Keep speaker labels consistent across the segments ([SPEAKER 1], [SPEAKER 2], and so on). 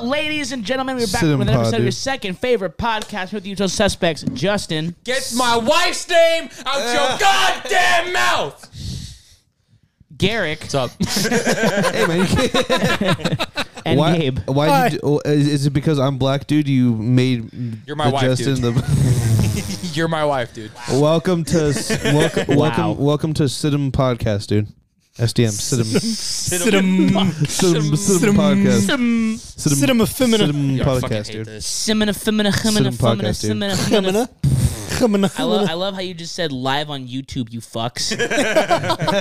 [SPEAKER 1] and gentlemen, we're back
[SPEAKER 2] Sit 'em,
[SPEAKER 1] with an episode
[SPEAKER 2] Pod,
[SPEAKER 1] of your
[SPEAKER 2] dude.
[SPEAKER 1] second favorite podcast with the usual suspects, Justin.
[SPEAKER 3] Get my wife's name out your goddamn mouth.
[SPEAKER 1] Garrick
[SPEAKER 3] What's up?
[SPEAKER 2] hey man, you can't-
[SPEAKER 1] and
[SPEAKER 2] why?
[SPEAKER 1] Gabe.
[SPEAKER 2] Why? Did you, oh, is, is it because I'm black, dude? You made
[SPEAKER 3] You're my
[SPEAKER 2] the
[SPEAKER 3] wife,
[SPEAKER 2] Justin
[SPEAKER 3] dude.
[SPEAKER 2] the.
[SPEAKER 3] You're my wife, dude.
[SPEAKER 2] welcome to s- welcome
[SPEAKER 1] Wow.
[SPEAKER 2] welcome welcome to Situm podcast, dude. SDM Situm Situm Situm
[SPEAKER 4] Situm.
[SPEAKER 2] podcast.
[SPEAKER 1] Some
[SPEAKER 2] Situm
[SPEAKER 4] Situm effeminate.
[SPEAKER 2] Situm
[SPEAKER 3] Yo, I fucking
[SPEAKER 2] podcast,
[SPEAKER 3] hate
[SPEAKER 2] dude.
[SPEAKER 3] this.
[SPEAKER 1] Simina, femina, hemina,
[SPEAKER 2] Sit 'em
[SPEAKER 1] femina,
[SPEAKER 2] podcast, dude.
[SPEAKER 1] simina, femina.
[SPEAKER 4] Hemina. Hemina.
[SPEAKER 1] I love, I love how you just said live on YouTube, you fucks.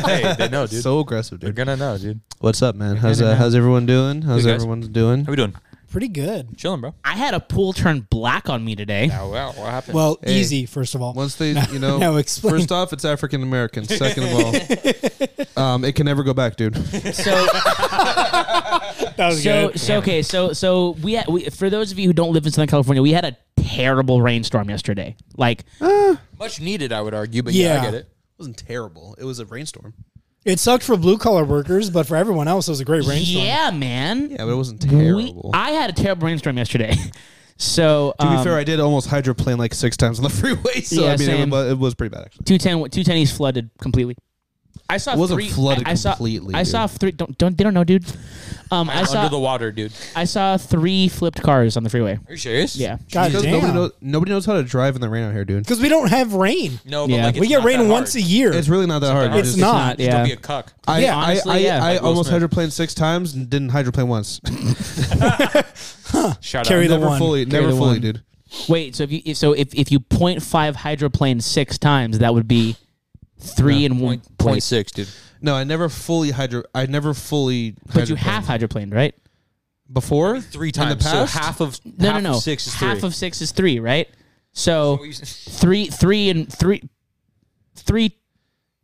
[SPEAKER 3] Hey, they know, dude.
[SPEAKER 2] So aggressive,
[SPEAKER 3] They're
[SPEAKER 2] dude.
[SPEAKER 3] gonna know, dude.
[SPEAKER 2] What's up, man? How's uh,
[SPEAKER 3] now.
[SPEAKER 2] how's everyone doing? How's
[SPEAKER 3] Good, guys.
[SPEAKER 2] everyone doing?
[SPEAKER 3] How we doing?
[SPEAKER 4] Pretty good.
[SPEAKER 3] Chilling, bro.
[SPEAKER 1] I had a pool turn black on me today.
[SPEAKER 3] Oh, wow. What happened?
[SPEAKER 4] Well,
[SPEAKER 2] Hey.
[SPEAKER 4] easy, first of all.
[SPEAKER 2] Once they, you know,
[SPEAKER 4] now explain.
[SPEAKER 2] first off, it's African American. Second of all, um, it can never go back, dude.
[SPEAKER 1] So,
[SPEAKER 4] that was
[SPEAKER 1] so,
[SPEAKER 4] good.
[SPEAKER 1] so okay, so, so we, had, we, for those of you who don't live in Southern California, we had a terrible rainstorm yesterday. Like,
[SPEAKER 3] much needed, I would argue, but yeah, I
[SPEAKER 4] Yeah.
[SPEAKER 3] get it.
[SPEAKER 2] wasn't terrible. It was a rainstorm.
[SPEAKER 4] It sucked for blue collar workers, but for everyone else, it was a great rainstorm.
[SPEAKER 1] yeah, man.
[SPEAKER 2] Yeah, but it wasn't
[SPEAKER 1] We,
[SPEAKER 2] terrible.
[SPEAKER 1] I had a terrible rainstorm yesterday. so,
[SPEAKER 2] to be
[SPEAKER 1] um,
[SPEAKER 2] fair, I did almost hydroplane like six times on the freeway, so
[SPEAKER 1] Yeah,
[SPEAKER 2] I mean, it,
[SPEAKER 1] same.
[SPEAKER 2] was, it was pretty bad actually.
[SPEAKER 1] 210, 210 East flooded completely. I saw
[SPEAKER 2] It wasn't
[SPEAKER 1] three,
[SPEAKER 2] flooded
[SPEAKER 1] I, I saw,
[SPEAKER 2] completely,
[SPEAKER 1] I saw
[SPEAKER 2] dude.
[SPEAKER 1] three. Don't don't they don't know, dude. Um, I saw
[SPEAKER 3] Under the water, dude.
[SPEAKER 1] I saw three flipped cars on the freeway.
[SPEAKER 3] Are you serious?
[SPEAKER 1] Yeah.
[SPEAKER 4] God
[SPEAKER 2] Because nobody
[SPEAKER 4] damn.
[SPEAKER 2] knows, nobody knows how to drive in the rain out here, dude.
[SPEAKER 4] Because we don't have rain.
[SPEAKER 3] No, but
[SPEAKER 1] Yeah.
[SPEAKER 3] like,
[SPEAKER 4] we get rain once a year.
[SPEAKER 2] It's really not that hard.
[SPEAKER 3] It's
[SPEAKER 2] just-
[SPEAKER 4] not.
[SPEAKER 3] year.
[SPEAKER 1] Yeah.
[SPEAKER 3] Don't be a cuck.
[SPEAKER 2] I,
[SPEAKER 4] Yeah,
[SPEAKER 2] I-
[SPEAKER 1] honestly,
[SPEAKER 2] I,
[SPEAKER 1] yeah.
[SPEAKER 2] I
[SPEAKER 1] Like
[SPEAKER 3] Will
[SPEAKER 2] almost
[SPEAKER 3] Smith.
[SPEAKER 2] hydroplaned six times and didn't hydroplane once.
[SPEAKER 3] Shout
[SPEAKER 4] Carry
[SPEAKER 3] out.
[SPEAKER 4] the
[SPEAKER 2] never
[SPEAKER 4] one.
[SPEAKER 2] fully,
[SPEAKER 1] Carry
[SPEAKER 2] never
[SPEAKER 1] the
[SPEAKER 2] fully,
[SPEAKER 1] one.
[SPEAKER 2] dude.
[SPEAKER 1] Wait, so if you if, so if, if you point five hydroplane six times, that would be three and one
[SPEAKER 3] Point, point six, dude.
[SPEAKER 2] No, I never fully hydro. I never fully.
[SPEAKER 1] But you
[SPEAKER 2] hydroplaned.
[SPEAKER 1] half hydroplaned, right?
[SPEAKER 2] before
[SPEAKER 3] Three
[SPEAKER 2] In
[SPEAKER 3] times.
[SPEAKER 2] the
[SPEAKER 3] So
[SPEAKER 2] past,
[SPEAKER 3] half of
[SPEAKER 1] No,
[SPEAKER 3] half
[SPEAKER 1] no, no.
[SPEAKER 3] Of six is
[SPEAKER 1] half
[SPEAKER 3] three.
[SPEAKER 1] of six is three, right? So three, three, and three, three.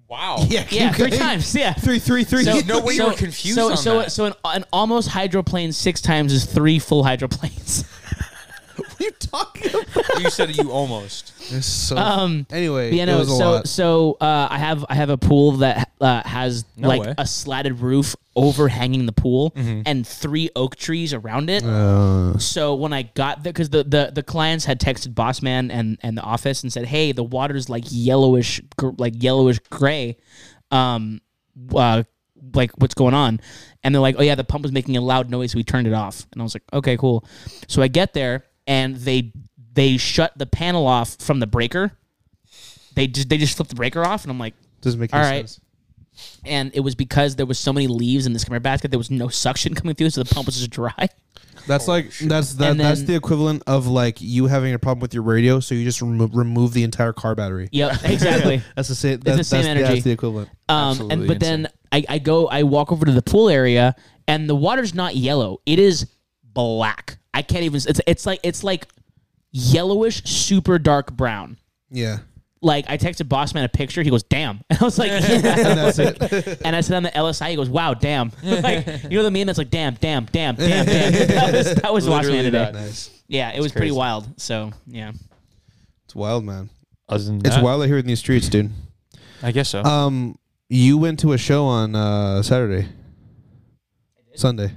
[SPEAKER 3] wow.
[SPEAKER 1] Yeah, three times. Yeah.
[SPEAKER 2] three, three, three.
[SPEAKER 1] So-
[SPEAKER 3] no way you were confused
[SPEAKER 1] So,
[SPEAKER 3] on
[SPEAKER 1] so,
[SPEAKER 3] that.
[SPEAKER 1] so an, an almost hydroplane six times is three full hydroplanes.
[SPEAKER 2] what are you talking about?
[SPEAKER 3] you said you almost.
[SPEAKER 2] It's so.
[SPEAKER 1] Um,
[SPEAKER 2] anyway,
[SPEAKER 1] But yeah,
[SPEAKER 2] it
[SPEAKER 1] no.
[SPEAKER 2] was a
[SPEAKER 1] So,
[SPEAKER 2] lot.
[SPEAKER 1] so uh, I have I have a pool that uh, has
[SPEAKER 3] No
[SPEAKER 1] like
[SPEAKER 3] way. Mm-hmm.
[SPEAKER 1] a slatted roof overhanging the pool and three oak trees around it.
[SPEAKER 2] Uh.
[SPEAKER 1] So when I got there, because the, the the clients had texted boss man and and the office and said, "Hey, the water's like yellowish, gr- like yellowish gray. Um, uh, like what's going on?" And they're like, "Oh yeah, the pump was making a loud noise. So we turned it off." And I was like, "Okay, cool." So I get there and they they shut the panel off from the breaker. They just they just flipped the breaker off, and I'm like,
[SPEAKER 2] Doesn't make
[SPEAKER 1] all
[SPEAKER 2] any
[SPEAKER 1] right.
[SPEAKER 2] sense.
[SPEAKER 1] and it was because there was so many leaves in this camera basket, there was no suction coming through, so the pump was just dry.
[SPEAKER 3] Oh,
[SPEAKER 2] That's like that's that,
[SPEAKER 1] And
[SPEAKER 2] that's
[SPEAKER 1] then-
[SPEAKER 2] the equivalent of like you having a problem with your radio, so you just remo- remove the entire car battery.
[SPEAKER 1] Yep, exactly.
[SPEAKER 2] That's the same.
[SPEAKER 1] the
[SPEAKER 2] That's,
[SPEAKER 1] same
[SPEAKER 2] that's,
[SPEAKER 1] energy.
[SPEAKER 2] that's the equivalent.
[SPEAKER 1] Um, and but then I, I go, I walk over to the pool area, and the water's not yellow; it is black. I can't even. It's it's like it's like yellowish, super dark brown.
[SPEAKER 2] Yeah,
[SPEAKER 1] Like I texted boss man a picture. He goes, "Damn," and I was like, yeah.
[SPEAKER 2] and that's it.
[SPEAKER 1] and I said on the LSI, he goes, "Wow, damn!" like you know the meme that's like, "Damn, damn, damn, damn, damn." That was, that was boss man
[SPEAKER 3] Literally
[SPEAKER 1] today.
[SPEAKER 3] that.
[SPEAKER 2] nice.
[SPEAKER 1] Yeah, it was pretty
[SPEAKER 3] crazy.
[SPEAKER 1] wild. So yeah,
[SPEAKER 2] It's wild, man.
[SPEAKER 3] Other than
[SPEAKER 2] It's
[SPEAKER 3] that,
[SPEAKER 2] wild out here in these streets, dude.
[SPEAKER 3] I guess so.
[SPEAKER 2] Um, you went to a show on uh, Saturday, Sunday.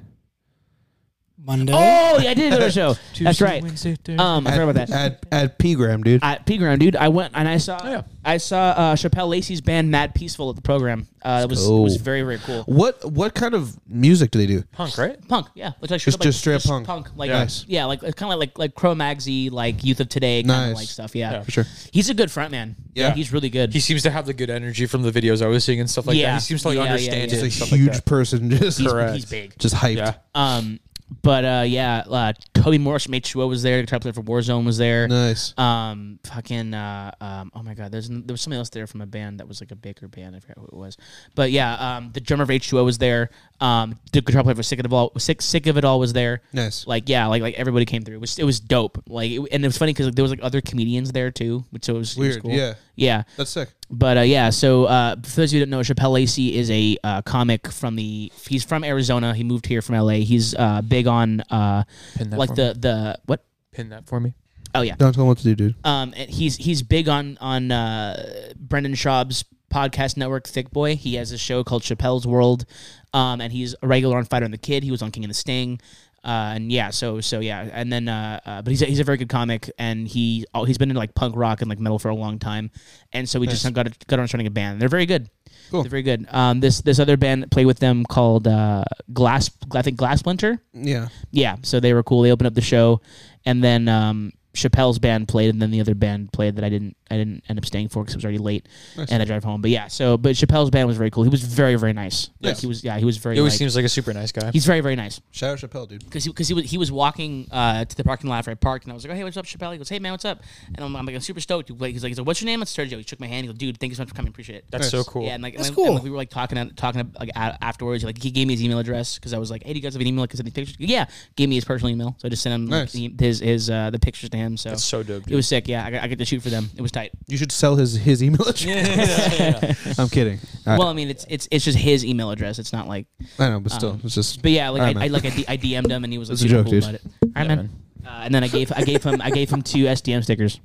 [SPEAKER 4] Monday.
[SPEAKER 1] Oh yeah, I did go to a show. That's right. Um, I forgot about that.
[SPEAKER 2] At at P Graham, dude.
[SPEAKER 1] At P Ground, dude, I went and I saw
[SPEAKER 3] Oh, yeah.
[SPEAKER 1] I saw uh, Chappelle Lacey's band Mad Peaceful at the program. Uh, it was it
[SPEAKER 2] go.
[SPEAKER 1] was very very cool.
[SPEAKER 2] what what kind of music do they do?
[SPEAKER 3] Punk, right?
[SPEAKER 1] Punk, yeah, it's like
[SPEAKER 2] Just- just straight up punk.
[SPEAKER 1] punk, like
[SPEAKER 2] Nice.
[SPEAKER 1] yeah, like kind of like like Cro Magzy, like Youth of Today, kind of
[SPEAKER 2] Nice.
[SPEAKER 1] like stuff. Yeah.
[SPEAKER 3] Yeah. For
[SPEAKER 2] sure.
[SPEAKER 1] He's a good front man.
[SPEAKER 2] Yeah.
[SPEAKER 1] Like, he's really good.
[SPEAKER 3] He seems to have the good energy from the videos I was seeing and stuff like
[SPEAKER 1] Yeah.
[SPEAKER 3] that. He seems to like
[SPEAKER 1] Yeah, yeah,
[SPEAKER 3] understand
[SPEAKER 1] yeah.
[SPEAKER 3] it.
[SPEAKER 2] It's a
[SPEAKER 3] and stuff like
[SPEAKER 2] huge
[SPEAKER 3] that.
[SPEAKER 2] person, just
[SPEAKER 1] he's,
[SPEAKER 3] correct.
[SPEAKER 1] he's big.
[SPEAKER 2] just hyped.
[SPEAKER 3] Yeah.
[SPEAKER 1] Um, but uh, yeah, uh, Toby Morris from H2O was there. The guitar player for Warzone was there.
[SPEAKER 2] Nice.
[SPEAKER 1] Um, fucking, uh, um, oh my god, there's there was somebody else there from a band that was like a Baker band. I forgot who it was, but yeah, um, the drummer of H2O was there. Um, the guitar player for Sick of It All, Sick Sick of It All was there.
[SPEAKER 2] Nice.
[SPEAKER 1] Like yeah, like like everybody came through. It was it was dope. Like it, and it was funny because there was like other comedians there too, which so it was it was
[SPEAKER 2] Weird,
[SPEAKER 1] cool.
[SPEAKER 2] yeah.
[SPEAKER 1] yeah.
[SPEAKER 2] That's sick.
[SPEAKER 1] But uh, yeah, so uh, for those of you who don't know, Chappelle Lacey is a uh, comic from the. He's from Arizona. He moved here from LA. He's uh, big on uh,
[SPEAKER 3] Pin that
[SPEAKER 1] like
[SPEAKER 3] for
[SPEAKER 1] the the what?
[SPEAKER 3] Pin that for me.
[SPEAKER 1] Oh yeah,
[SPEAKER 2] Don't tell them what to do, dude.
[SPEAKER 1] um, and he's he's big on on uh, Brendan Schaub's podcast network, Thick Boy. He has a show called Chappelle's World, um, and he's a regular on Fighter and the Kid. He was on King and the Sting. Uh, and yeah, so so yeah, and then uh, uh, but he's a, he's a very good comic, and he oh, he's been into like punk rock and like metal for a long time, and so we just got got on starting a band. They're very good. They're very good. Um, this this other band that played with them called uh, Glass, I think Glass Splinter.
[SPEAKER 2] Yeah.
[SPEAKER 1] Yeah, so they were cool. They opened up the show, and then um, Chappelle's band played, and then the other band played that I didn't I didn't end up staying for because it was already late, and I drive home. But yeah, so but Chappelle's band was very cool. He was very very nice. Like
[SPEAKER 2] Yes.
[SPEAKER 1] he was yeah he was very.
[SPEAKER 5] He always
[SPEAKER 1] like-
[SPEAKER 5] seems like a super nice guy.
[SPEAKER 1] he's very very nice
[SPEAKER 2] Shout out Chappelle, dude.
[SPEAKER 1] because he, cause he, was, he was walking uh, to the parking lot after I parked, and I was like, oh, hey, what's up, Chappelle? He goes, hey, man, what's up? And I'm, I'm like, I'm super stoked. He's like, he's like, what's your name? It's Sergio. He shook my hand. He goes, dude, thank you so much for coming. Appreciate it.
[SPEAKER 5] That's so cool.
[SPEAKER 1] Yeah, and like,
[SPEAKER 4] That's
[SPEAKER 1] and,
[SPEAKER 4] cool.
[SPEAKER 1] and, like, we were like talking, talking like a- afterwards. Like he gave me his email address because I was like, "Hey, do you guys have an email? Because any pictures?" Yeah, gave me his personal email, so I just sent him like,
[SPEAKER 2] Nice.
[SPEAKER 1] the- his his uh, the pictures to him. So
[SPEAKER 5] That's so dope,
[SPEAKER 1] It was sick. Yeah, I, got- I get to shoot for them. It was tight.
[SPEAKER 2] You should sell his his email address. I'm kidding. I,
[SPEAKER 1] Well, I mean, it's it's it's just his email address. It's not like,
[SPEAKER 2] I know, but
[SPEAKER 1] Um,
[SPEAKER 2] still, it's just.
[SPEAKER 1] but yeah, like
[SPEAKER 2] Alright,
[SPEAKER 1] I, I
[SPEAKER 2] man.
[SPEAKER 1] like I, D- I DM'd him and he was like,
[SPEAKER 2] That's a
[SPEAKER 1] super
[SPEAKER 2] joke,
[SPEAKER 1] cool
[SPEAKER 2] dude.
[SPEAKER 1] about it. All right, man. Uh, and then I gave I gave him I gave him two SDM stickers.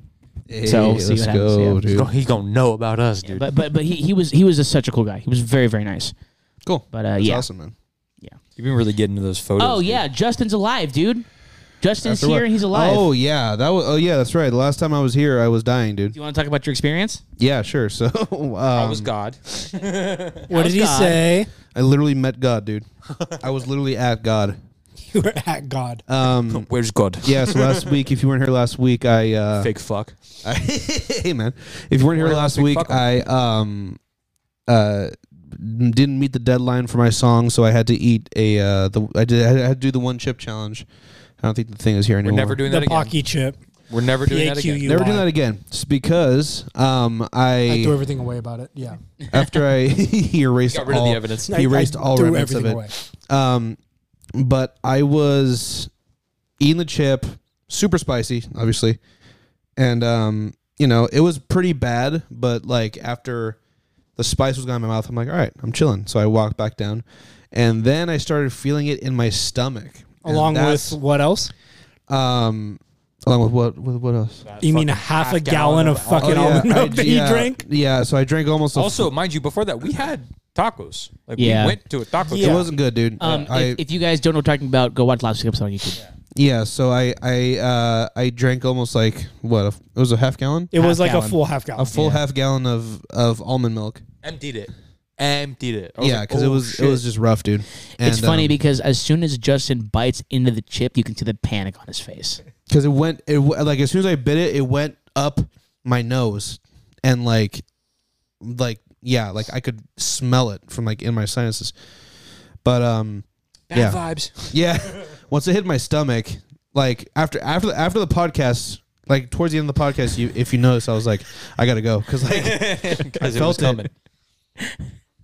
[SPEAKER 2] Hey,
[SPEAKER 1] So we'll see
[SPEAKER 2] let's
[SPEAKER 1] what happens,
[SPEAKER 2] go,
[SPEAKER 1] yeah.
[SPEAKER 2] dude.
[SPEAKER 5] Oh, he gonna know about us, dude.
[SPEAKER 1] But but but he, he was he was a, such a cool guy. He was very very nice.
[SPEAKER 2] Cool.
[SPEAKER 1] But uh,
[SPEAKER 2] That's
[SPEAKER 1] yeah.
[SPEAKER 2] awesome, man.
[SPEAKER 5] You've been really getting into those photos.
[SPEAKER 1] Oh
[SPEAKER 5] dude.
[SPEAKER 1] yeah, Justin's alive, dude. Justin's
[SPEAKER 2] After
[SPEAKER 1] here
[SPEAKER 2] what-
[SPEAKER 1] and he's alive.
[SPEAKER 2] Oh yeah, that was. Oh yeah, that's right. The last time I was here, I was dying, dude.
[SPEAKER 1] Do you want to talk about your experience?
[SPEAKER 2] Yeah, sure. So um,
[SPEAKER 5] I was God.
[SPEAKER 4] What did he
[SPEAKER 1] God.
[SPEAKER 4] say?
[SPEAKER 2] I literally met God, dude. I was literally at God.
[SPEAKER 4] You were at God.
[SPEAKER 2] Um,
[SPEAKER 5] Where's God?
[SPEAKER 2] yeah. So last week, if you weren't here last week, I uh,
[SPEAKER 5] Fake fuck.
[SPEAKER 2] I, hey man, if you weren't here
[SPEAKER 5] We're
[SPEAKER 2] last
[SPEAKER 5] big
[SPEAKER 2] week,
[SPEAKER 5] fuck 'em.
[SPEAKER 2] I um uh didn't meet the deadline for my song, so I had to eat a uh the I did I had to do the one chip challenge. I don't think the thing is here
[SPEAKER 5] We're
[SPEAKER 2] anymore.
[SPEAKER 5] never doing
[SPEAKER 4] the
[SPEAKER 5] that again.
[SPEAKER 4] Pocky chip.
[SPEAKER 5] We're never doing that again.
[SPEAKER 4] PAQU.
[SPEAKER 2] Never do
[SPEAKER 4] Why?
[SPEAKER 2] that again. It's because um
[SPEAKER 4] I threw
[SPEAKER 2] I
[SPEAKER 4] everything away about it. Yeah.
[SPEAKER 2] after I he erased
[SPEAKER 5] Got rid of
[SPEAKER 2] all
[SPEAKER 5] the evidence.
[SPEAKER 4] I-
[SPEAKER 2] He erased
[SPEAKER 4] I
[SPEAKER 2] all
[SPEAKER 4] threw
[SPEAKER 2] remnants of
[SPEAKER 4] everything
[SPEAKER 2] it.
[SPEAKER 4] away.
[SPEAKER 2] Um, but I was eating the chip, super spicy, obviously, and um, you know, it was pretty bad. But like after the spice was gone in my mouth, I'm like, all right, I'm chilling. So I walked back down, and then I started feeling it in my stomach, And
[SPEAKER 4] Along with
[SPEAKER 2] that's-
[SPEAKER 4] what else?
[SPEAKER 2] um, along with what with what else?
[SPEAKER 4] You mean half, a gallon, of
[SPEAKER 2] Oh,
[SPEAKER 4] fucking almond milk that you
[SPEAKER 2] yeah,
[SPEAKER 4] drank?
[SPEAKER 2] Yeah, so I drank almost. a f-
[SPEAKER 5] Also, mind you, before that we had tacos. Like
[SPEAKER 1] Yeah.
[SPEAKER 5] we went to a taco.
[SPEAKER 4] Yeah.
[SPEAKER 2] it
[SPEAKER 5] truck.
[SPEAKER 2] wasn't good, dude.
[SPEAKER 1] Um,
[SPEAKER 2] I,
[SPEAKER 1] if, if you guys don't know what we're talking about, go watch Lobster Cups on YouTube.
[SPEAKER 2] yeah, so I I uh, I drank almost like what? A, it was a half gallon.
[SPEAKER 4] It
[SPEAKER 1] half
[SPEAKER 4] was like
[SPEAKER 1] gallon.
[SPEAKER 4] a full half gallon.
[SPEAKER 2] a full half gallon of of almond milk.
[SPEAKER 5] Emptied it. Emptied it. I was
[SPEAKER 2] Yeah,
[SPEAKER 5] like,
[SPEAKER 2] because it
[SPEAKER 5] oh,
[SPEAKER 2] was
[SPEAKER 5] shit.
[SPEAKER 2] it was just rough, dude. um,
[SPEAKER 1] It's funny
[SPEAKER 2] because
[SPEAKER 1] because as soon as Justin bites into the chip, you can see the panic on his face.
[SPEAKER 2] it went it w- like as soon as I bit it, it went up my nose, and like, like yeah, like I could smell it from like in my sinuses. But um,
[SPEAKER 5] bad
[SPEAKER 2] yeah.
[SPEAKER 5] vibes.
[SPEAKER 2] yeah, once it hit my stomach, like after after the, after the podcast. Like towards the end of the podcast, you if you notice, I was like, I gotta go because like I
[SPEAKER 5] it was
[SPEAKER 2] felt
[SPEAKER 5] coming.
[SPEAKER 2] it.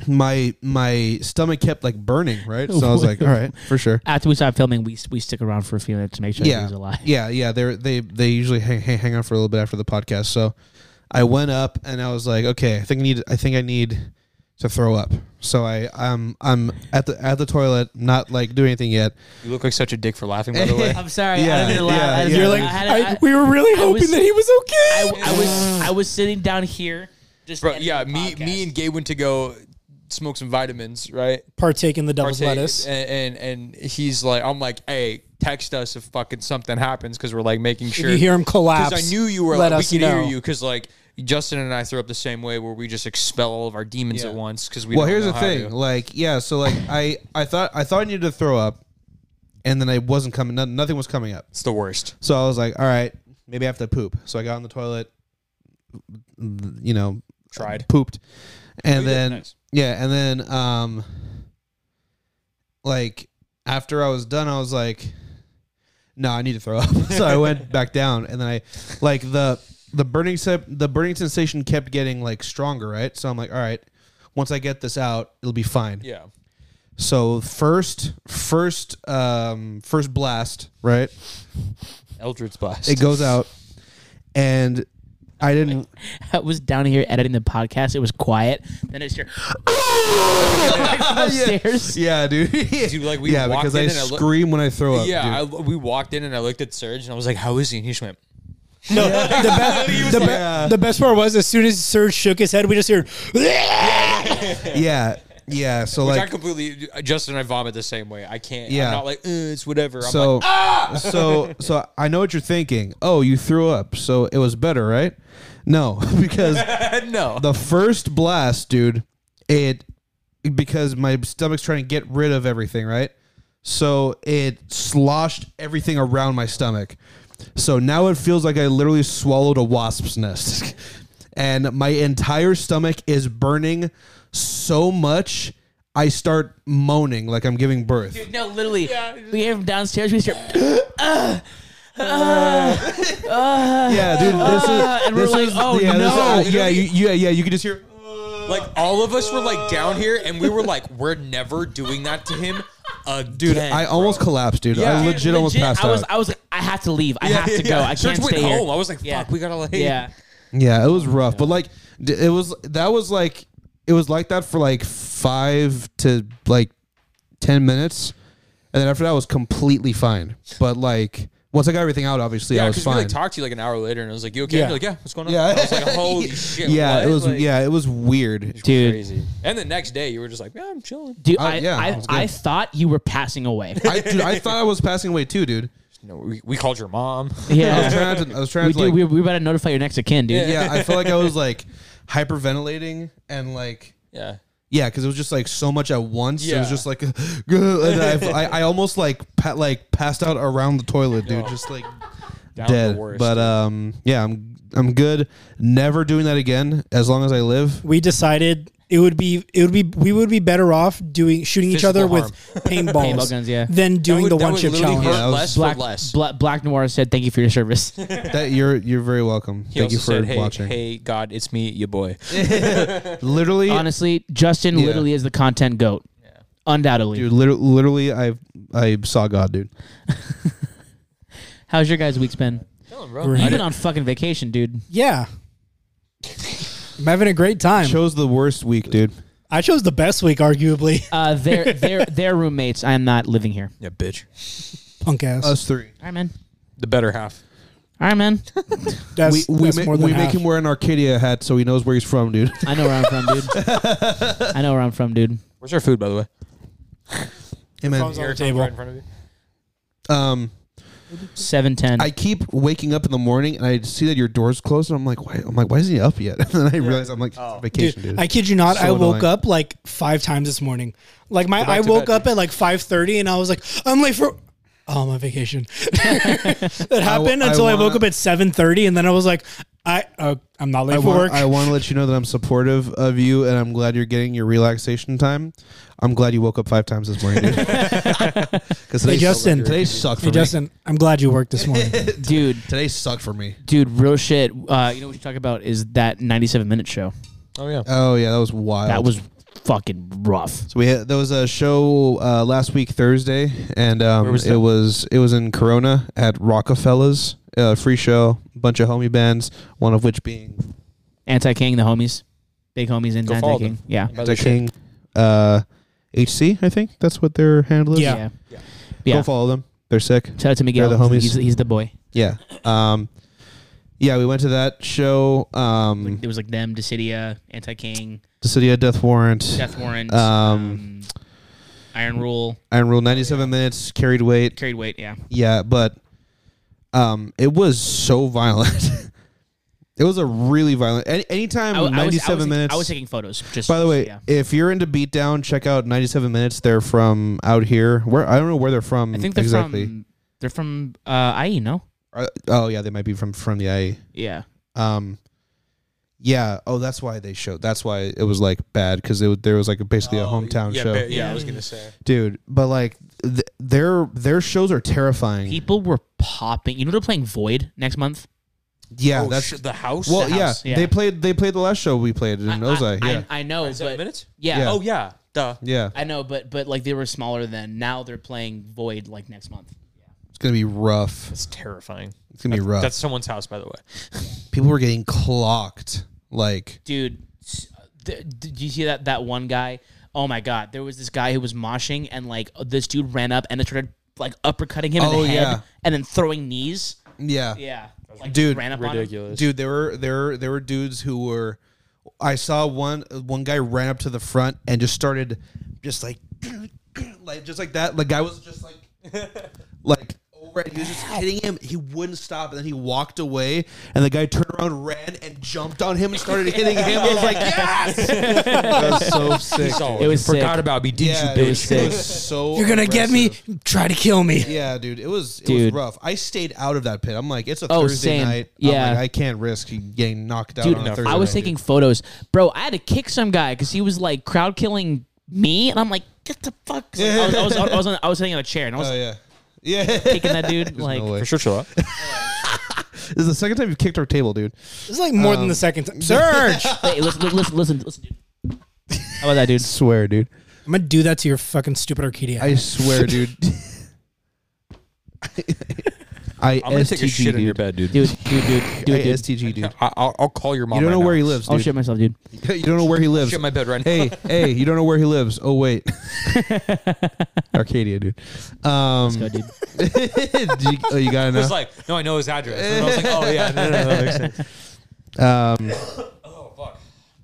[SPEAKER 2] My my stomach kept like burning, right? So I was like, all right, for sure.
[SPEAKER 1] After we stop filming, we we stick around for a few minutes to make sure
[SPEAKER 2] yeah,
[SPEAKER 1] he's alive.
[SPEAKER 2] Yeah, yeah. They they they usually hang, hang hang out for a little bit after the podcast. So I went up and I was like, okay, I think I need I think I need to throw up. So I I'm I'm at the at the toilet, not like doing anything yet.
[SPEAKER 5] You look like such a dick for laughing, by the way.
[SPEAKER 1] I'm sorry.
[SPEAKER 2] Yeah,
[SPEAKER 1] I didn't allow,
[SPEAKER 2] yeah,
[SPEAKER 1] I didn't
[SPEAKER 2] yeah.
[SPEAKER 4] You're
[SPEAKER 1] allow-
[SPEAKER 4] like,
[SPEAKER 1] I had a-
[SPEAKER 4] I,
[SPEAKER 1] I-
[SPEAKER 4] we were really
[SPEAKER 1] I was-
[SPEAKER 4] hoping that he was
[SPEAKER 1] I,
[SPEAKER 4] okay.
[SPEAKER 1] I was I was sitting down here. Just
[SPEAKER 5] Bro,
[SPEAKER 1] editing
[SPEAKER 5] yeah,
[SPEAKER 1] the
[SPEAKER 5] me,
[SPEAKER 1] podcast.
[SPEAKER 5] me and Gabe went to go smoke some vitamins, right?
[SPEAKER 4] Partake in the devil's
[SPEAKER 5] Partake- uh,
[SPEAKER 4] lettuce.
[SPEAKER 5] And, and and he's like, I'm like, hey, text us if fucking something happens because we're like making
[SPEAKER 4] If
[SPEAKER 5] sure
[SPEAKER 4] you hear him collapse,
[SPEAKER 5] Because I knew you were.
[SPEAKER 4] Let
[SPEAKER 5] like,
[SPEAKER 4] us
[SPEAKER 5] we can
[SPEAKER 4] know.
[SPEAKER 5] hear you because like Justin and I threw up the same way where we just expel all of our demons
[SPEAKER 2] Yeah.
[SPEAKER 5] at once because we.
[SPEAKER 2] well,
[SPEAKER 5] don't
[SPEAKER 2] here's
[SPEAKER 5] know
[SPEAKER 2] the
[SPEAKER 5] how
[SPEAKER 2] thing.
[SPEAKER 5] to.
[SPEAKER 2] Like, yeah, so like I I thought I thought I needed to throw up, and then I wasn't coming. no- Nothing was coming up.
[SPEAKER 5] It's the worst.
[SPEAKER 2] So I was like, all right, maybe I have to poop. So I got on the toilet, you know,
[SPEAKER 5] Tried.
[SPEAKER 2] pooped, and
[SPEAKER 5] you did.
[SPEAKER 2] then
[SPEAKER 5] Nice.
[SPEAKER 2] yeah, and then um, like after I was done, I was like, no, I need to throw up. so I went back down, and then I like the the burning se- the burning sensation kept getting like stronger, right? So I'm like, all right, once I get this out, it'll be fine.
[SPEAKER 5] Yeah.
[SPEAKER 2] So first first um first blast, right?
[SPEAKER 5] Eldritch blast.
[SPEAKER 2] It goes out, and I didn't.
[SPEAKER 1] I was down here editing the podcast. It was quiet. Then it's your upstairs.
[SPEAKER 2] Yeah, dude.
[SPEAKER 5] Dude, like, we
[SPEAKER 2] yeah,
[SPEAKER 5] walked
[SPEAKER 2] because
[SPEAKER 5] in
[SPEAKER 2] I
[SPEAKER 5] and I look-
[SPEAKER 2] scream when I throw up.
[SPEAKER 5] yeah,
[SPEAKER 2] dude.
[SPEAKER 5] I, we walked in and I looked at Serge and I was like, "How is he?" And he just went,
[SPEAKER 4] No, the, be- the, be- the best part was as soon as Serge shook his head, we just heard.
[SPEAKER 2] yeah, yeah. So
[SPEAKER 5] Which
[SPEAKER 2] like
[SPEAKER 5] I completely Justin and I vomit the same way. I can't. Yeah.
[SPEAKER 2] Yeah.
[SPEAKER 5] I'm not like "Uh, it's whatever. I'm
[SPEAKER 2] so
[SPEAKER 5] like "Ah!"
[SPEAKER 2] so so I know what you're thinking. Oh, you threw up, so it was better, right? No, because
[SPEAKER 5] no.
[SPEAKER 2] the first blast, dude, it because my stomach's trying to get rid of everything, right? So it sloshed everything around my stomach. So now it feels like I literally swallowed a wasp's nest. and my entire stomach is burning so much I start moaning like I'm giving birth.
[SPEAKER 1] No, literally, we came from downstairs. We start,
[SPEAKER 2] Yeah, dude, this is
[SPEAKER 5] Uh,
[SPEAKER 1] and we're
[SPEAKER 2] this
[SPEAKER 1] like,
[SPEAKER 2] is-
[SPEAKER 1] "Oh,
[SPEAKER 2] yeah, this is- uh,
[SPEAKER 1] no."
[SPEAKER 2] yeah, you, yeah, yeah, you can just hear
[SPEAKER 5] Like all of us were like down here, and we were like, we're never doing that to him again.
[SPEAKER 2] Dude, I almost collapsed, dude. I
[SPEAKER 5] Yeah.
[SPEAKER 2] legit, almost passed
[SPEAKER 1] I was,
[SPEAKER 2] out.
[SPEAKER 1] I was like, I have to leave. I have to go. I
[SPEAKER 5] Church
[SPEAKER 1] can't
[SPEAKER 5] went
[SPEAKER 1] stay
[SPEAKER 5] home. I
[SPEAKER 1] here.
[SPEAKER 5] was like, fuck,
[SPEAKER 1] Yeah.
[SPEAKER 5] we gotta like.
[SPEAKER 1] Yeah,
[SPEAKER 2] Yeah, it was rough, but like d- it was that was like it was like that for like five to like ten minutes, and then after that I was completely fine. But like once I got everything out, obviously
[SPEAKER 5] Yeah,
[SPEAKER 2] I was
[SPEAKER 5] because we
[SPEAKER 2] fine.
[SPEAKER 5] like talked to you like an hour later, and I was like, "You okay?"
[SPEAKER 4] Yeah.
[SPEAKER 5] Yeah. You're like, "Yeah, what's going on?"
[SPEAKER 2] Yeah.
[SPEAKER 5] I was like, "Holy shit!"
[SPEAKER 2] yeah,
[SPEAKER 5] what?"
[SPEAKER 2] it was
[SPEAKER 5] Like,
[SPEAKER 2] yeah, it was weird.
[SPEAKER 1] dude.
[SPEAKER 5] crazy. And the next day, you were just like, "Yeah, I'm chilling."
[SPEAKER 1] Dude,
[SPEAKER 2] Oh,
[SPEAKER 1] I,
[SPEAKER 2] yeah, it
[SPEAKER 1] I,
[SPEAKER 2] was good.
[SPEAKER 1] I thought you were passing away.
[SPEAKER 2] I, dude, I thought I was passing away too, dude.
[SPEAKER 5] No, we, we called your mom.
[SPEAKER 2] I was
[SPEAKER 1] Yeah,
[SPEAKER 2] trying to. I was trying
[SPEAKER 1] we
[SPEAKER 2] to
[SPEAKER 1] do.
[SPEAKER 2] like,
[SPEAKER 1] we, we about to notify your next of kin, dude.
[SPEAKER 2] yeah, I feel like I was like hyperventilating and like
[SPEAKER 5] Yeah,
[SPEAKER 2] Yeah, because it was just like so much at once. It was
[SPEAKER 5] Yeah.
[SPEAKER 2] just like, and I, I, I almost like pa- like passed out around the toilet, dude. Just like
[SPEAKER 5] down
[SPEAKER 2] dead.
[SPEAKER 5] the worst.
[SPEAKER 2] But um, yeah, I'm I'm good. Never doing that again as long as I live.
[SPEAKER 4] We decided it would be it would be we would be better off doing shooting each other
[SPEAKER 5] Physical
[SPEAKER 4] with paintballs
[SPEAKER 1] Paintball guns, yeah.
[SPEAKER 4] than doing
[SPEAKER 5] would-
[SPEAKER 4] the
[SPEAKER 5] that
[SPEAKER 4] one
[SPEAKER 5] would
[SPEAKER 4] chip
[SPEAKER 5] literally
[SPEAKER 4] challenge.
[SPEAKER 5] hurt
[SPEAKER 2] Yeah, that was
[SPEAKER 5] less
[SPEAKER 1] Black,
[SPEAKER 5] for less.
[SPEAKER 1] Bla- Black Noir said, "Thank you for your service."
[SPEAKER 2] That you're you're very welcome.
[SPEAKER 5] He
[SPEAKER 2] Thank you for
[SPEAKER 5] also said, hey,
[SPEAKER 2] watching.
[SPEAKER 5] Hey, God, it's me, your boy.
[SPEAKER 2] Literally,
[SPEAKER 1] Honestly, Justin
[SPEAKER 2] Yeah.
[SPEAKER 1] literally is the content goat, undoubtedly.
[SPEAKER 2] dude. Literally, literally, I I saw God, dude.
[SPEAKER 1] How's your guys' weeks been?
[SPEAKER 5] Tell him, bro.
[SPEAKER 4] Great.
[SPEAKER 1] You've been on fucking vacation, dude.
[SPEAKER 4] Yeah. I'm having a great time.
[SPEAKER 2] Chose the worst week, dude.
[SPEAKER 4] I chose the best week, arguably.
[SPEAKER 1] Uh, they're they're they're roommates. I am not living here.
[SPEAKER 5] Yeah, bitch.
[SPEAKER 4] Punk ass.
[SPEAKER 2] Us three.
[SPEAKER 1] All right, man.
[SPEAKER 5] The better half.
[SPEAKER 1] All right, man.
[SPEAKER 4] that's,
[SPEAKER 2] we we,
[SPEAKER 4] that's
[SPEAKER 2] ma-
[SPEAKER 4] more than
[SPEAKER 2] we
[SPEAKER 4] half.
[SPEAKER 2] make him wear an Arcadia hat so he knows where he's from, dude.
[SPEAKER 1] I know where I'm from, dude. I know where I'm from, dude.
[SPEAKER 5] Where's our food, by the way?
[SPEAKER 2] Hey, man.
[SPEAKER 4] Phone's on the table.
[SPEAKER 5] front of you.
[SPEAKER 2] Um,
[SPEAKER 1] Seven ten.
[SPEAKER 2] I keep waking up in the morning and I see that your door's closed and I'm like, why? I'm like, why isn't he up yet? And then I realize I'm like, it's vacation,
[SPEAKER 4] Oh. Dude,
[SPEAKER 2] dude.
[SPEAKER 4] I kid you not.
[SPEAKER 2] So
[SPEAKER 4] I woke
[SPEAKER 2] annoying.
[SPEAKER 4] up like five times this morning. Like my, I
[SPEAKER 5] to
[SPEAKER 4] woke
[SPEAKER 5] bed,
[SPEAKER 4] up at like five thirty, and I was like, I'm late for. Oh, my vacation. that happened
[SPEAKER 2] I
[SPEAKER 4] until I, woke
[SPEAKER 2] wanna-
[SPEAKER 4] up at seven thirty, and then I was like, I, uh, I'm not late
[SPEAKER 2] I
[SPEAKER 4] for
[SPEAKER 2] want,
[SPEAKER 4] work.
[SPEAKER 2] I want to let you know that I'm supportive of you and I'm glad you're getting your relaxation time. I'm glad you woke up five times this morning, dude. Because today,
[SPEAKER 4] Justin.
[SPEAKER 2] sucked- today sucked for
[SPEAKER 4] hey,
[SPEAKER 2] me.
[SPEAKER 4] Justin, I'm glad you worked this morning.
[SPEAKER 1] dude,
[SPEAKER 2] Today sucked for me.
[SPEAKER 1] dude, real shit. Uh, you know what we should talk about is that 97 minute show.
[SPEAKER 5] Oh, yeah.
[SPEAKER 2] Oh yeah, that was wild.
[SPEAKER 1] That was fucking rough.
[SPEAKER 2] So we had, there was a show uh, last week Thursday, and um,
[SPEAKER 5] was
[SPEAKER 2] it
[SPEAKER 5] that?
[SPEAKER 2] was it was in Corona at Rockefellers, uh, free show, bunch of homie bands, one of which being
[SPEAKER 1] Anti King, the homies, big homies, and
[SPEAKER 5] Go
[SPEAKER 1] Anti
[SPEAKER 5] follow
[SPEAKER 1] King.
[SPEAKER 5] them.
[SPEAKER 1] Yeah.
[SPEAKER 5] By the
[SPEAKER 2] the
[SPEAKER 5] shit.
[SPEAKER 2] King, uh, HC. I think that's what their handle is.
[SPEAKER 4] Yeah.
[SPEAKER 1] yeah,
[SPEAKER 5] Yeah.
[SPEAKER 1] yeah.
[SPEAKER 2] Go follow them. They're sick.
[SPEAKER 1] Shout out to Miguel.
[SPEAKER 2] They're the homies.
[SPEAKER 1] He's, he's the boy.
[SPEAKER 2] Yeah. Um, yeah, we went to that show. Um,
[SPEAKER 5] Mm-hmm.
[SPEAKER 1] It was like them, Decidia, Anti King,
[SPEAKER 2] the City of Death Warrant,
[SPEAKER 1] Death Warrant,
[SPEAKER 2] Um,
[SPEAKER 1] um, Iron Rule,
[SPEAKER 2] Iron Rule, ninety-seven minutes, carried weight.
[SPEAKER 1] carried weight. Yeah.
[SPEAKER 2] Yeah, but um, it was so violent. it was a really violent. Any, anytime
[SPEAKER 1] I, I was- I
[SPEAKER 2] ninety-seven
[SPEAKER 1] was,
[SPEAKER 2] minutes.
[SPEAKER 1] I was taking photos. Just
[SPEAKER 2] by the way,
[SPEAKER 1] yeah.
[SPEAKER 2] if you're into beatdown, check out ninety-seven minutes. They're from out here. Where I don't know where they're from.
[SPEAKER 1] I think they're
[SPEAKER 2] exactly.
[SPEAKER 1] from they're from uh, IE. No.
[SPEAKER 2] Uh, oh yeah, they might be from from the IE.
[SPEAKER 1] Yeah.
[SPEAKER 2] Um, yeah. Oh, that's why they showed. That's why it was like bad because there was like basically a hometown
[SPEAKER 5] Oh, yeah,
[SPEAKER 2] show,
[SPEAKER 5] ba- yeah, I was gonna say.
[SPEAKER 2] dude. But like th- their their shows are terrifying.
[SPEAKER 1] People were popping. You know they're playing Void next month.
[SPEAKER 2] yeah,
[SPEAKER 5] oh,
[SPEAKER 2] that's
[SPEAKER 5] shit, the house.
[SPEAKER 2] well,
[SPEAKER 5] The
[SPEAKER 2] yeah,
[SPEAKER 5] house.
[SPEAKER 1] yeah.
[SPEAKER 2] They played they played the last show we played in Ozai.
[SPEAKER 1] I,
[SPEAKER 2] Yeah,
[SPEAKER 1] I, I know,
[SPEAKER 5] Seven
[SPEAKER 1] but
[SPEAKER 5] minutes.
[SPEAKER 1] yeah,
[SPEAKER 2] Yeah.
[SPEAKER 1] Oh,
[SPEAKER 5] Oh yeah, duh.
[SPEAKER 2] yeah.
[SPEAKER 1] I know, but but like they were smaller then. Now they're playing Void like next month.
[SPEAKER 2] It's gonna be rough.
[SPEAKER 5] That's terrifying.
[SPEAKER 2] It's gonna be rough.
[SPEAKER 5] That's someone's house, by the way.
[SPEAKER 2] People were getting clocked. Like
[SPEAKER 1] dude s- th- did you see that that one guy oh my god there was this guy who was moshing and like uh, this dude ran up and it started like uppercutting him in
[SPEAKER 2] Oh,
[SPEAKER 1] the head
[SPEAKER 2] yeah.
[SPEAKER 1] and then throwing knees
[SPEAKER 2] yeah,
[SPEAKER 1] yeah like
[SPEAKER 2] Dude,
[SPEAKER 1] ran up on him.
[SPEAKER 5] Ridiculous.
[SPEAKER 2] dude. There were there there were dudes who were I saw one one guy ran up to the front and just started just like like just like that. The guy was just like like over it. He was just hitting him. He wouldn't stop, and then he walked away. And the guy turned around, ran, and jumped on him and started hitting him. I was like, yes, that was so sick.
[SPEAKER 1] It was
[SPEAKER 5] forgot
[SPEAKER 1] sick.
[SPEAKER 5] about me, did
[SPEAKER 2] Yeah,
[SPEAKER 5] you,
[SPEAKER 2] dude,
[SPEAKER 1] was
[SPEAKER 5] bitch?
[SPEAKER 1] sick.
[SPEAKER 2] so
[SPEAKER 4] You're gonna get me.
[SPEAKER 2] aggressive.
[SPEAKER 4] Try to kill me.
[SPEAKER 2] Yeah, dude, it was it
[SPEAKER 1] Dude.
[SPEAKER 2] was rough. I stayed out of that pit. I'm like, it's a
[SPEAKER 1] Oh,
[SPEAKER 2] Thursday
[SPEAKER 1] same.
[SPEAKER 2] night.
[SPEAKER 1] Yeah.
[SPEAKER 2] I'm like, I can't risk getting knocked out
[SPEAKER 1] dude.
[SPEAKER 2] on a Thursday.
[SPEAKER 1] I was
[SPEAKER 2] night,
[SPEAKER 1] taking
[SPEAKER 2] dude.
[SPEAKER 1] photos, bro. I had to kick some guy because he was like crowd killing me, and I'm like, get the fuck. Like, I, was, I, was, I was on- I was sitting on a chair and I was
[SPEAKER 2] Oh yeah, yeah.
[SPEAKER 1] kicking that dude. like,
[SPEAKER 2] way.
[SPEAKER 5] For sure, chill out.
[SPEAKER 2] this is the second time you've kicked our table, dude.
[SPEAKER 4] It's like more than the second time. Surge. I'm
[SPEAKER 1] hey, listen, listen, listen, listen, dude. How about that, dude?
[SPEAKER 2] Swear, dude.
[SPEAKER 4] gonna do that to your fucking stupid Arcadia.
[SPEAKER 2] I swear, dude. I
[SPEAKER 5] I'm gonna take a
[SPEAKER 2] STG,
[SPEAKER 5] shit
[SPEAKER 2] dude.
[SPEAKER 5] in your bed, dude.
[SPEAKER 1] Dude, dude, dude,
[SPEAKER 2] I
[SPEAKER 1] dude, dude.
[SPEAKER 2] STG, dude.
[SPEAKER 5] I, I'll, I'll call your mom.
[SPEAKER 2] You don't
[SPEAKER 5] right
[SPEAKER 2] know where he
[SPEAKER 5] now. Oh,
[SPEAKER 2] lives,
[SPEAKER 1] I'll
[SPEAKER 2] dude.
[SPEAKER 1] shit myself, dude.
[SPEAKER 2] you don't know where he lives.
[SPEAKER 5] Shit in my bed right now.
[SPEAKER 2] hey, hey, you don't know where he lives. Oh wait, Arcadia, dude. Um,
[SPEAKER 1] Go, dude.
[SPEAKER 2] did you, oh, you gotta
[SPEAKER 5] I was
[SPEAKER 2] know.
[SPEAKER 5] like, no, I know his address. And I was like, oh yeah, no, no, no, that makes sense.
[SPEAKER 2] Um,
[SPEAKER 5] Oh fuck.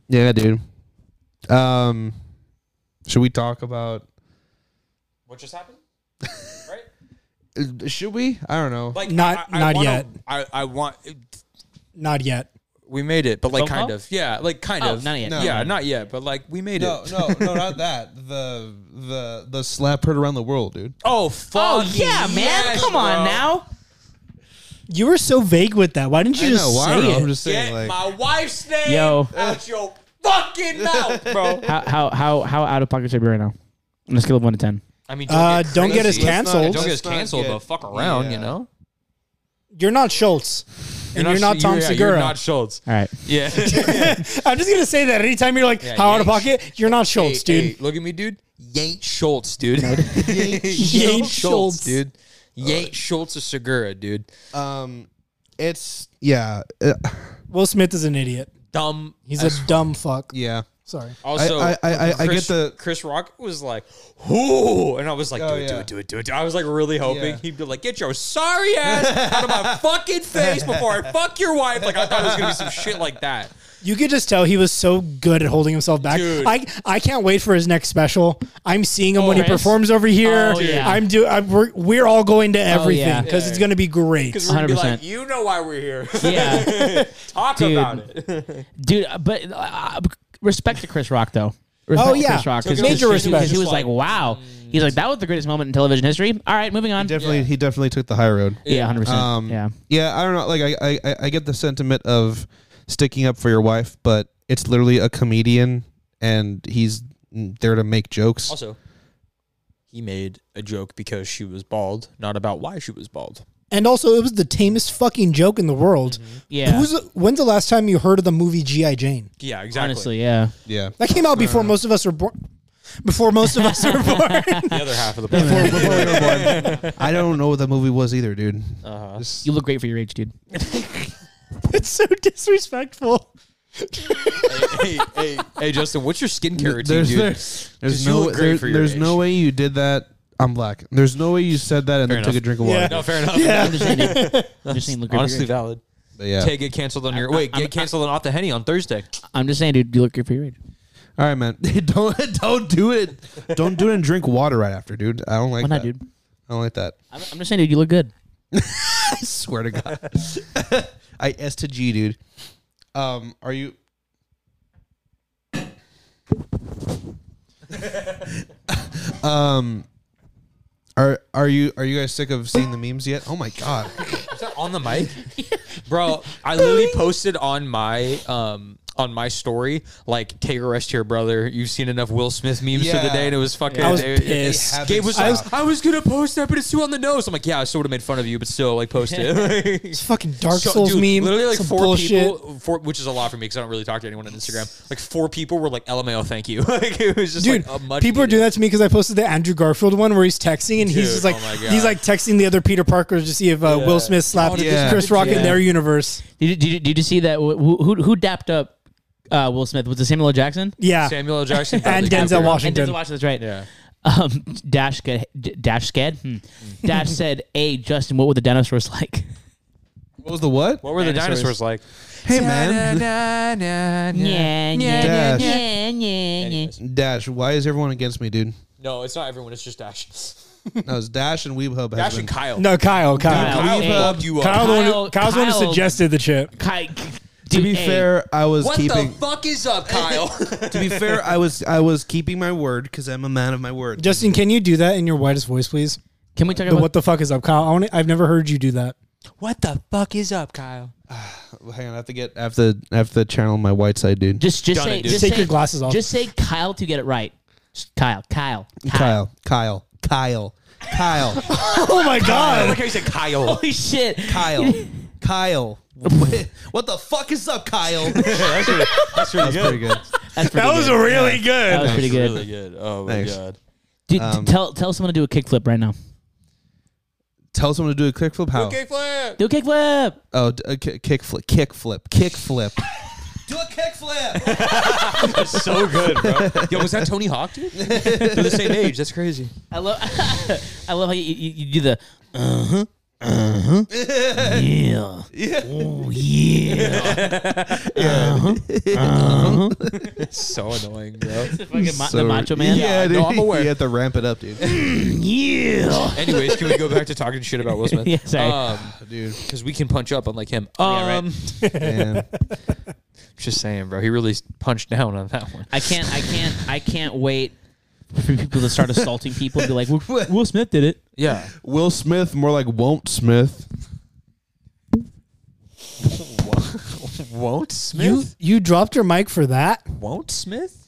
[SPEAKER 2] yeah, dude. Um, should we talk about?
[SPEAKER 5] What just happened? Right?
[SPEAKER 2] uh, Should we? I don't know.
[SPEAKER 5] Like
[SPEAKER 4] Not-
[SPEAKER 5] I, I
[SPEAKER 4] not
[SPEAKER 5] wanna-
[SPEAKER 4] yet.
[SPEAKER 5] I, I want.
[SPEAKER 4] Not yet.
[SPEAKER 5] We made it, but like
[SPEAKER 1] Phone
[SPEAKER 5] kind
[SPEAKER 1] call?
[SPEAKER 5] of. Yeah, like kind
[SPEAKER 1] Oh,
[SPEAKER 5] of.
[SPEAKER 1] not yet.
[SPEAKER 2] No.
[SPEAKER 5] Yeah, not yet, but like we made
[SPEAKER 2] No,
[SPEAKER 5] it.
[SPEAKER 2] no, no, not that. The the the slap heard around the world, dude.
[SPEAKER 5] Oh fuck.
[SPEAKER 1] Oh yeah, man.
[SPEAKER 5] yes,
[SPEAKER 1] Come on
[SPEAKER 5] bro.
[SPEAKER 1] now.
[SPEAKER 4] You were so vague with that. Why didn't you
[SPEAKER 2] I
[SPEAKER 4] just
[SPEAKER 2] know. well, I
[SPEAKER 4] say
[SPEAKER 2] don't know.
[SPEAKER 4] it?
[SPEAKER 2] I'm just saying, like,
[SPEAKER 5] Get my wife's name
[SPEAKER 1] Yo.
[SPEAKER 5] out your fucking mouth, bro.
[SPEAKER 1] How how how how out of pocket are you right now? On a scale of one to ten.
[SPEAKER 5] I mean, don't
[SPEAKER 4] Uh,
[SPEAKER 5] get
[SPEAKER 4] don't get us
[SPEAKER 5] crazy.
[SPEAKER 2] Let's not-
[SPEAKER 4] canceled.
[SPEAKER 5] Don't get us
[SPEAKER 2] Let's not
[SPEAKER 5] canceled,
[SPEAKER 2] get-
[SPEAKER 5] but fuck around,
[SPEAKER 2] yeah.
[SPEAKER 5] you know.
[SPEAKER 4] You're not Schultz, and you're not, Tom
[SPEAKER 5] yeah,
[SPEAKER 4] Segura.
[SPEAKER 5] You're not Schultz.
[SPEAKER 1] All right.
[SPEAKER 5] Yeah.
[SPEAKER 4] I'm just gonna say that anytime you're like, how out of
[SPEAKER 5] yeah.
[SPEAKER 4] pocket? You're not Schultz, dude.
[SPEAKER 5] look at me, dude. You ain't Schultz, dude.
[SPEAKER 4] You ain't
[SPEAKER 5] Yank Schultz,
[SPEAKER 4] Schultz.
[SPEAKER 5] dude. Yank Schultz or Segura, dude.
[SPEAKER 2] um, it's yeah, uh,
[SPEAKER 4] Will Smith is an idiot.
[SPEAKER 5] Dumb.
[SPEAKER 4] He's a dumb fuck.
[SPEAKER 2] yeah.
[SPEAKER 4] Sorry.
[SPEAKER 5] Also,
[SPEAKER 2] I- I- I- I get
[SPEAKER 5] Chris,
[SPEAKER 2] the-
[SPEAKER 5] Chris Rock was like, "Whoo!" and I was like, "Do
[SPEAKER 2] Oh,
[SPEAKER 5] it, do
[SPEAKER 2] yeah.
[SPEAKER 5] it, do it, do it, do it." I was like, really hoping
[SPEAKER 2] Yeah.
[SPEAKER 5] he'd be like, "Get your sorry ass out of my fucking face before I fuck your wife." Like I thought it was gonna be some shit like that.
[SPEAKER 4] You could just tell he was so good at holding himself back.
[SPEAKER 5] Dude.
[SPEAKER 4] I I can't wait for his next special. I'm seeing him when he
[SPEAKER 1] Chris?
[SPEAKER 4] performs over here.
[SPEAKER 1] Oh, yeah.
[SPEAKER 4] I'm do I'm, we're, we're all going to everything
[SPEAKER 1] yeah.
[SPEAKER 4] because it's going to be great.
[SPEAKER 5] Because we're gonna be like,
[SPEAKER 1] 100%.
[SPEAKER 5] "You know why we're here?
[SPEAKER 1] Yeah,
[SPEAKER 5] Talk
[SPEAKER 1] Dude.
[SPEAKER 5] about it."
[SPEAKER 1] dude. uh, But uh, respect to Chris Rock though. Respect
[SPEAKER 4] Oh,
[SPEAKER 1] to
[SPEAKER 4] yeah.
[SPEAKER 1] Chris Rock. 'cause
[SPEAKER 5] Took it
[SPEAKER 4] Major
[SPEAKER 1] he-
[SPEAKER 4] respect.
[SPEAKER 1] He was like, wow. He's like, that was the greatest moment in television history. All right, moving on.
[SPEAKER 2] Definitely, he definitely took the high road.
[SPEAKER 1] Yeah, hundred percent.
[SPEAKER 2] Um,
[SPEAKER 1] Yeah.
[SPEAKER 2] yeah. I don't know. Like, I, I- I, I get the sentiment of sticking up for your wife, but it's literally a comedian, and he's there to make jokes.
[SPEAKER 5] Also, he made a joke because she was bald, not about why she was bald.
[SPEAKER 4] and also, it was the tamest fucking joke in the world.
[SPEAKER 1] Yeah.
[SPEAKER 4] Who's when's the last time you heard of the movie GI Jane?
[SPEAKER 5] Yeah, exactly.
[SPEAKER 1] Honestly, yeah.
[SPEAKER 2] yeah.
[SPEAKER 4] That came out before most of us were born. Before most of us were born.
[SPEAKER 5] the other half of the problem.
[SPEAKER 2] Before we were born. I don't know what that movie was either, dude.
[SPEAKER 5] Uh-huh.
[SPEAKER 1] You look great for your age, dude.
[SPEAKER 4] it's so disrespectful.
[SPEAKER 5] hey, hey, hey, Justin, what's your skincare routine,
[SPEAKER 2] There's,
[SPEAKER 5] dude?
[SPEAKER 2] there's, there's
[SPEAKER 5] 'Cause you
[SPEAKER 2] no
[SPEAKER 5] look great
[SPEAKER 2] there-
[SPEAKER 5] for your
[SPEAKER 2] there's
[SPEAKER 5] age.
[SPEAKER 2] no way you did that. I'm black. There's no way you said that and then
[SPEAKER 5] enough.
[SPEAKER 2] took a drink of water.
[SPEAKER 4] Yeah.
[SPEAKER 5] no, fair enough.
[SPEAKER 1] I'm just saying, dude. I'm just saying, look great for your
[SPEAKER 5] Honestly,
[SPEAKER 1] age.
[SPEAKER 5] valid.
[SPEAKER 2] But yeah.
[SPEAKER 5] Tay get canceled on your wait. Get canceled on off the henny on Thursday.
[SPEAKER 1] I'm just saying, dude. You look great for your age.
[SPEAKER 2] All right, man. don't don't do it. Don't do it and drink water right after, dude. I don't like
[SPEAKER 1] Why
[SPEAKER 2] that.
[SPEAKER 1] not, dude?
[SPEAKER 2] I don't like that.
[SPEAKER 1] I'm, I'm just saying, dude. You look good.
[SPEAKER 2] I swear to God. I S to G, dude. Um, are you? um, are are you are you guys sick of seeing the memes yet? Oh my God.
[SPEAKER 5] Is that on the mic, bro? I literally posted on my um on my story like take a rest here, brother. You've seen enough Will Smith memes for the
[SPEAKER 2] Yeah.
[SPEAKER 5] day, and it was fucking.
[SPEAKER 4] I was
[SPEAKER 5] it- it-
[SPEAKER 4] pissed.
[SPEAKER 5] it- Gabe was, I was I was gonna post that, but it's too on the nose. I'm like, yeah, I sort of made fun of you, but still, like, post it.
[SPEAKER 4] It's fucking Dark
[SPEAKER 5] So,
[SPEAKER 4] Souls
[SPEAKER 5] dude,
[SPEAKER 4] meme.
[SPEAKER 5] Literally like
[SPEAKER 4] Some
[SPEAKER 5] four
[SPEAKER 4] bullshit.
[SPEAKER 5] people, four, which is a lot for me because I don't really talk to anyone on Instagram. Like four people were like LMAO, thank you. like it was just
[SPEAKER 4] Dude,
[SPEAKER 5] like a much
[SPEAKER 4] people are
[SPEAKER 5] needed-
[SPEAKER 4] doing that to me because I posted the Andrew Garfield one where he's texting and he's
[SPEAKER 5] Dude,
[SPEAKER 4] just like
[SPEAKER 5] oh my God.
[SPEAKER 4] he's like texting the other Peter Parker to see if uh, Will Smith slapped
[SPEAKER 5] Oh,
[SPEAKER 2] yeah.
[SPEAKER 4] Chris Rock
[SPEAKER 1] Yeah.
[SPEAKER 4] in their universe.
[SPEAKER 1] Did you, did you, did you see that? Wh- Who, who who dapped up uh, Will Smith? Was it Samuel L. Jackson?
[SPEAKER 4] Yeah,
[SPEAKER 5] Samuel L. Jackson
[SPEAKER 4] And
[SPEAKER 5] Bradley Cooper.
[SPEAKER 4] Denzel Washington.
[SPEAKER 1] And Denzel Washington's right.
[SPEAKER 5] Yeah.
[SPEAKER 1] Um, Dash Hmm. Dash Dash Dash said, "Hey Justin, what were the dinosaurs like?"
[SPEAKER 2] What was the what?
[SPEAKER 5] What were the
[SPEAKER 1] Dinosaurs.
[SPEAKER 5] dinosaurs like?
[SPEAKER 2] Hey man,
[SPEAKER 1] Yeah, yeah,
[SPEAKER 2] Dash.
[SPEAKER 1] yeah, yeah, yeah.
[SPEAKER 5] Anyways.
[SPEAKER 2] Dash. Why is everyone against me, dude?
[SPEAKER 5] No, it's not everyone. It's just Dash.
[SPEAKER 2] No, it's Dash and Weebhub. has
[SPEAKER 5] Dash
[SPEAKER 2] been-
[SPEAKER 5] and Kyle.
[SPEAKER 4] No, Kyle. Kyle.
[SPEAKER 5] Kyle
[SPEAKER 1] Hey.
[SPEAKER 5] fucked you up.
[SPEAKER 4] Kyle, the one who,
[SPEAKER 1] Kyle-
[SPEAKER 4] Kyle's the one who
[SPEAKER 1] Kyle-
[SPEAKER 4] suggested the chip.
[SPEAKER 1] Kai,
[SPEAKER 2] To be fair, I was
[SPEAKER 5] What
[SPEAKER 2] keeping.
[SPEAKER 5] the fuck is up, Kyle?
[SPEAKER 2] to be fair, I was I was keeping my word because I'm a man of my word.
[SPEAKER 4] Justin, can you do that in your whitest voice, please?
[SPEAKER 1] can we talk
[SPEAKER 4] The
[SPEAKER 1] about
[SPEAKER 4] what the fuck is up, Kyle? I wanna, I've never heard you do that.
[SPEAKER 5] what the fuck is up, Kyle?
[SPEAKER 2] Hang on, I have to get I have to I have to channel my white side, dude.
[SPEAKER 1] just just
[SPEAKER 5] Done it,
[SPEAKER 1] say
[SPEAKER 5] dude.
[SPEAKER 1] just
[SPEAKER 4] Take
[SPEAKER 1] say,
[SPEAKER 4] your glasses off.
[SPEAKER 1] Just say Kyle to get it right. Just Kyle, Kyle, Kyle.
[SPEAKER 2] Kyle, Kyle, Kyle, Kyle,
[SPEAKER 4] Oh my
[SPEAKER 5] I like
[SPEAKER 4] god!
[SPEAKER 5] how you said Kyle.
[SPEAKER 1] Holy shit!
[SPEAKER 2] Kyle, Kyle. What, what the fuck is up, Kyle?
[SPEAKER 5] that's really, that's really
[SPEAKER 2] That's pretty good.
[SPEAKER 1] That's pretty
[SPEAKER 4] That was
[SPEAKER 1] good.
[SPEAKER 4] really good.
[SPEAKER 1] that was pretty good.
[SPEAKER 5] Really good. Oh my
[SPEAKER 2] Thanks.
[SPEAKER 5] god.
[SPEAKER 1] Dude, tell tell someone to do a kickflip right now.
[SPEAKER 2] Tell someone to do a kickflip. How?
[SPEAKER 5] Okay, flip.
[SPEAKER 1] Do a kickflip.
[SPEAKER 2] Oh, d- a ki- kickflip, kickflip, kickflip. do a kickflip.
[SPEAKER 5] That's so good, bro. Yo, was that Tony Hawk, dude? They're the same age. That's crazy.
[SPEAKER 1] I love I love how you, you, you do the uh huh uh huh yeah oh yeah
[SPEAKER 5] It's so annoying, bro.
[SPEAKER 1] fucking ma- the macho man
[SPEAKER 2] Yeah,
[SPEAKER 5] Yeah,
[SPEAKER 2] dude.
[SPEAKER 5] no, I'm aware.
[SPEAKER 2] You have to ramp it up, dude.
[SPEAKER 1] yeah
[SPEAKER 5] Anyways, can we go back to talking shit about Will Smith?
[SPEAKER 1] Yeah, sorry.
[SPEAKER 2] dude,
[SPEAKER 5] because we can punch up unlike him. Um,
[SPEAKER 1] Yeah,
[SPEAKER 2] man.
[SPEAKER 5] just saying, bro. He really punched down on that one.
[SPEAKER 1] I can't I can't I can't wait for people to start assaulting people and be like "Will- Will Smith did it
[SPEAKER 5] Yeah.
[SPEAKER 2] Will Smith, more like won't Smith.
[SPEAKER 5] Won't
[SPEAKER 4] You
[SPEAKER 5] Smith?
[SPEAKER 4] you dropped your mic for that,
[SPEAKER 5] Won't Smith?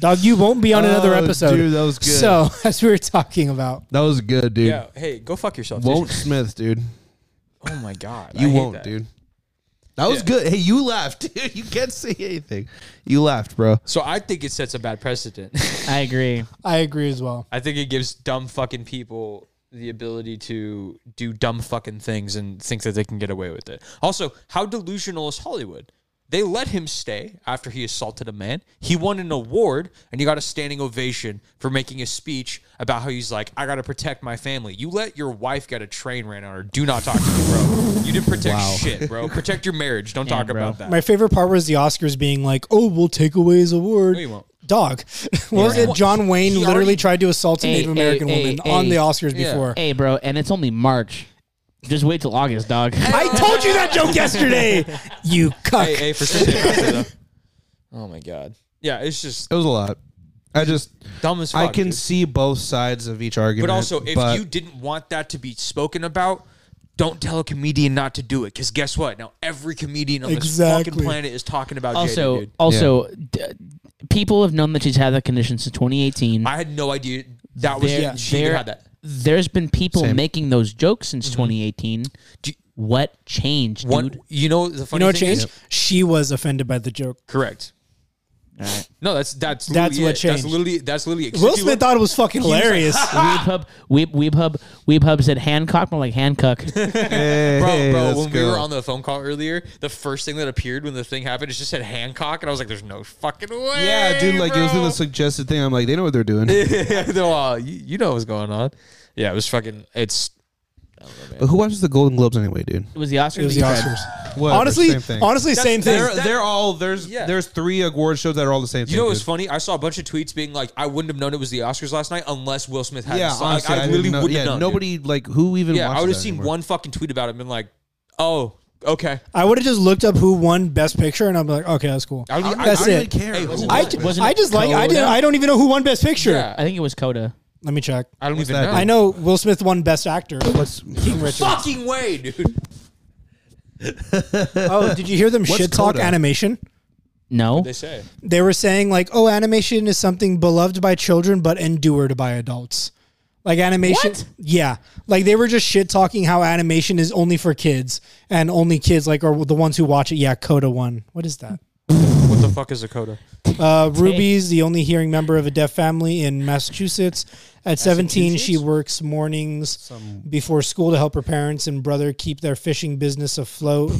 [SPEAKER 4] dog. You won't be on another
[SPEAKER 2] Oh,
[SPEAKER 4] episode.
[SPEAKER 2] dude, that was good.
[SPEAKER 4] So as we were talking about,
[SPEAKER 2] That was good, dude.
[SPEAKER 5] Yeah. Hey, go fuck yourself. dude.
[SPEAKER 2] Won't Smith, dude.
[SPEAKER 5] Oh my god. I
[SPEAKER 2] You
[SPEAKER 5] hate
[SPEAKER 2] won't,
[SPEAKER 5] that.
[SPEAKER 2] dude. That was
[SPEAKER 5] Yeah.
[SPEAKER 2] good. Hey, you laughed, dude. You can't say anything. You laughed, bro.
[SPEAKER 5] So I think it sets a bad precedent.
[SPEAKER 1] I agree
[SPEAKER 4] I agree as well.
[SPEAKER 5] I think it gives dumb fucking people the ability to do dumb fucking things and think that they can get away with it. Also, how delusional is Hollywood? They let him stay after he assaulted a man. He won an award and he got a standing ovation for making a speech about how he's like, I gotta protect my family. You let your wife get a train ran on her. Do not talk to me, bro. You didn't protect shit, bro. Protect your marriage. Don't talk
[SPEAKER 1] bro.
[SPEAKER 5] about that.
[SPEAKER 4] My favorite part was the Oscars being like, "Oh, we'll take away his award."
[SPEAKER 5] you won't.
[SPEAKER 4] Dog. What was it? John Wayne
[SPEAKER 5] He
[SPEAKER 4] literally
[SPEAKER 5] already-
[SPEAKER 4] tried to assault a
[SPEAKER 1] Hey,
[SPEAKER 4] Native
[SPEAKER 1] hey,
[SPEAKER 4] American
[SPEAKER 1] hey,
[SPEAKER 4] woman
[SPEAKER 1] hey.
[SPEAKER 4] on the Oscars
[SPEAKER 5] Yeah.
[SPEAKER 4] before.
[SPEAKER 1] hey bro and it's only March just wait till August dog
[SPEAKER 4] I told you that joke yesterday. You cuck.
[SPEAKER 5] hey, hey, for sure. oh my god. Yeah, it's just
[SPEAKER 2] It was a lot. I just,
[SPEAKER 5] dumb as fuck.
[SPEAKER 2] I can
[SPEAKER 5] dude.
[SPEAKER 2] see both sides of each argument.
[SPEAKER 5] But also, if
[SPEAKER 2] but
[SPEAKER 5] you didn't want that to be spoken about, don't tell a comedian not to do it. Because guess what? Now every comedian on this
[SPEAKER 4] Exactly.
[SPEAKER 5] fucking planet is talking about
[SPEAKER 1] also
[SPEAKER 5] Jada, dude.
[SPEAKER 1] also d- people have known that she's had that condition since 2018
[SPEAKER 5] I had no idea that was
[SPEAKER 1] There-
[SPEAKER 5] yeah, she
[SPEAKER 1] there-
[SPEAKER 5] had that.
[SPEAKER 1] there's been people
[SPEAKER 2] Same.
[SPEAKER 1] making those jokes since 2018.
[SPEAKER 5] Do-
[SPEAKER 1] Mm-hmm. what changed,
[SPEAKER 5] One,
[SPEAKER 1] dude?
[SPEAKER 5] you know the
[SPEAKER 4] you
[SPEAKER 5] funny
[SPEAKER 4] know what
[SPEAKER 5] thing is-
[SPEAKER 4] changed? She was offended by the joke.
[SPEAKER 5] correct. No, that's that's
[SPEAKER 4] That's
[SPEAKER 5] literally
[SPEAKER 4] what
[SPEAKER 5] it.
[SPEAKER 4] changed.
[SPEAKER 5] That's literally that's literally. it.
[SPEAKER 4] Will
[SPEAKER 5] Since you
[SPEAKER 4] Smith
[SPEAKER 5] look-
[SPEAKER 4] thought it was fucking hilarious.
[SPEAKER 1] Weebhub, Weeb, Weebhub, Weebhub said Hancock, more like Hancock.
[SPEAKER 2] hey,
[SPEAKER 5] Bro, bro,
[SPEAKER 2] let's
[SPEAKER 5] when we
[SPEAKER 2] go.
[SPEAKER 5] were on the phone call earlier, the first thing that appeared when the thing happened is just said Hancock, and I was like, "There's no fucking way."
[SPEAKER 2] yeah, dude, like it was in the
[SPEAKER 5] bro.
[SPEAKER 2] suggested thing. I'm like, they know what they're doing.
[SPEAKER 5] no, uh, you, you know what's going on. Yeah, it was fucking. It's
[SPEAKER 2] but who watches the Golden Globes anyway, dude?
[SPEAKER 1] It was the Oscars.
[SPEAKER 4] it was the
[SPEAKER 1] that you
[SPEAKER 4] Oscars.
[SPEAKER 2] Whatever,
[SPEAKER 4] Honestly,
[SPEAKER 2] same thing.
[SPEAKER 4] honestly, same thing.
[SPEAKER 2] they're, they're all there's
[SPEAKER 5] Yeah.
[SPEAKER 2] there's three award shows that are all the same.
[SPEAKER 5] You know what's funny? I saw a bunch of tweets being like, "I wouldn't have known it was the Oscars last night unless Will Smith had."
[SPEAKER 2] Yeah, honestly, I,
[SPEAKER 5] I literally
[SPEAKER 2] didn't know-
[SPEAKER 5] wouldn't
[SPEAKER 2] yeah,
[SPEAKER 5] have known. dude.
[SPEAKER 2] nobody like who even.
[SPEAKER 5] Yeah, I
[SPEAKER 2] watches
[SPEAKER 5] would have
[SPEAKER 2] that
[SPEAKER 5] seen
[SPEAKER 2] anymore.
[SPEAKER 5] one fucking tweet about it and been like, "Oh, okay."
[SPEAKER 4] I would have just looked up who won Best Picture, and I'm like, okay, that's cool.
[SPEAKER 5] I,
[SPEAKER 2] I,
[SPEAKER 4] That's
[SPEAKER 2] I don't
[SPEAKER 4] it.
[SPEAKER 2] even care.
[SPEAKER 5] Hey, wasn't
[SPEAKER 4] I,
[SPEAKER 5] it-
[SPEAKER 4] ju-
[SPEAKER 1] wasn't
[SPEAKER 4] I
[SPEAKER 1] it
[SPEAKER 4] just like I didn't.
[SPEAKER 1] Coda?
[SPEAKER 4] I don't even know who won Best Picture.
[SPEAKER 5] Yeah.
[SPEAKER 1] I think it was Coda.
[SPEAKER 4] Let me check.
[SPEAKER 5] I don't even
[SPEAKER 2] that
[SPEAKER 5] know.
[SPEAKER 4] I know Will Smith won Best Actor.
[SPEAKER 2] What's
[SPEAKER 4] King Richard.
[SPEAKER 5] Fucking way, dude.
[SPEAKER 4] Oh, did you hear them
[SPEAKER 2] What's
[SPEAKER 4] shit talk
[SPEAKER 2] Coda?
[SPEAKER 4] animation?
[SPEAKER 1] No,
[SPEAKER 5] They say.
[SPEAKER 4] They were saying like, oh, animation is something beloved by children but endured by adults. Like animation,
[SPEAKER 1] What?
[SPEAKER 4] yeah. Like they were just shit talking how animation is only for kids and only kids like are the ones who watch it. Yeah, Coda one. What is that?
[SPEAKER 5] What the fuck is a coda?
[SPEAKER 4] Uh, Ruby's the only hearing member of a deaf family in Massachusetts. At 17, she works mornings before school to help her parents and brother keep their fishing business afloat,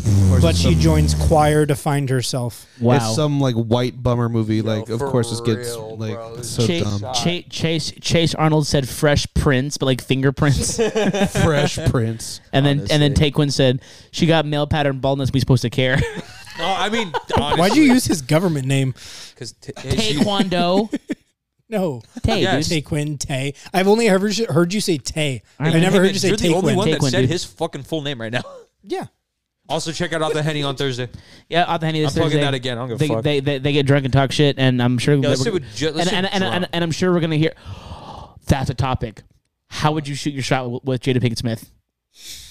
[SPEAKER 4] but she joins choir to find herself.
[SPEAKER 1] Wow.
[SPEAKER 2] It's some like white bummer movie. like, of
[SPEAKER 5] for
[SPEAKER 2] course, this gets
[SPEAKER 5] real,
[SPEAKER 2] like
[SPEAKER 5] bro.
[SPEAKER 2] it's so
[SPEAKER 1] Chase,
[SPEAKER 2] dumb.
[SPEAKER 1] Chase, Chase, Chase Arnold said fresh prints, but like fingerprints. and
[SPEAKER 2] Fresh Prince.
[SPEAKER 1] then and then Taquin said she got male pattern baldness. We supposed to care?
[SPEAKER 5] No, I mean,
[SPEAKER 4] Why'd you use his government name?
[SPEAKER 5] Because
[SPEAKER 1] Taekwondo.
[SPEAKER 4] No.
[SPEAKER 1] Tay,
[SPEAKER 5] Yes.
[SPEAKER 1] dude.
[SPEAKER 4] Taequin Tay. I've only ever sh- heard you say Tay.
[SPEAKER 1] I
[SPEAKER 4] I've
[SPEAKER 1] know.
[SPEAKER 4] never heard you say
[SPEAKER 5] you're the only one
[SPEAKER 4] Taequin.
[SPEAKER 5] that
[SPEAKER 1] Taekwon,
[SPEAKER 5] said
[SPEAKER 1] dude.
[SPEAKER 5] his fucking full name right now.
[SPEAKER 4] Yeah.
[SPEAKER 5] Also, check out Out the Henny on Thursday.
[SPEAKER 1] Yeah, off the Henny this
[SPEAKER 5] I'm plugging
[SPEAKER 1] Thursday.
[SPEAKER 5] that again. I don't give a
[SPEAKER 1] they,
[SPEAKER 5] fuck.
[SPEAKER 1] They, they, they get drunk and talk shit, and I'm sure. that
[SPEAKER 5] let's
[SPEAKER 1] we're-
[SPEAKER 5] do it ju- let's
[SPEAKER 1] and, and,
[SPEAKER 5] do it
[SPEAKER 1] and,
[SPEAKER 5] drunk.
[SPEAKER 1] and, and I'm sure we're gonna hear. That's a topic. How would you shoot your shot with, with Jada Pinkett Smith?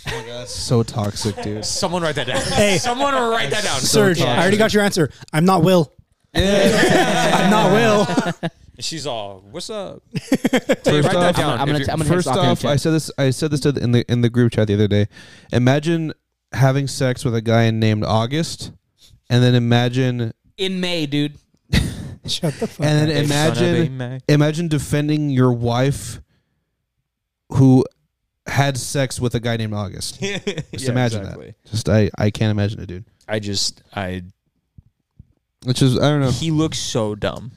[SPEAKER 2] That's so toxic, dude.
[SPEAKER 5] Someone write that down.
[SPEAKER 4] Hey.
[SPEAKER 5] Someone write that down.
[SPEAKER 4] Serge, I already got your answer. I'm not Will. I'm not Will.
[SPEAKER 5] She's all, what's up?
[SPEAKER 2] First
[SPEAKER 5] write that
[SPEAKER 2] off-
[SPEAKER 5] down.
[SPEAKER 1] I'm gonna-
[SPEAKER 5] If
[SPEAKER 1] I'm gonna- I'm
[SPEAKER 5] you're-
[SPEAKER 1] gonna-
[SPEAKER 2] First
[SPEAKER 1] Here's offhand
[SPEAKER 2] off, I
[SPEAKER 1] shit.
[SPEAKER 2] said this. I said this to the, in the in the group chat the other day. Imagine having sex with a guy named August, and then imagine
[SPEAKER 1] In May, dude.
[SPEAKER 4] Shut the fuck
[SPEAKER 2] and then
[SPEAKER 5] Hey, son of a
[SPEAKER 2] imagine
[SPEAKER 5] man.
[SPEAKER 2] imagine defending your wife who had sex with a guy named August. Just
[SPEAKER 5] Yeah,
[SPEAKER 2] imagine
[SPEAKER 5] exactly.
[SPEAKER 2] that. Just I I can't imagine it, dude.
[SPEAKER 5] I just, I.
[SPEAKER 2] Which is I don't know.
[SPEAKER 5] He looks so dumb.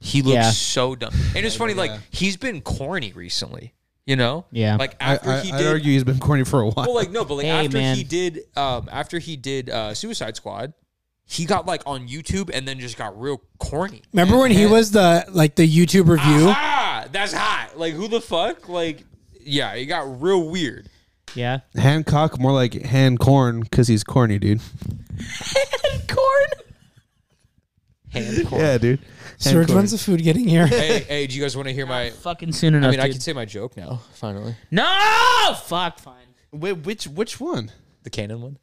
[SPEAKER 5] He looks
[SPEAKER 1] Yeah.
[SPEAKER 5] so dumb. And it's funny, like, he's been corny recently, you know?
[SPEAKER 1] Yeah.
[SPEAKER 5] Like,
[SPEAKER 2] I,
[SPEAKER 5] after
[SPEAKER 2] I,
[SPEAKER 5] he
[SPEAKER 2] I'd
[SPEAKER 5] did.
[SPEAKER 2] argue he's been corny for a while.
[SPEAKER 5] Well, like no, but like
[SPEAKER 1] Hey,
[SPEAKER 5] after
[SPEAKER 1] man.
[SPEAKER 5] he did, um, after he did uh, Suicide Squad, he got like on YouTube and then just got real corny.
[SPEAKER 4] Remember when he was the like the YouTube review?
[SPEAKER 5] Ah, that's hot. Like who the fuck? Like yeah, he got real weird.
[SPEAKER 1] Yeah.
[SPEAKER 2] Hancock more like hand corn because he's corny, dude.
[SPEAKER 1] Corn.
[SPEAKER 5] Hand corny.
[SPEAKER 2] Yeah, dude. Hand
[SPEAKER 4] Serge,
[SPEAKER 2] corn.
[SPEAKER 4] when's the food getting here?
[SPEAKER 5] hey, hey, do you guys want to hear my?
[SPEAKER 1] Fucking Oh, soon enough.
[SPEAKER 5] I mean, I
[SPEAKER 1] dude.
[SPEAKER 5] can say my joke now. Finally,
[SPEAKER 1] No. Fuck. Fine.
[SPEAKER 2] Wait, which which one?
[SPEAKER 5] the canon one.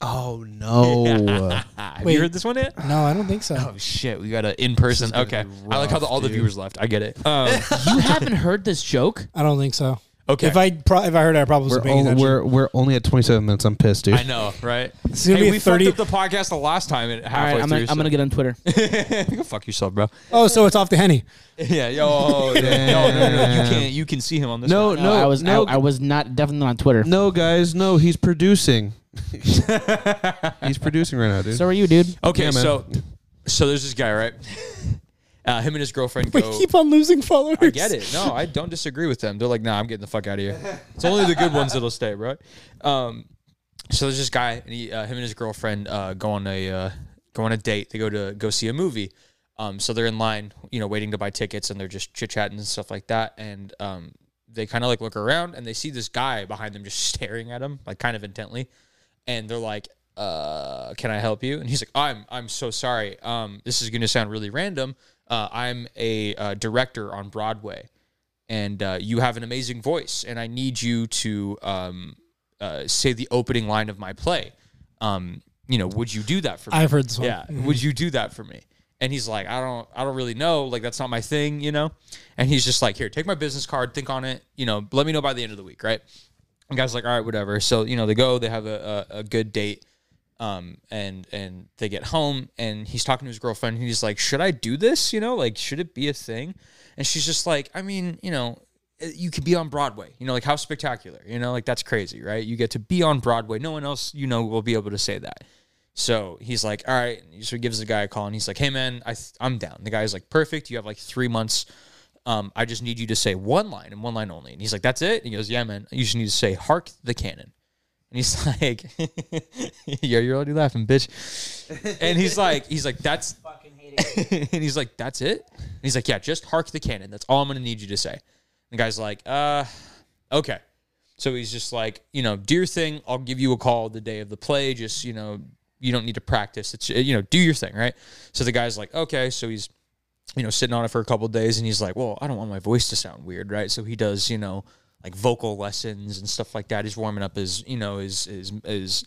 [SPEAKER 2] Oh no.
[SPEAKER 5] Ah, have
[SPEAKER 4] Wait.
[SPEAKER 5] you heard this one yet?
[SPEAKER 4] No, I don't think so.
[SPEAKER 5] Oh shit, we got an in person. Okay, I like how the, all the viewers left. I get it. Um,
[SPEAKER 1] You haven't heard this joke?
[SPEAKER 4] I don't think so.
[SPEAKER 5] okay,
[SPEAKER 4] If I pro- if I heard, it, I probably was
[SPEAKER 2] We're,
[SPEAKER 4] paying
[SPEAKER 2] only,
[SPEAKER 4] attention.
[SPEAKER 2] we're, we're only at 27 minutes. I'm pissed, dude.
[SPEAKER 5] I know, right?
[SPEAKER 4] It's gonna
[SPEAKER 5] hey,
[SPEAKER 4] be
[SPEAKER 5] we
[SPEAKER 4] a 30
[SPEAKER 5] fucked up the podcast the last time. At
[SPEAKER 1] All
[SPEAKER 5] halfway
[SPEAKER 1] right, I'm
[SPEAKER 5] through,
[SPEAKER 1] gonna, I'm
[SPEAKER 5] so-
[SPEAKER 1] gonna get on Twitter.
[SPEAKER 5] You can fuck yourself, bro.
[SPEAKER 4] Oh, so it's off the henny.
[SPEAKER 5] Yeah, yo, yo, no, no, no, you can't. You can see him on this.
[SPEAKER 2] No,
[SPEAKER 5] one.
[SPEAKER 2] no,
[SPEAKER 1] I was
[SPEAKER 2] no,
[SPEAKER 1] I, I was not definitely not on Twitter.
[SPEAKER 2] no, guys, no. He's producing. he's producing right now, dude.
[SPEAKER 1] So are you, dude?
[SPEAKER 5] Okay,
[SPEAKER 2] Yeah, man.
[SPEAKER 5] so, so there's this guy, right? Uh, him and his girlfriend
[SPEAKER 4] We
[SPEAKER 5] go.
[SPEAKER 4] keep on losing followers.
[SPEAKER 5] I get it. No, I don't disagree with them. They're like, nah, I'm getting the fuck out of here. It's only the good ones that'll stay, right? Um, so there's this guy, and he, uh, him and his girlfriend uh, go on a uh, go on a date. They go to go see a movie. Um, so they're in line, you know, waiting to buy tickets, and they're just chit chatting and stuff like that. And um, they kind of like look around, and they see this guy behind them just staring at them, like kind of intently. And they're like, uh, "Can I help you?" And he's like, "I'm I'm so sorry. Um, this is gonna sound really random. Uh, I'm a uh, director on Broadway." and uh, you have an amazing voice, and I need you to um, uh, say the opening line of my play. Um, you know, would you do that for me?
[SPEAKER 4] I've heard this one.
[SPEAKER 5] Yeah, would you do that for me? And he's like, I don't, I don't really know. Like that's not my thing, you know. And he's just like, here, take my business card, think on it. You know, let me know by the end of the week, right? And guys like, all right, whatever. So you know, they go, they have a, a, a good date. Um, and and they get home and he's talking to his girlfriend and he's like should i do this you know like should it be a thing and she's just like i mean you know eh, you could be on broadway you know like how spectacular you know like that's crazy right you get to be on broadway no one else you know will be able to say that so he's like all right so he gives the guy a call and he's like hey man I th- i'm down the guy's like perfect you have like three months um, i just need you to say one line and one line only and he's like that's it and he goes yeah man you just need to say hark the cannon and he's like, "Yo, you're already laughing, bitch." And he's like, he's like, "That's." and he's like, "That's it." And he's like, "Yeah, just hark the cannon. That's all I'm gonna need you to say." And the guy's like, "Uh, okay." So he's just like, you know, do your thing. I'll give you a call the day of the play. Just you know, you don't need to practice. It's you know, do your thing, right? So the guy's like, okay. So he's you know, sitting on it for a couple of days, and he's like, "Well, I don't want my voice to sound weird, right?" So he does, you know, like vocal lessons and stuff like that. He's warming up his, you know, his his his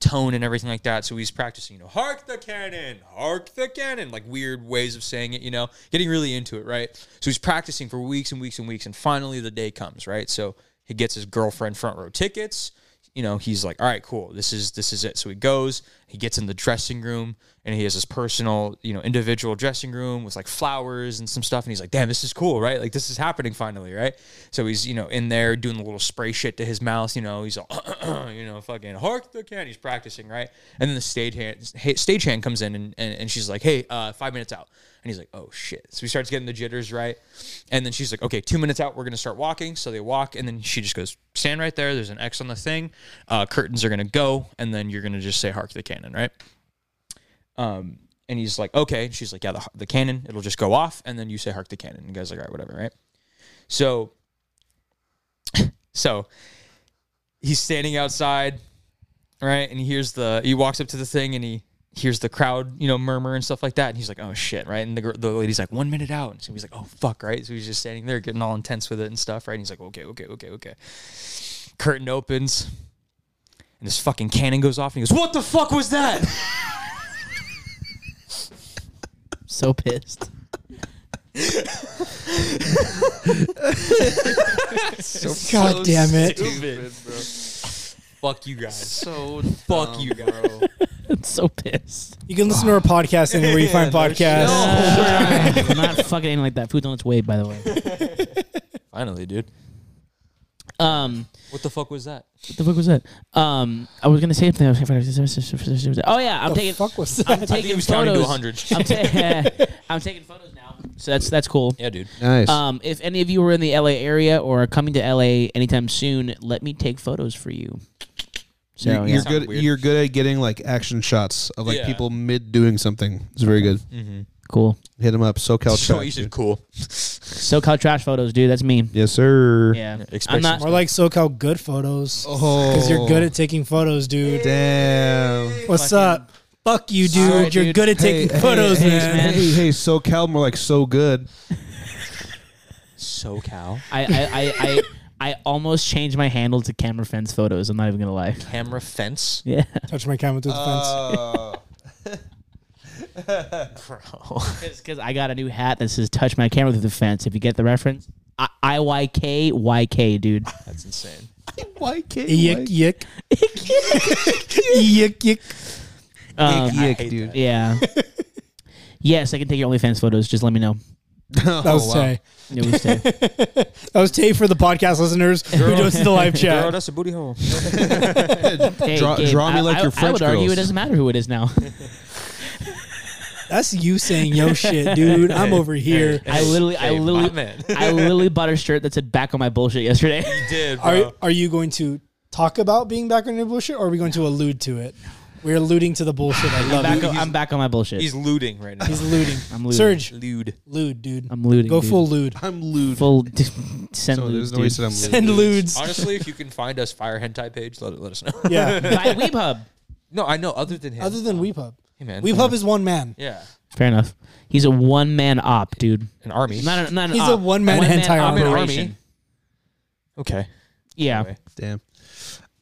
[SPEAKER 5] tone and everything like that. So he's practicing, you know, "Hark the cannon, hark the cannon," like weird ways of saying it, you know, getting really into it, right? So he's practicing for weeks and weeks and weeks, and finally the day comes, right? So he gets his girlfriend front row tickets you know he's like all right cool this is this is it so he goes He gets in the dressing room and he has his personal, you know, individual dressing room with like flowers and some stuff. And he's like, damn, this is cool, right? Like, this is happening finally, right? So he's, you know, in there doing the little spray shit to his mouth. You know, he's all, you know, fucking hark the can. He's practicing, right? And then the stagehand, hey, stagehand comes in and, and, and she's like, hey, uh, five minutes out. And he's like, oh shit. So he starts getting the jitters, right? And then she's like, okay, two minutes out, we're gonna start walking. So they walk, and then she just goes, stand right there. There's an X on the thing. Uh, curtains are gonna go, and then you're gonna just say, hark the cannon, right? Um, and he's like, okay. And she's like, yeah, the, the cannon, it'll just go off, and then you say, hark the cannon. And the guy's like, all right, whatever, right? So, so he's standing outside, right? And he hears the he walks up to the thing and he hears the crowd, you know, murmur and stuff like that. And he's like, "Oh shit!" Right? And the girl, the lady's like, "One minute out," and so he's like, "Oh fuck!" Right? So he's just standing there, getting all intense with it and stuff, right? And he's like, "Okay, okay, okay, okay." Curtain opens, and this fucking cannon goes off, and he goes, "What the fuck was that?"
[SPEAKER 1] So pissed.
[SPEAKER 4] God damn it.
[SPEAKER 5] Stupid, bro. Fuck you guys.
[SPEAKER 2] So
[SPEAKER 5] Fuck you guys.
[SPEAKER 1] so pissed.
[SPEAKER 4] You can listen to our podcast anywhere you find podcasts.
[SPEAKER 1] I'm not fucking anything like that. Food's on its way, by the way.
[SPEAKER 5] Finally, dude.
[SPEAKER 1] Um,
[SPEAKER 5] What the fuck was that?
[SPEAKER 1] what the fuck was that? Um, I was gonna say something. I was gonna- Oh yeah, I'm taking.
[SPEAKER 4] fuck was
[SPEAKER 1] I'm
[SPEAKER 4] that?
[SPEAKER 1] taking
[SPEAKER 5] he was counting to
[SPEAKER 1] photos.
[SPEAKER 5] 100.
[SPEAKER 1] I'm, ta- I'm taking photos now, so that's that's cool.
[SPEAKER 5] Yeah, dude.
[SPEAKER 2] nice.
[SPEAKER 1] Um, if any of you were in the LA area or are coming to LA anytime soon, let me take photos for you. So
[SPEAKER 2] you're,
[SPEAKER 1] yeah.
[SPEAKER 2] you're
[SPEAKER 5] Sounded
[SPEAKER 2] good.
[SPEAKER 5] weird.
[SPEAKER 2] You're good at getting like action shots of like
[SPEAKER 5] Yeah. Mm.
[SPEAKER 2] people mid doing something. It's very good.
[SPEAKER 1] cool.
[SPEAKER 2] Hit him up. SoCal
[SPEAKER 5] so
[SPEAKER 2] Trash,
[SPEAKER 5] easy.
[SPEAKER 2] dude.
[SPEAKER 5] Cool.
[SPEAKER 1] SoCal trash photos, dude. That's me.
[SPEAKER 2] Yes, sir.
[SPEAKER 1] Yeah,
[SPEAKER 5] expect
[SPEAKER 1] I'm not.
[SPEAKER 4] More like SoCal good photos.
[SPEAKER 2] Oh,
[SPEAKER 4] Because you're good at taking photos, dude.
[SPEAKER 2] damn.
[SPEAKER 4] What's up? Fuck you, dude.
[SPEAKER 1] Alright,
[SPEAKER 4] you're
[SPEAKER 1] dude.
[SPEAKER 4] good at taking
[SPEAKER 2] hey,
[SPEAKER 4] photos,
[SPEAKER 2] hey,
[SPEAKER 4] man.
[SPEAKER 1] man.
[SPEAKER 2] Hey, hey, SoCal, more like so good.
[SPEAKER 5] SoCal.
[SPEAKER 1] I I, I, I I almost changed my handle to camera fence photos. I'm not even gonna lie.
[SPEAKER 5] Camera fence.
[SPEAKER 1] Yeah.
[SPEAKER 4] Touch my camera through the fence.
[SPEAKER 2] Uh,
[SPEAKER 5] Bro.
[SPEAKER 1] because I got a new hat that says "Touch my camera through the fence." If you get the reference, I- IYK YK, dude.
[SPEAKER 5] That's insane.
[SPEAKER 2] Why can't
[SPEAKER 4] Yick, yick. yick, yick.
[SPEAKER 1] Um,
[SPEAKER 5] I hate
[SPEAKER 2] dude?
[SPEAKER 1] yeah. yes, I can take your OnlyFans photos. Just let me know.
[SPEAKER 4] That was
[SPEAKER 2] Oh, wow.
[SPEAKER 4] Tay.
[SPEAKER 1] It was safe.
[SPEAKER 4] That was Tay for the podcast listeners who don't see the live
[SPEAKER 5] Bro,
[SPEAKER 4] chat.
[SPEAKER 5] that's a booty hole.
[SPEAKER 1] Hey,
[SPEAKER 2] Draw-
[SPEAKER 1] Gabe,
[SPEAKER 2] draw me
[SPEAKER 1] I-
[SPEAKER 2] like
[SPEAKER 1] I-
[SPEAKER 2] your
[SPEAKER 1] I
[SPEAKER 2] French
[SPEAKER 1] would argue
[SPEAKER 2] girls.
[SPEAKER 1] it doesn't matter who it is now.
[SPEAKER 4] That's you saying yo shit, dude. I'm over here.
[SPEAKER 1] I literally, I
[SPEAKER 5] Hey, my
[SPEAKER 1] literally,
[SPEAKER 5] man.
[SPEAKER 1] I literally bought a shirt that said "Back on my bullshit" yesterday.
[SPEAKER 5] Did, bro.
[SPEAKER 1] Uh,
[SPEAKER 4] Are, are you going to talk about being back on your bullshit or are we going to allude to it? We're alluding to the bullshit. I love
[SPEAKER 1] Back
[SPEAKER 4] it.
[SPEAKER 1] on, I'm back on my bullshit.
[SPEAKER 5] He's looting right now.
[SPEAKER 4] He's looting.
[SPEAKER 1] I'm looting.
[SPEAKER 4] Surge,
[SPEAKER 5] Lewd.
[SPEAKER 4] lewd, dude.
[SPEAKER 1] I'm looting.
[SPEAKER 4] Go
[SPEAKER 1] dude.
[SPEAKER 4] full lewd.
[SPEAKER 2] I'm lewd.
[SPEAKER 1] full. send
[SPEAKER 2] So
[SPEAKER 1] lewds,
[SPEAKER 2] there's
[SPEAKER 1] dude.
[SPEAKER 2] no way that I'm lewd.
[SPEAKER 4] Send lewds.
[SPEAKER 5] Honestly, if you can find us fire hentai page, let, let us know.
[SPEAKER 4] Yeah.
[SPEAKER 1] By Weebhub.
[SPEAKER 5] No, I know. Other than him.
[SPEAKER 4] Other than Weepub.
[SPEAKER 5] hey, man.
[SPEAKER 4] Weepub is one man.
[SPEAKER 5] Yeah.
[SPEAKER 1] Fair enough. He's a one man op, dude.
[SPEAKER 5] An army.
[SPEAKER 1] Not a, not an
[SPEAKER 4] He's
[SPEAKER 1] op.
[SPEAKER 4] a one-man hentai
[SPEAKER 1] op.
[SPEAKER 4] army.
[SPEAKER 1] operation.
[SPEAKER 5] okay.
[SPEAKER 1] Yeah.
[SPEAKER 5] Anyway.
[SPEAKER 2] Damn.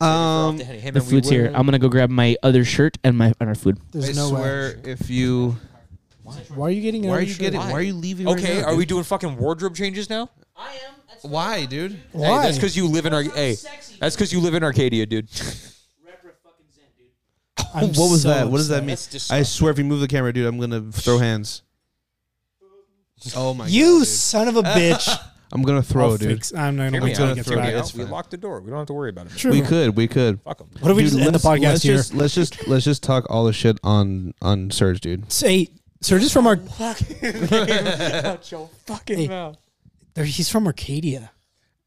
[SPEAKER 5] Um,
[SPEAKER 2] Um,
[SPEAKER 5] him
[SPEAKER 1] The
[SPEAKER 5] and we
[SPEAKER 1] food's here.
[SPEAKER 5] will-
[SPEAKER 1] I'm gonna go grab my other shirt and my and our food.
[SPEAKER 4] There's
[SPEAKER 2] I
[SPEAKER 4] no way.
[SPEAKER 2] swear, if you,
[SPEAKER 4] Why are you getting?
[SPEAKER 2] why are
[SPEAKER 4] another
[SPEAKER 2] you
[SPEAKER 4] shirt?
[SPEAKER 2] getting? Why are you leaving? right
[SPEAKER 5] Okay,
[SPEAKER 2] now,
[SPEAKER 5] are we
[SPEAKER 2] dude?
[SPEAKER 5] doing fucking wardrobe changes now?
[SPEAKER 1] I am.
[SPEAKER 2] Why, dude?
[SPEAKER 5] Hey,
[SPEAKER 4] Why?
[SPEAKER 5] that's because you live in our. Hey,
[SPEAKER 1] sexy,
[SPEAKER 5] that's because you live in Arcadia, dude.
[SPEAKER 4] I'm
[SPEAKER 2] what was
[SPEAKER 4] so
[SPEAKER 2] that? What does that
[SPEAKER 4] upset.
[SPEAKER 2] mean?
[SPEAKER 5] That's just-
[SPEAKER 2] I swear, if you move the camera, dude, I'm gonna throw hands. Oh my!
[SPEAKER 4] You
[SPEAKER 2] God, dude.
[SPEAKER 4] son of a bitch!
[SPEAKER 2] I'm gonna throw,
[SPEAKER 4] I'll
[SPEAKER 2] dude.
[SPEAKER 4] fix- I'm not even
[SPEAKER 5] Hear
[SPEAKER 4] gonna
[SPEAKER 5] me
[SPEAKER 4] tell
[SPEAKER 5] out.
[SPEAKER 4] you to
[SPEAKER 5] Hear
[SPEAKER 4] get
[SPEAKER 5] me
[SPEAKER 4] back.
[SPEAKER 5] out.
[SPEAKER 2] That's
[SPEAKER 5] We
[SPEAKER 2] fine.
[SPEAKER 5] locked the door. We don't have to worry about it.
[SPEAKER 4] True.
[SPEAKER 2] We could, we could.
[SPEAKER 5] Fuck them.
[SPEAKER 4] What do we
[SPEAKER 2] Dude,
[SPEAKER 4] just end the
[SPEAKER 2] let's-
[SPEAKER 4] podcast
[SPEAKER 2] let's
[SPEAKER 4] here?
[SPEAKER 2] Just, let's just let's just talk all the shit on on Surge, dude.
[SPEAKER 4] Say, sir, just from our.
[SPEAKER 5] fucking
[SPEAKER 4] Hey. there- He's from Arcadia.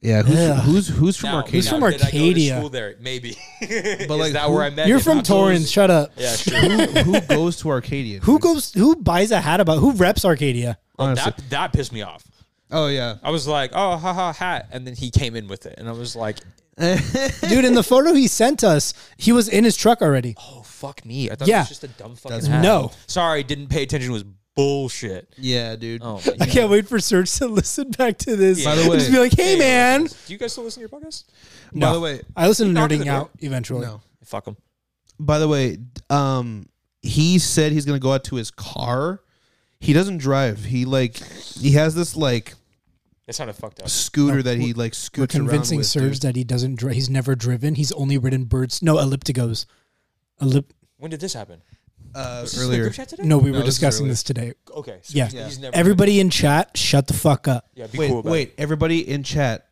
[SPEAKER 2] Yeah, who's
[SPEAKER 4] Yeah.
[SPEAKER 2] who's who's from
[SPEAKER 5] Now,
[SPEAKER 2] Arcadia?
[SPEAKER 4] He's from
[SPEAKER 5] now, did I go to
[SPEAKER 4] Arcadia.
[SPEAKER 5] school there? Maybe.
[SPEAKER 2] But like,
[SPEAKER 5] Is that
[SPEAKER 2] who-
[SPEAKER 5] where I met
[SPEAKER 4] You're
[SPEAKER 5] him?
[SPEAKER 4] from
[SPEAKER 5] Absolutely.
[SPEAKER 4] Torrance. Shut up.
[SPEAKER 5] Yeah, sure.
[SPEAKER 2] who goes to Arcadia?
[SPEAKER 4] Who
[SPEAKER 2] dude?
[SPEAKER 4] goes? Who buys a hat about? Who reps Arcadia?
[SPEAKER 5] Well,
[SPEAKER 2] Honestly.
[SPEAKER 5] that, that pissed me off.
[SPEAKER 2] Oh yeah,
[SPEAKER 5] I was like, oh, haha, hat. And then he came in with it. And I was like,
[SPEAKER 4] Dude, in the photo he sent us, he was in his truck already.
[SPEAKER 5] oh, fuck me. I thought
[SPEAKER 4] Yeah.
[SPEAKER 5] it was just a dumb fucking hat.
[SPEAKER 4] No.
[SPEAKER 5] Sorry, didn't pay attention. It was bullshit.
[SPEAKER 2] yeah, dude.
[SPEAKER 5] Oh,
[SPEAKER 4] I can't wait for Serge to listen back to this.
[SPEAKER 2] By the way-
[SPEAKER 4] just be like, "Hey, man."
[SPEAKER 5] Do you guys still listen to your podcast?
[SPEAKER 2] By
[SPEAKER 4] No.
[SPEAKER 2] the way,
[SPEAKER 4] I listen to
[SPEAKER 5] Knock on
[SPEAKER 4] nerding
[SPEAKER 5] the
[SPEAKER 4] out eventually.
[SPEAKER 2] No.
[SPEAKER 5] Fuck him.
[SPEAKER 2] by the way, um, he said he's gonna go out to his car. He doesn't drive. He like he has this like
[SPEAKER 5] That sounded fucked up.
[SPEAKER 2] scooter that he like scoots
[SPEAKER 4] Convincing
[SPEAKER 2] around with.
[SPEAKER 4] Serge
[SPEAKER 2] Dude.
[SPEAKER 4] that he doesn't. Dri- he's never driven. He's only ridden birds. No ellipticos. Ellip-
[SPEAKER 5] When did this happen?
[SPEAKER 2] uh,
[SPEAKER 5] Was this in the
[SPEAKER 2] earlier.
[SPEAKER 5] group chat today?
[SPEAKER 4] No, we were
[SPEAKER 2] No, this is
[SPEAKER 4] discussing
[SPEAKER 2] early.
[SPEAKER 4] this today.
[SPEAKER 5] Okay. So
[SPEAKER 4] Yeah.
[SPEAKER 5] he's- He's never
[SPEAKER 4] Everybody in chat, shut the fuck up.
[SPEAKER 5] Yeah. Be
[SPEAKER 2] Wait,
[SPEAKER 5] cool about
[SPEAKER 2] wait, everybody in chat,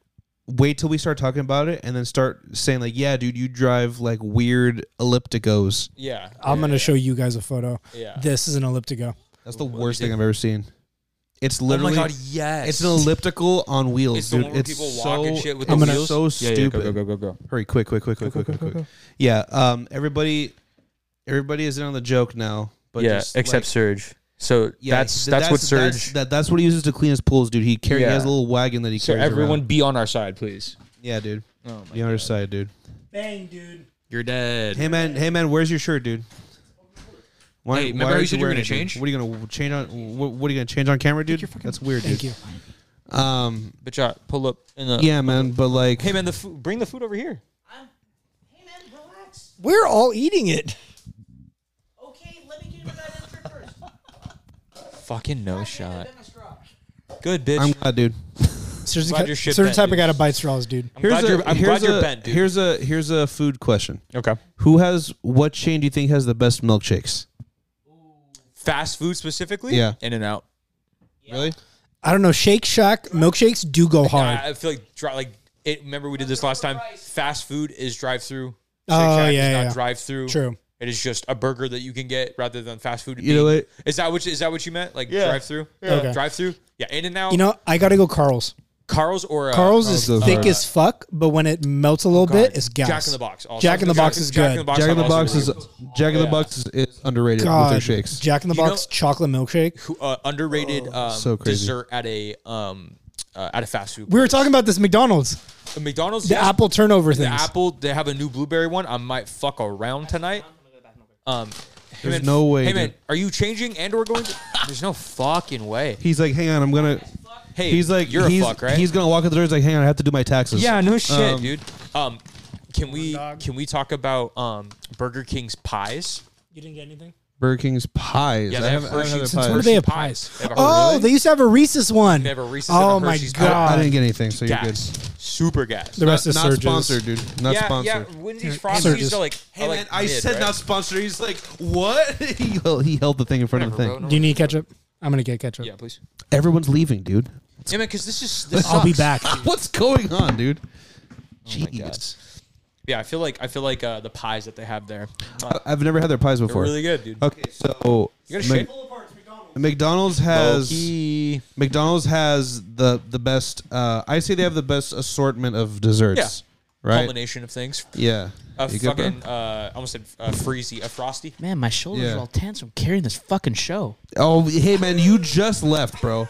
[SPEAKER 2] wait till we start talking about it, and then start saying like, "Yeah, dude, you drive like weird ellipticos."
[SPEAKER 5] It. Yeah.
[SPEAKER 4] I'm
[SPEAKER 5] yeah,
[SPEAKER 4] gonna show you guys a photo.
[SPEAKER 5] Yeah.
[SPEAKER 4] This is an elliptico.
[SPEAKER 2] That's the
[SPEAKER 5] What
[SPEAKER 2] worst
[SPEAKER 5] is it?
[SPEAKER 2] thing I've ever seen. It's
[SPEAKER 5] Oh my
[SPEAKER 2] literally,
[SPEAKER 5] god. Yes.
[SPEAKER 2] it's an elliptical on wheels,
[SPEAKER 5] It's the
[SPEAKER 2] dude.
[SPEAKER 5] one where
[SPEAKER 2] it's
[SPEAKER 5] people
[SPEAKER 2] so,
[SPEAKER 5] walk and shit with the
[SPEAKER 2] it's
[SPEAKER 5] wheels?
[SPEAKER 2] so
[SPEAKER 5] Yeah,
[SPEAKER 2] stupid.
[SPEAKER 5] Yeah, go, go, go, go, go.
[SPEAKER 2] Hurry, quick, quick, quick, quick, quick, quick, quick. Yeah, um, everybody, everybody is in on the joke now. But
[SPEAKER 5] yeah,
[SPEAKER 2] just,
[SPEAKER 5] except
[SPEAKER 2] like,
[SPEAKER 5] Surge. So
[SPEAKER 2] yeah,
[SPEAKER 5] that's,
[SPEAKER 2] th-
[SPEAKER 5] that's what Surge.
[SPEAKER 2] That's, that, that's what he uses to clean his pools, dude. He carries.
[SPEAKER 5] Yeah.
[SPEAKER 2] He has a little wagon that he
[SPEAKER 5] so
[SPEAKER 2] carries.
[SPEAKER 5] everyone,
[SPEAKER 2] around.
[SPEAKER 5] be on our side, please.
[SPEAKER 2] yeah, dude.
[SPEAKER 5] Oh my
[SPEAKER 2] The other side, dude.
[SPEAKER 4] Bang, dude.
[SPEAKER 5] You're dead.
[SPEAKER 2] Hey man, hey man, where's your shirt, dude? Why,
[SPEAKER 5] Hey, remember how
[SPEAKER 2] aren't
[SPEAKER 5] you said you were
[SPEAKER 2] wearing
[SPEAKER 5] gonna
[SPEAKER 2] it, dude?
[SPEAKER 5] change?
[SPEAKER 2] What are you gonna change on? What, what are you gonna change on camera, dude? That's weird, dude.
[SPEAKER 4] Thank you.
[SPEAKER 2] Um,
[SPEAKER 5] But yeah, pull up in the.
[SPEAKER 2] yeah, man, but like,
[SPEAKER 5] Hey man, the food, bring the food over here.
[SPEAKER 1] Hey man, relax.
[SPEAKER 4] We're all eating it.
[SPEAKER 1] Okay, let me give you that extra first.
[SPEAKER 5] Fucking no shot. Good bitch.
[SPEAKER 2] I'm glad, dude.
[SPEAKER 4] Certain,
[SPEAKER 5] Glad your shit
[SPEAKER 4] certain
[SPEAKER 5] bent,
[SPEAKER 4] type
[SPEAKER 5] dude.
[SPEAKER 4] of guy to bite straws, dude.
[SPEAKER 5] I'm glad you're, I'm
[SPEAKER 2] here's
[SPEAKER 5] glad you're
[SPEAKER 2] a-
[SPEAKER 5] bent, dude.
[SPEAKER 2] Here's a here's a food question.
[SPEAKER 5] okay.
[SPEAKER 2] Who has what chain do you think has the best milkshakes?
[SPEAKER 5] Fast food specifically.
[SPEAKER 2] Yeah.
[SPEAKER 5] In and out.
[SPEAKER 2] Really?
[SPEAKER 4] I don't know. Shake Shack milkshakes do go hard.
[SPEAKER 5] I, I feel like dri- like it. Remember we did this last time. Fast food is drive through.
[SPEAKER 4] Oh, yeah,
[SPEAKER 5] not
[SPEAKER 4] yeah.
[SPEAKER 5] drive through.
[SPEAKER 4] True.
[SPEAKER 5] It is just a burger that you can get rather than fast food.
[SPEAKER 2] You know
[SPEAKER 5] being-
[SPEAKER 2] what?
[SPEAKER 5] Is that what you- is that what you meant? Like drive through.
[SPEAKER 4] Okay.
[SPEAKER 5] Drive through. Yeah. In and out.
[SPEAKER 4] You know, I gotta go Carl's.
[SPEAKER 5] Carl's or uh,
[SPEAKER 4] Carl's
[SPEAKER 2] Carl's
[SPEAKER 4] is
[SPEAKER 2] goes
[SPEAKER 4] thick
[SPEAKER 2] hard.
[SPEAKER 4] as fuck, but when it melts a little bit, it's gas.
[SPEAKER 5] Jack in the Box. also.
[SPEAKER 4] Jack in the Box is
[SPEAKER 5] Jack in
[SPEAKER 4] good.
[SPEAKER 5] the Box,
[SPEAKER 2] Jack in the
[SPEAKER 5] I've also
[SPEAKER 2] Box is
[SPEAKER 5] ordered.
[SPEAKER 2] Jack in the
[SPEAKER 5] Yeah.
[SPEAKER 2] Box is, is underrated with
[SPEAKER 4] God,
[SPEAKER 2] their shakes.
[SPEAKER 4] Jack in the
[SPEAKER 5] You know-
[SPEAKER 4] Box chocolate milkshake.
[SPEAKER 5] who- uh, underrated um,
[SPEAKER 2] Oh, So crazy.
[SPEAKER 5] dessert at a um uh, at a fast food.
[SPEAKER 4] We were talking about this McDonald's,
[SPEAKER 5] place. McDonald's.
[SPEAKER 4] the
[SPEAKER 5] yes.
[SPEAKER 4] apple turnover
[SPEAKER 5] The
[SPEAKER 4] things.
[SPEAKER 5] apple. They have a new blueberry one. I might fuck around tonight. Um, hey,
[SPEAKER 2] There's
[SPEAKER 5] man-
[SPEAKER 2] no way,
[SPEAKER 5] Hey man,
[SPEAKER 2] dude.
[SPEAKER 5] are you changing and or going? To- There's no fucking way.
[SPEAKER 2] He's like, hang on, I'm gonna.
[SPEAKER 5] Hey,
[SPEAKER 2] He's like,
[SPEAKER 5] you're
[SPEAKER 2] he's,
[SPEAKER 5] a fuck, right?
[SPEAKER 2] He's gonna walk up the door. He's like, hang on, I have to do my taxes.
[SPEAKER 5] yeah, no shit,
[SPEAKER 2] Um,
[SPEAKER 5] dude. Um, can we can we talk about um Burger King's pies?
[SPEAKER 4] You didn't get anything?
[SPEAKER 2] Burger King's pies.
[SPEAKER 5] Yeah,
[SPEAKER 2] I
[SPEAKER 5] they have
[SPEAKER 2] haven't- I haven't had
[SPEAKER 5] Hershey's.
[SPEAKER 2] their
[SPEAKER 4] Where do
[SPEAKER 2] pies.
[SPEAKER 4] they have
[SPEAKER 5] Hershey's
[SPEAKER 4] pies?
[SPEAKER 5] pies. They have a-
[SPEAKER 4] oh,
[SPEAKER 5] really?
[SPEAKER 4] they used to have a Reese's one.
[SPEAKER 5] They have a Reese's
[SPEAKER 4] oh
[SPEAKER 5] and a
[SPEAKER 4] my
[SPEAKER 5] Hershey's pie.
[SPEAKER 4] god!
[SPEAKER 2] I didn't get anything, so you're good.
[SPEAKER 5] Gas, super gas.
[SPEAKER 4] the rest
[SPEAKER 2] not,
[SPEAKER 4] is
[SPEAKER 2] not
[SPEAKER 4] Surge's.
[SPEAKER 2] sponsored, dude. Not
[SPEAKER 5] yeah,
[SPEAKER 2] sponsored.
[SPEAKER 5] yeah. Wendy's
[SPEAKER 4] Surges.
[SPEAKER 5] frosties are like.
[SPEAKER 2] Hey
[SPEAKER 5] are
[SPEAKER 2] man,
[SPEAKER 5] like
[SPEAKER 2] I
[SPEAKER 5] mid,
[SPEAKER 2] said
[SPEAKER 5] right?
[SPEAKER 2] not sponsored. He's like, what? he, held, he held the thing in front
[SPEAKER 5] Whatever,
[SPEAKER 2] of the
[SPEAKER 5] bro,
[SPEAKER 2] thing.
[SPEAKER 4] Do you need ketchup? I'm gonna get ketchup.
[SPEAKER 5] Yeah, please.
[SPEAKER 2] Everyone's leaving, dude.
[SPEAKER 5] Yeah, man, because this is. This
[SPEAKER 4] I'll be
[SPEAKER 5] sucks.
[SPEAKER 4] back.
[SPEAKER 2] What's going on, dude?
[SPEAKER 5] Oh God.
[SPEAKER 2] Jeez,
[SPEAKER 5] Yeah, I feel like I feel like uh, the pies that they have there. uh,
[SPEAKER 2] I- I've never had their pies
[SPEAKER 5] They're
[SPEAKER 2] before.
[SPEAKER 5] really good, dude.
[SPEAKER 2] Okay, so
[SPEAKER 5] You gotta
[SPEAKER 2] Mc-
[SPEAKER 5] shake.
[SPEAKER 2] McDonald's has
[SPEAKER 5] Low-key.
[SPEAKER 2] McDonald's has the the best. Uh, I say they have the best assortment of desserts. Right.
[SPEAKER 5] combination of things.
[SPEAKER 2] Yeah.
[SPEAKER 5] A
[SPEAKER 2] You good, bro?
[SPEAKER 5] fucking uh, I almost said uh, freezy, a frosty.
[SPEAKER 1] Man, my shoulders
[SPEAKER 2] Yeah.
[SPEAKER 1] are all tense from carrying this fucking show.
[SPEAKER 2] oh, hey man, you just left, bro.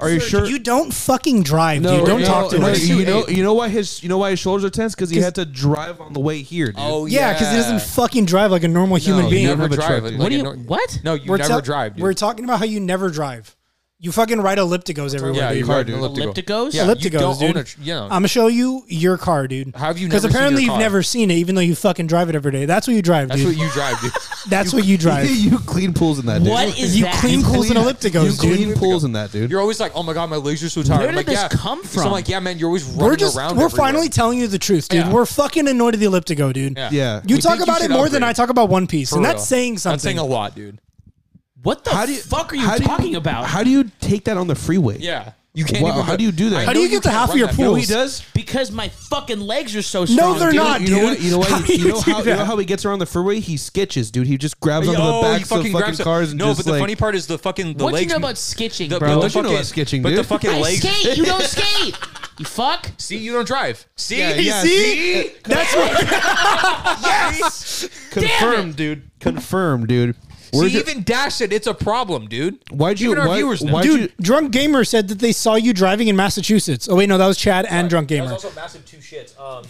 [SPEAKER 2] Are you sure?
[SPEAKER 4] You don't fucking drive,
[SPEAKER 2] No,
[SPEAKER 4] dude. Don't
[SPEAKER 2] no,
[SPEAKER 4] talk to
[SPEAKER 2] no,
[SPEAKER 4] us.
[SPEAKER 2] You know, you know why his, you know why his shoulders are tense because he
[SPEAKER 4] 'Cause-
[SPEAKER 2] had to drive on the way here, dude.
[SPEAKER 5] Oh,
[SPEAKER 4] yeah, because he doesn't fucking drive like a normal human
[SPEAKER 2] you
[SPEAKER 4] being.
[SPEAKER 2] never- have a truck,
[SPEAKER 5] like
[SPEAKER 2] dude.
[SPEAKER 1] What do
[SPEAKER 5] a
[SPEAKER 1] you?
[SPEAKER 5] nor-
[SPEAKER 1] What?
[SPEAKER 5] No, you
[SPEAKER 4] We're
[SPEAKER 5] never
[SPEAKER 4] ta-
[SPEAKER 5] drive. Dude.
[SPEAKER 4] We're talking about how you never drive. You fucking ride ellipticos everywhere.
[SPEAKER 5] yeah,
[SPEAKER 4] dude.
[SPEAKER 5] you
[SPEAKER 2] car,
[SPEAKER 5] ride
[SPEAKER 2] dude.
[SPEAKER 5] an elliptical.
[SPEAKER 1] Ellipticos?
[SPEAKER 5] Yeah,
[SPEAKER 4] ellipticos,
[SPEAKER 5] you don't
[SPEAKER 4] dude.
[SPEAKER 5] Own a, tr- yeah,
[SPEAKER 4] I'm gonna show you your car, dude.
[SPEAKER 5] How have you
[SPEAKER 4] Because
[SPEAKER 5] never seen
[SPEAKER 4] apparently
[SPEAKER 5] your
[SPEAKER 4] you've
[SPEAKER 5] car?
[SPEAKER 4] never seen it, even though you fucking drive it every day. That's what you drive,
[SPEAKER 5] that's
[SPEAKER 4] dude.
[SPEAKER 5] what you drive, dude.
[SPEAKER 4] That's what you drive.
[SPEAKER 2] you clean pools in that, dude.
[SPEAKER 1] What is
[SPEAKER 4] You
[SPEAKER 1] that?
[SPEAKER 4] clean pools and
[SPEAKER 2] You
[SPEAKER 4] ellipticos, dude.
[SPEAKER 2] clean pools in that, dude.
[SPEAKER 5] You're always like, oh my god, my legs are so tired.
[SPEAKER 1] Where
[SPEAKER 5] I'm
[SPEAKER 1] did
[SPEAKER 5] like,
[SPEAKER 1] this
[SPEAKER 5] yeah.
[SPEAKER 1] come
[SPEAKER 5] So
[SPEAKER 1] from?
[SPEAKER 5] I'm like, yeah, man, you're always running
[SPEAKER 4] We're just we're
[SPEAKER 5] around. everywhere.
[SPEAKER 4] finally telling you the truth, dude.
[SPEAKER 5] Yeah.
[SPEAKER 4] We're fucking annoyed at the elliptico, dude.
[SPEAKER 5] Yeah.
[SPEAKER 2] Yeah.
[SPEAKER 4] You
[SPEAKER 5] We
[SPEAKER 4] talk
[SPEAKER 5] think
[SPEAKER 4] about it
[SPEAKER 5] should
[SPEAKER 4] more than
[SPEAKER 5] upgrade.
[SPEAKER 4] I talk about One Piece,
[SPEAKER 5] For
[SPEAKER 4] and
[SPEAKER 5] real.
[SPEAKER 4] that's saying
[SPEAKER 5] That's saying
[SPEAKER 4] something.
[SPEAKER 5] a lot, dude.
[SPEAKER 1] What the
[SPEAKER 2] how do you,
[SPEAKER 1] fuck are you
[SPEAKER 2] how do
[SPEAKER 1] talking about?
[SPEAKER 2] How do you take that on the freeway?
[SPEAKER 5] Yeah, you can't.
[SPEAKER 2] Wow,
[SPEAKER 5] even
[SPEAKER 2] how do you do that?
[SPEAKER 5] I
[SPEAKER 4] How do
[SPEAKER 5] know
[SPEAKER 4] you get to
[SPEAKER 5] can't
[SPEAKER 4] half of
[SPEAKER 5] run
[SPEAKER 4] your
[SPEAKER 5] that.
[SPEAKER 2] You know
[SPEAKER 4] pool?
[SPEAKER 2] what he does?
[SPEAKER 1] because my fucking legs are so strong.
[SPEAKER 4] no, they're
[SPEAKER 1] dude.
[SPEAKER 4] not,
[SPEAKER 2] You know what?
[SPEAKER 4] dude.
[SPEAKER 2] You know
[SPEAKER 4] How
[SPEAKER 2] what?
[SPEAKER 4] do
[SPEAKER 2] You know
[SPEAKER 4] do
[SPEAKER 2] how, you
[SPEAKER 4] that?
[SPEAKER 2] know how he gets around the freeway? He sketches, dude. He just grabs onto the
[SPEAKER 5] Oh, he
[SPEAKER 2] backs
[SPEAKER 5] fucking
[SPEAKER 2] of fucking
[SPEAKER 5] grabs it.
[SPEAKER 2] cars. And
[SPEAKER 5] No,
[SPEAKER 2] just
[SPEAKER 5] but the
[SPEAKER 2] like,
[SPEAKER 5] funny part is the fucking the
[SPEAKER 1] What do you
[SPEAKER 5] legs.
[SPEAKER 1] know about sketching,
[SPEAKER 5] the,
[SPEAKER 1] bro?
[SPEAKER 5] But the
[SPEAKER 2] Don't you know
[SPEAKER 5] fucking,
[SPEAKER 2] about sketching,
[SPEAKER 5] but the
[SPEAKER 2] dude?
[SPEAKER 5] fucking
[SPEAKER 1] I
[SPEAKER 5] legs.
[SPEAKER 1] skate. You don't skate. You fuck.
[SPEAKER 5] See, you don't drive. See,
[SPEAKER 2] Yeah, yeah,
[SPEAKER 5] see, that's yes.
[SPEAKER 2] confirmed, dude. Confirmed, dude. Where'd
[SPEAKER 5] see,
[SPEAKER 2] you-
[SPEAKER 5] even Dash it. It's a problem, dude.
[SPEAKER 2] why'd you?
[SPEAKER 5] even our
[SPEAKER 2] why-
[SPEAKER 5] viewers know.
[SPEAKER 2] why'd
[SPEAKER 4] Dude,
[SPEAKER 2] you-
[SPEAKER 4] Drunk Gamer said that they saw you driving in Massachusetts. Oh wait, no, that was Chad and Drunk Gamer.
[SPEAKER 5] also massive two shits. Um,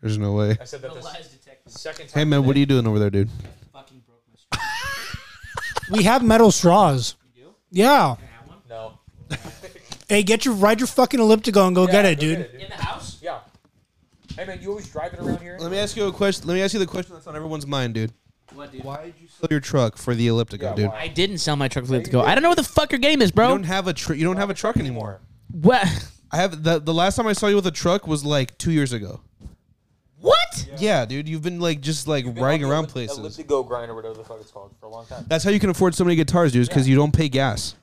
[SPEAKER 2] There's no way.
[SPEAKER 5] I said that the second time.
[SPEAKER 2] Hey man, what are you doing over there, dude?
[SPEAKER 4] We have metal straws. Yeah.
[SPEAKER 5] No.
[SPEAKER 4] Hey, get your ride your fucking elliptical and go get it, dude.
[SPEAKER 1] In the house?
[SPEAKER 5] Yeah. Hey man, you always driving around here.
[SPEAKER 2] Let me ask you a question. Let me ask you the question that's on everyone's mind, dude.
[SPEAKER 1] What, dude?
[SPEAKER 2] Why did you sell your truck for the elliptical,
[SPEAKER 5] Yeah,
[SPEAKER 2] dude?
[SPEAKER 5] why?
[SPEAKER 1] I didn't sell my truck for it to go. I don't know what the fuck your game is, bro.
[SPEAKER 2] You don't have a tr- you don't have a truck anymore.
[SPEAKER 1] what?
[SPEAKER 2] I have the the last time I saw you with a truck was like two years ago.
[SPEAKER 1] What?
[SPEAKER 2] Yeah, dude, you've been like just like riding around places.
[SPEAKER 5] Elliptico grind or whatever the fuck it's called for a long time.
[SPEAKER 2] That's how you can afford so many guitars, dude, because you don't pay gas.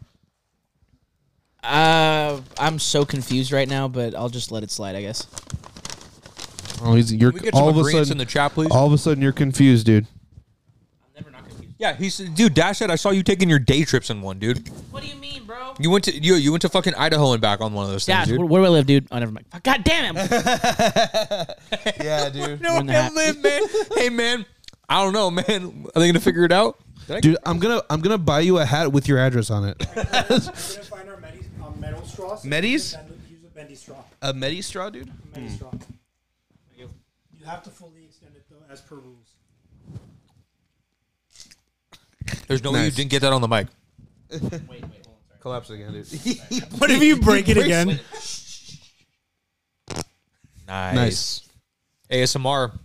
[SPEAKER 1] Uh, I'm so confused right now, but I'll just let it slide, I guess.
[SPEAKER 2] Oh, he's, you're
[SPEAKER 5] Can we get
[SPEAKER 2] all
[SPEAKER 5] some
[SPEAKER 2] of a
[SPEAKER 5] agreements
[SPEAKER 2] sudden
[SPEAKER 5] in the chat, please?
[SPEAKER 2] All of a sudden, you're confused, dude.
[SPEAKER 1] I'm never not confused.
[SPEAKER 5] Yeah, he's dude. Dash said I saw you taking your day trips in one, dude.
[SPEAKER 1] What do you mean, bro?
[SPEAKER 5] You went to you, you went to fucking Idaho and back on one of those
[SPEAKER 1] Dash,
[SPEAKER 5] things,
[SPEAKER 1] where,
[SPEAKER 5] dude.
[SPEAKER 1] where do I live, dude? Oh, never mind. Fuck, God damn it!
[SPEAKER 2] Yeah, dude.
[SPEAKER 5] No,
[SPEAKER 1] We're in the hat.
[SPEAKER 5] live, man. hey, man. I don't know, man. Are they gonna figure it out?
[SPEAKER 2] Dude, I'm gonna I'm gonna buy you a hat with your address on it.
[SPEAKER 4] gonna find our medis, our metal straws.
[SPEAKER 2] Medis?
[SPEAKER 4] Use a bendy straw.
[SPEAKER 2] a Medi straw, dude.
[SPEAKER 4] Bendy straw. You have to fully extend it though, as per rules.
[SPEAKER 5] There's no way you didn't get that on the mic.
[SPEAKER 2] Collapse again, dude.
[SPEAKER 4] What if you break it again?
[SPEAKER 5] Nice.
[SPEAKER 2] nice.
[SPEAKER 5] ASMR.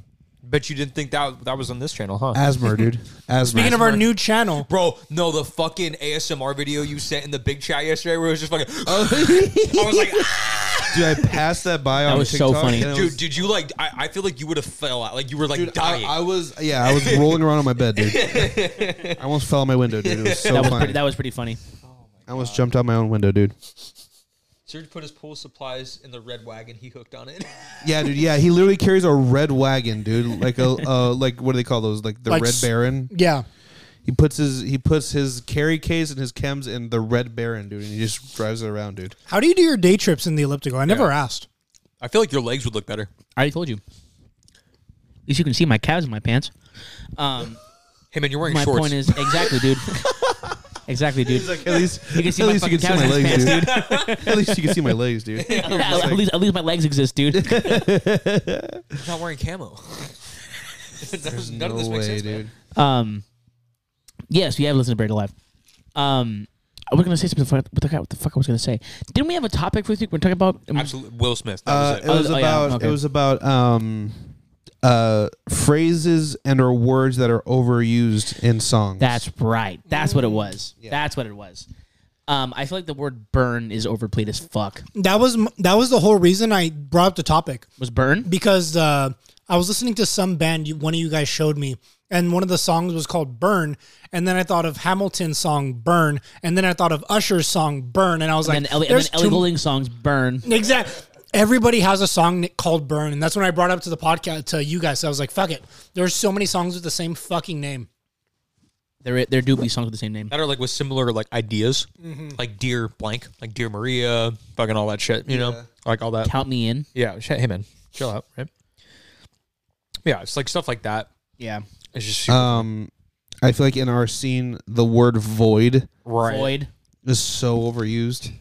[SPEAKER 5] Bet you didn't think that that was on this channel, huh?
[SPEAKER 2] Asthma, dude. Asthma.
[SPEAKER 4] Speaking of our new channel,
[SPEAKER 5] Bro, no, the fucking ASMR video you sent in the big chat yesterday where it was just fucking. I was like,
[SPEAKER 2] dude, I passed that by on
[SPEAKER 1] was so
[SPEAKER 2] TikTok.
[SPEAKER 1] funny.
[SPEAKER 2] and it
[SPEAKER 5] dude,
[SPEAKER 2] was-
[SPEAKER 5] did you like? I, I feel like you would have fell out. Like you were like
[SPEAKER 2] dude, I,
[SPEAKER 5] dying.
[SPEAKER 2] I was yeah, I was rolling around on my bed, dude. I almost fell out my window, dude. It was so
[SPEAKER 1] That was
[SPEAKER 2] funny.
[SPEAKER 1] pretty, that was pretty funny.
[SPEAKER 2] I almost jumped out my own window, dude.
[SPEAKER 5] Serge put his pool supplies in the red wagon. He hooked on it.
[SPEAKER 2] Yeah, dude. Yeah, he literally carries a red wagon, dude. Like a uh, like what do they call those? Like the
[SPEAKER 4] Like
[SPEAKER 2] Red
[SPEAKER 4] s-
[SPEAKER 2] Baron.
[SPEAKER 4] yeah,
[SPEAKER 2] He puts his he puts his carry case and his chems in the Red Baron, dude, and he just drives it around, dude.
[SPEAKER 4] how do you do your day trips in the elliptical? I never asked.
[SPEAKER 5] I feel like your legs would look better.
[SPEAKER 1] I already told you. At least you can see my calves in my pants. Um,
[SPEAKER 5] Hey man, you're wearing
[SPEAKER 1] my
[SPEAKER 5] shorts.
[SPEAKER 1] point is exactly, dude. exactly, dude.
[SPEAKER 2] At least
[SPEAKER 1] You can see
[SPEAKER 2] at
[SPEAKER 1] my
[SPEAKER 2] least you can
[SPEAKER 1] fucking
[SPEAKER 2] see my
[SPEAKER 1] calves in
[SPEAKER 2] legs,
[SPEAKER 1] his
[SPEAKER 2] dude. at least you can see my legs, dude.
[SPEAKER 1] at, least, at least my legs exist, dude.
[SPEAKER 5] He's not wearing camo. There's none
[SPEAKER 2] No
[SPEAKER 5] of this makes
[SPEAKER 2] way,
[SPEAKER 5] sense, man.
[SPEAKER 2] dude.
[SPEAKER 1] Um, yes, we have listened to Buried Alive. Um, I was gonna say something. What the, what the fuck I was gonna say? Didn't we have a topic for this week? We're talking about.
[SPEAKER 5] Absolutely, Will Smith. That
[SPEAKER 2] Uh,
[SPEAKER 5] was
[SPEAKER 2] it
[SPEAKER 5] it.
[SPEAKER 2] was
[SPEAKER 1] Oh, yeah,
[SPEAKER 2] about
[SPEAKER 1] okay.
[SPEAKER 2] it was about um uh phrases and or words that are overused in songs.
[SPEAKER 1] That's right. That's
[SPEAKER 5] Mm-hmm.
[SPEAKER 1] what it was. That's what it was. Um, I feel like the word "burn" is overplayed as fuck.
[SPEAKER 4] That was m- that was the whole reason I brought up the topic
[SPEAKER 1] Was "burn"?
[SPEAKER 4] because uh, I was listening to some band you, one of you guys showed me, and one of the songs was called "Burn," and then I thought of Hamilton's song "Burn," and then I thought of Usher's song "Burn," and I was
[SPEAKER 1] and
[SPEAKER 4] like,
[SPEAKER 1] then Ellie, and
[SPEAKER 4] "There's
[SPEAKER 1] then Ellie
[SPEAKER 4] too
[SPEAKER 1] Goulding's songs "burn."
[SPEAKER 4] Exactly. Everybody has a song ni- called Burn, and that's when I brought up to the podcast to you guys. I was like, fuck it. There's so many songs with the same fucking name.
[SPEAKER 1] They're they're doobly songs with the same name.
[SPEAKER 5] that are like with similar like ideas,
[SPEAKER 2] Mm-hmm.
[SPEAKER 5] like dear blank, like dear Maria, fucking all that shit. You know, like all that.
[SPEAKER 1] Count me in.
[SPEAKER 5] Yeah, shit, hey man, chill out, right? Yeah, it's like stuff like that.
[SPEAKER 1] Yeah.
[SPEAKER 5] It's just
[SPEAKER 2] um I feel like in our scene the word void
[SPEAKER 5] right.
[SPEAKER 1] Void.
[SPEAKER 2] is so overused.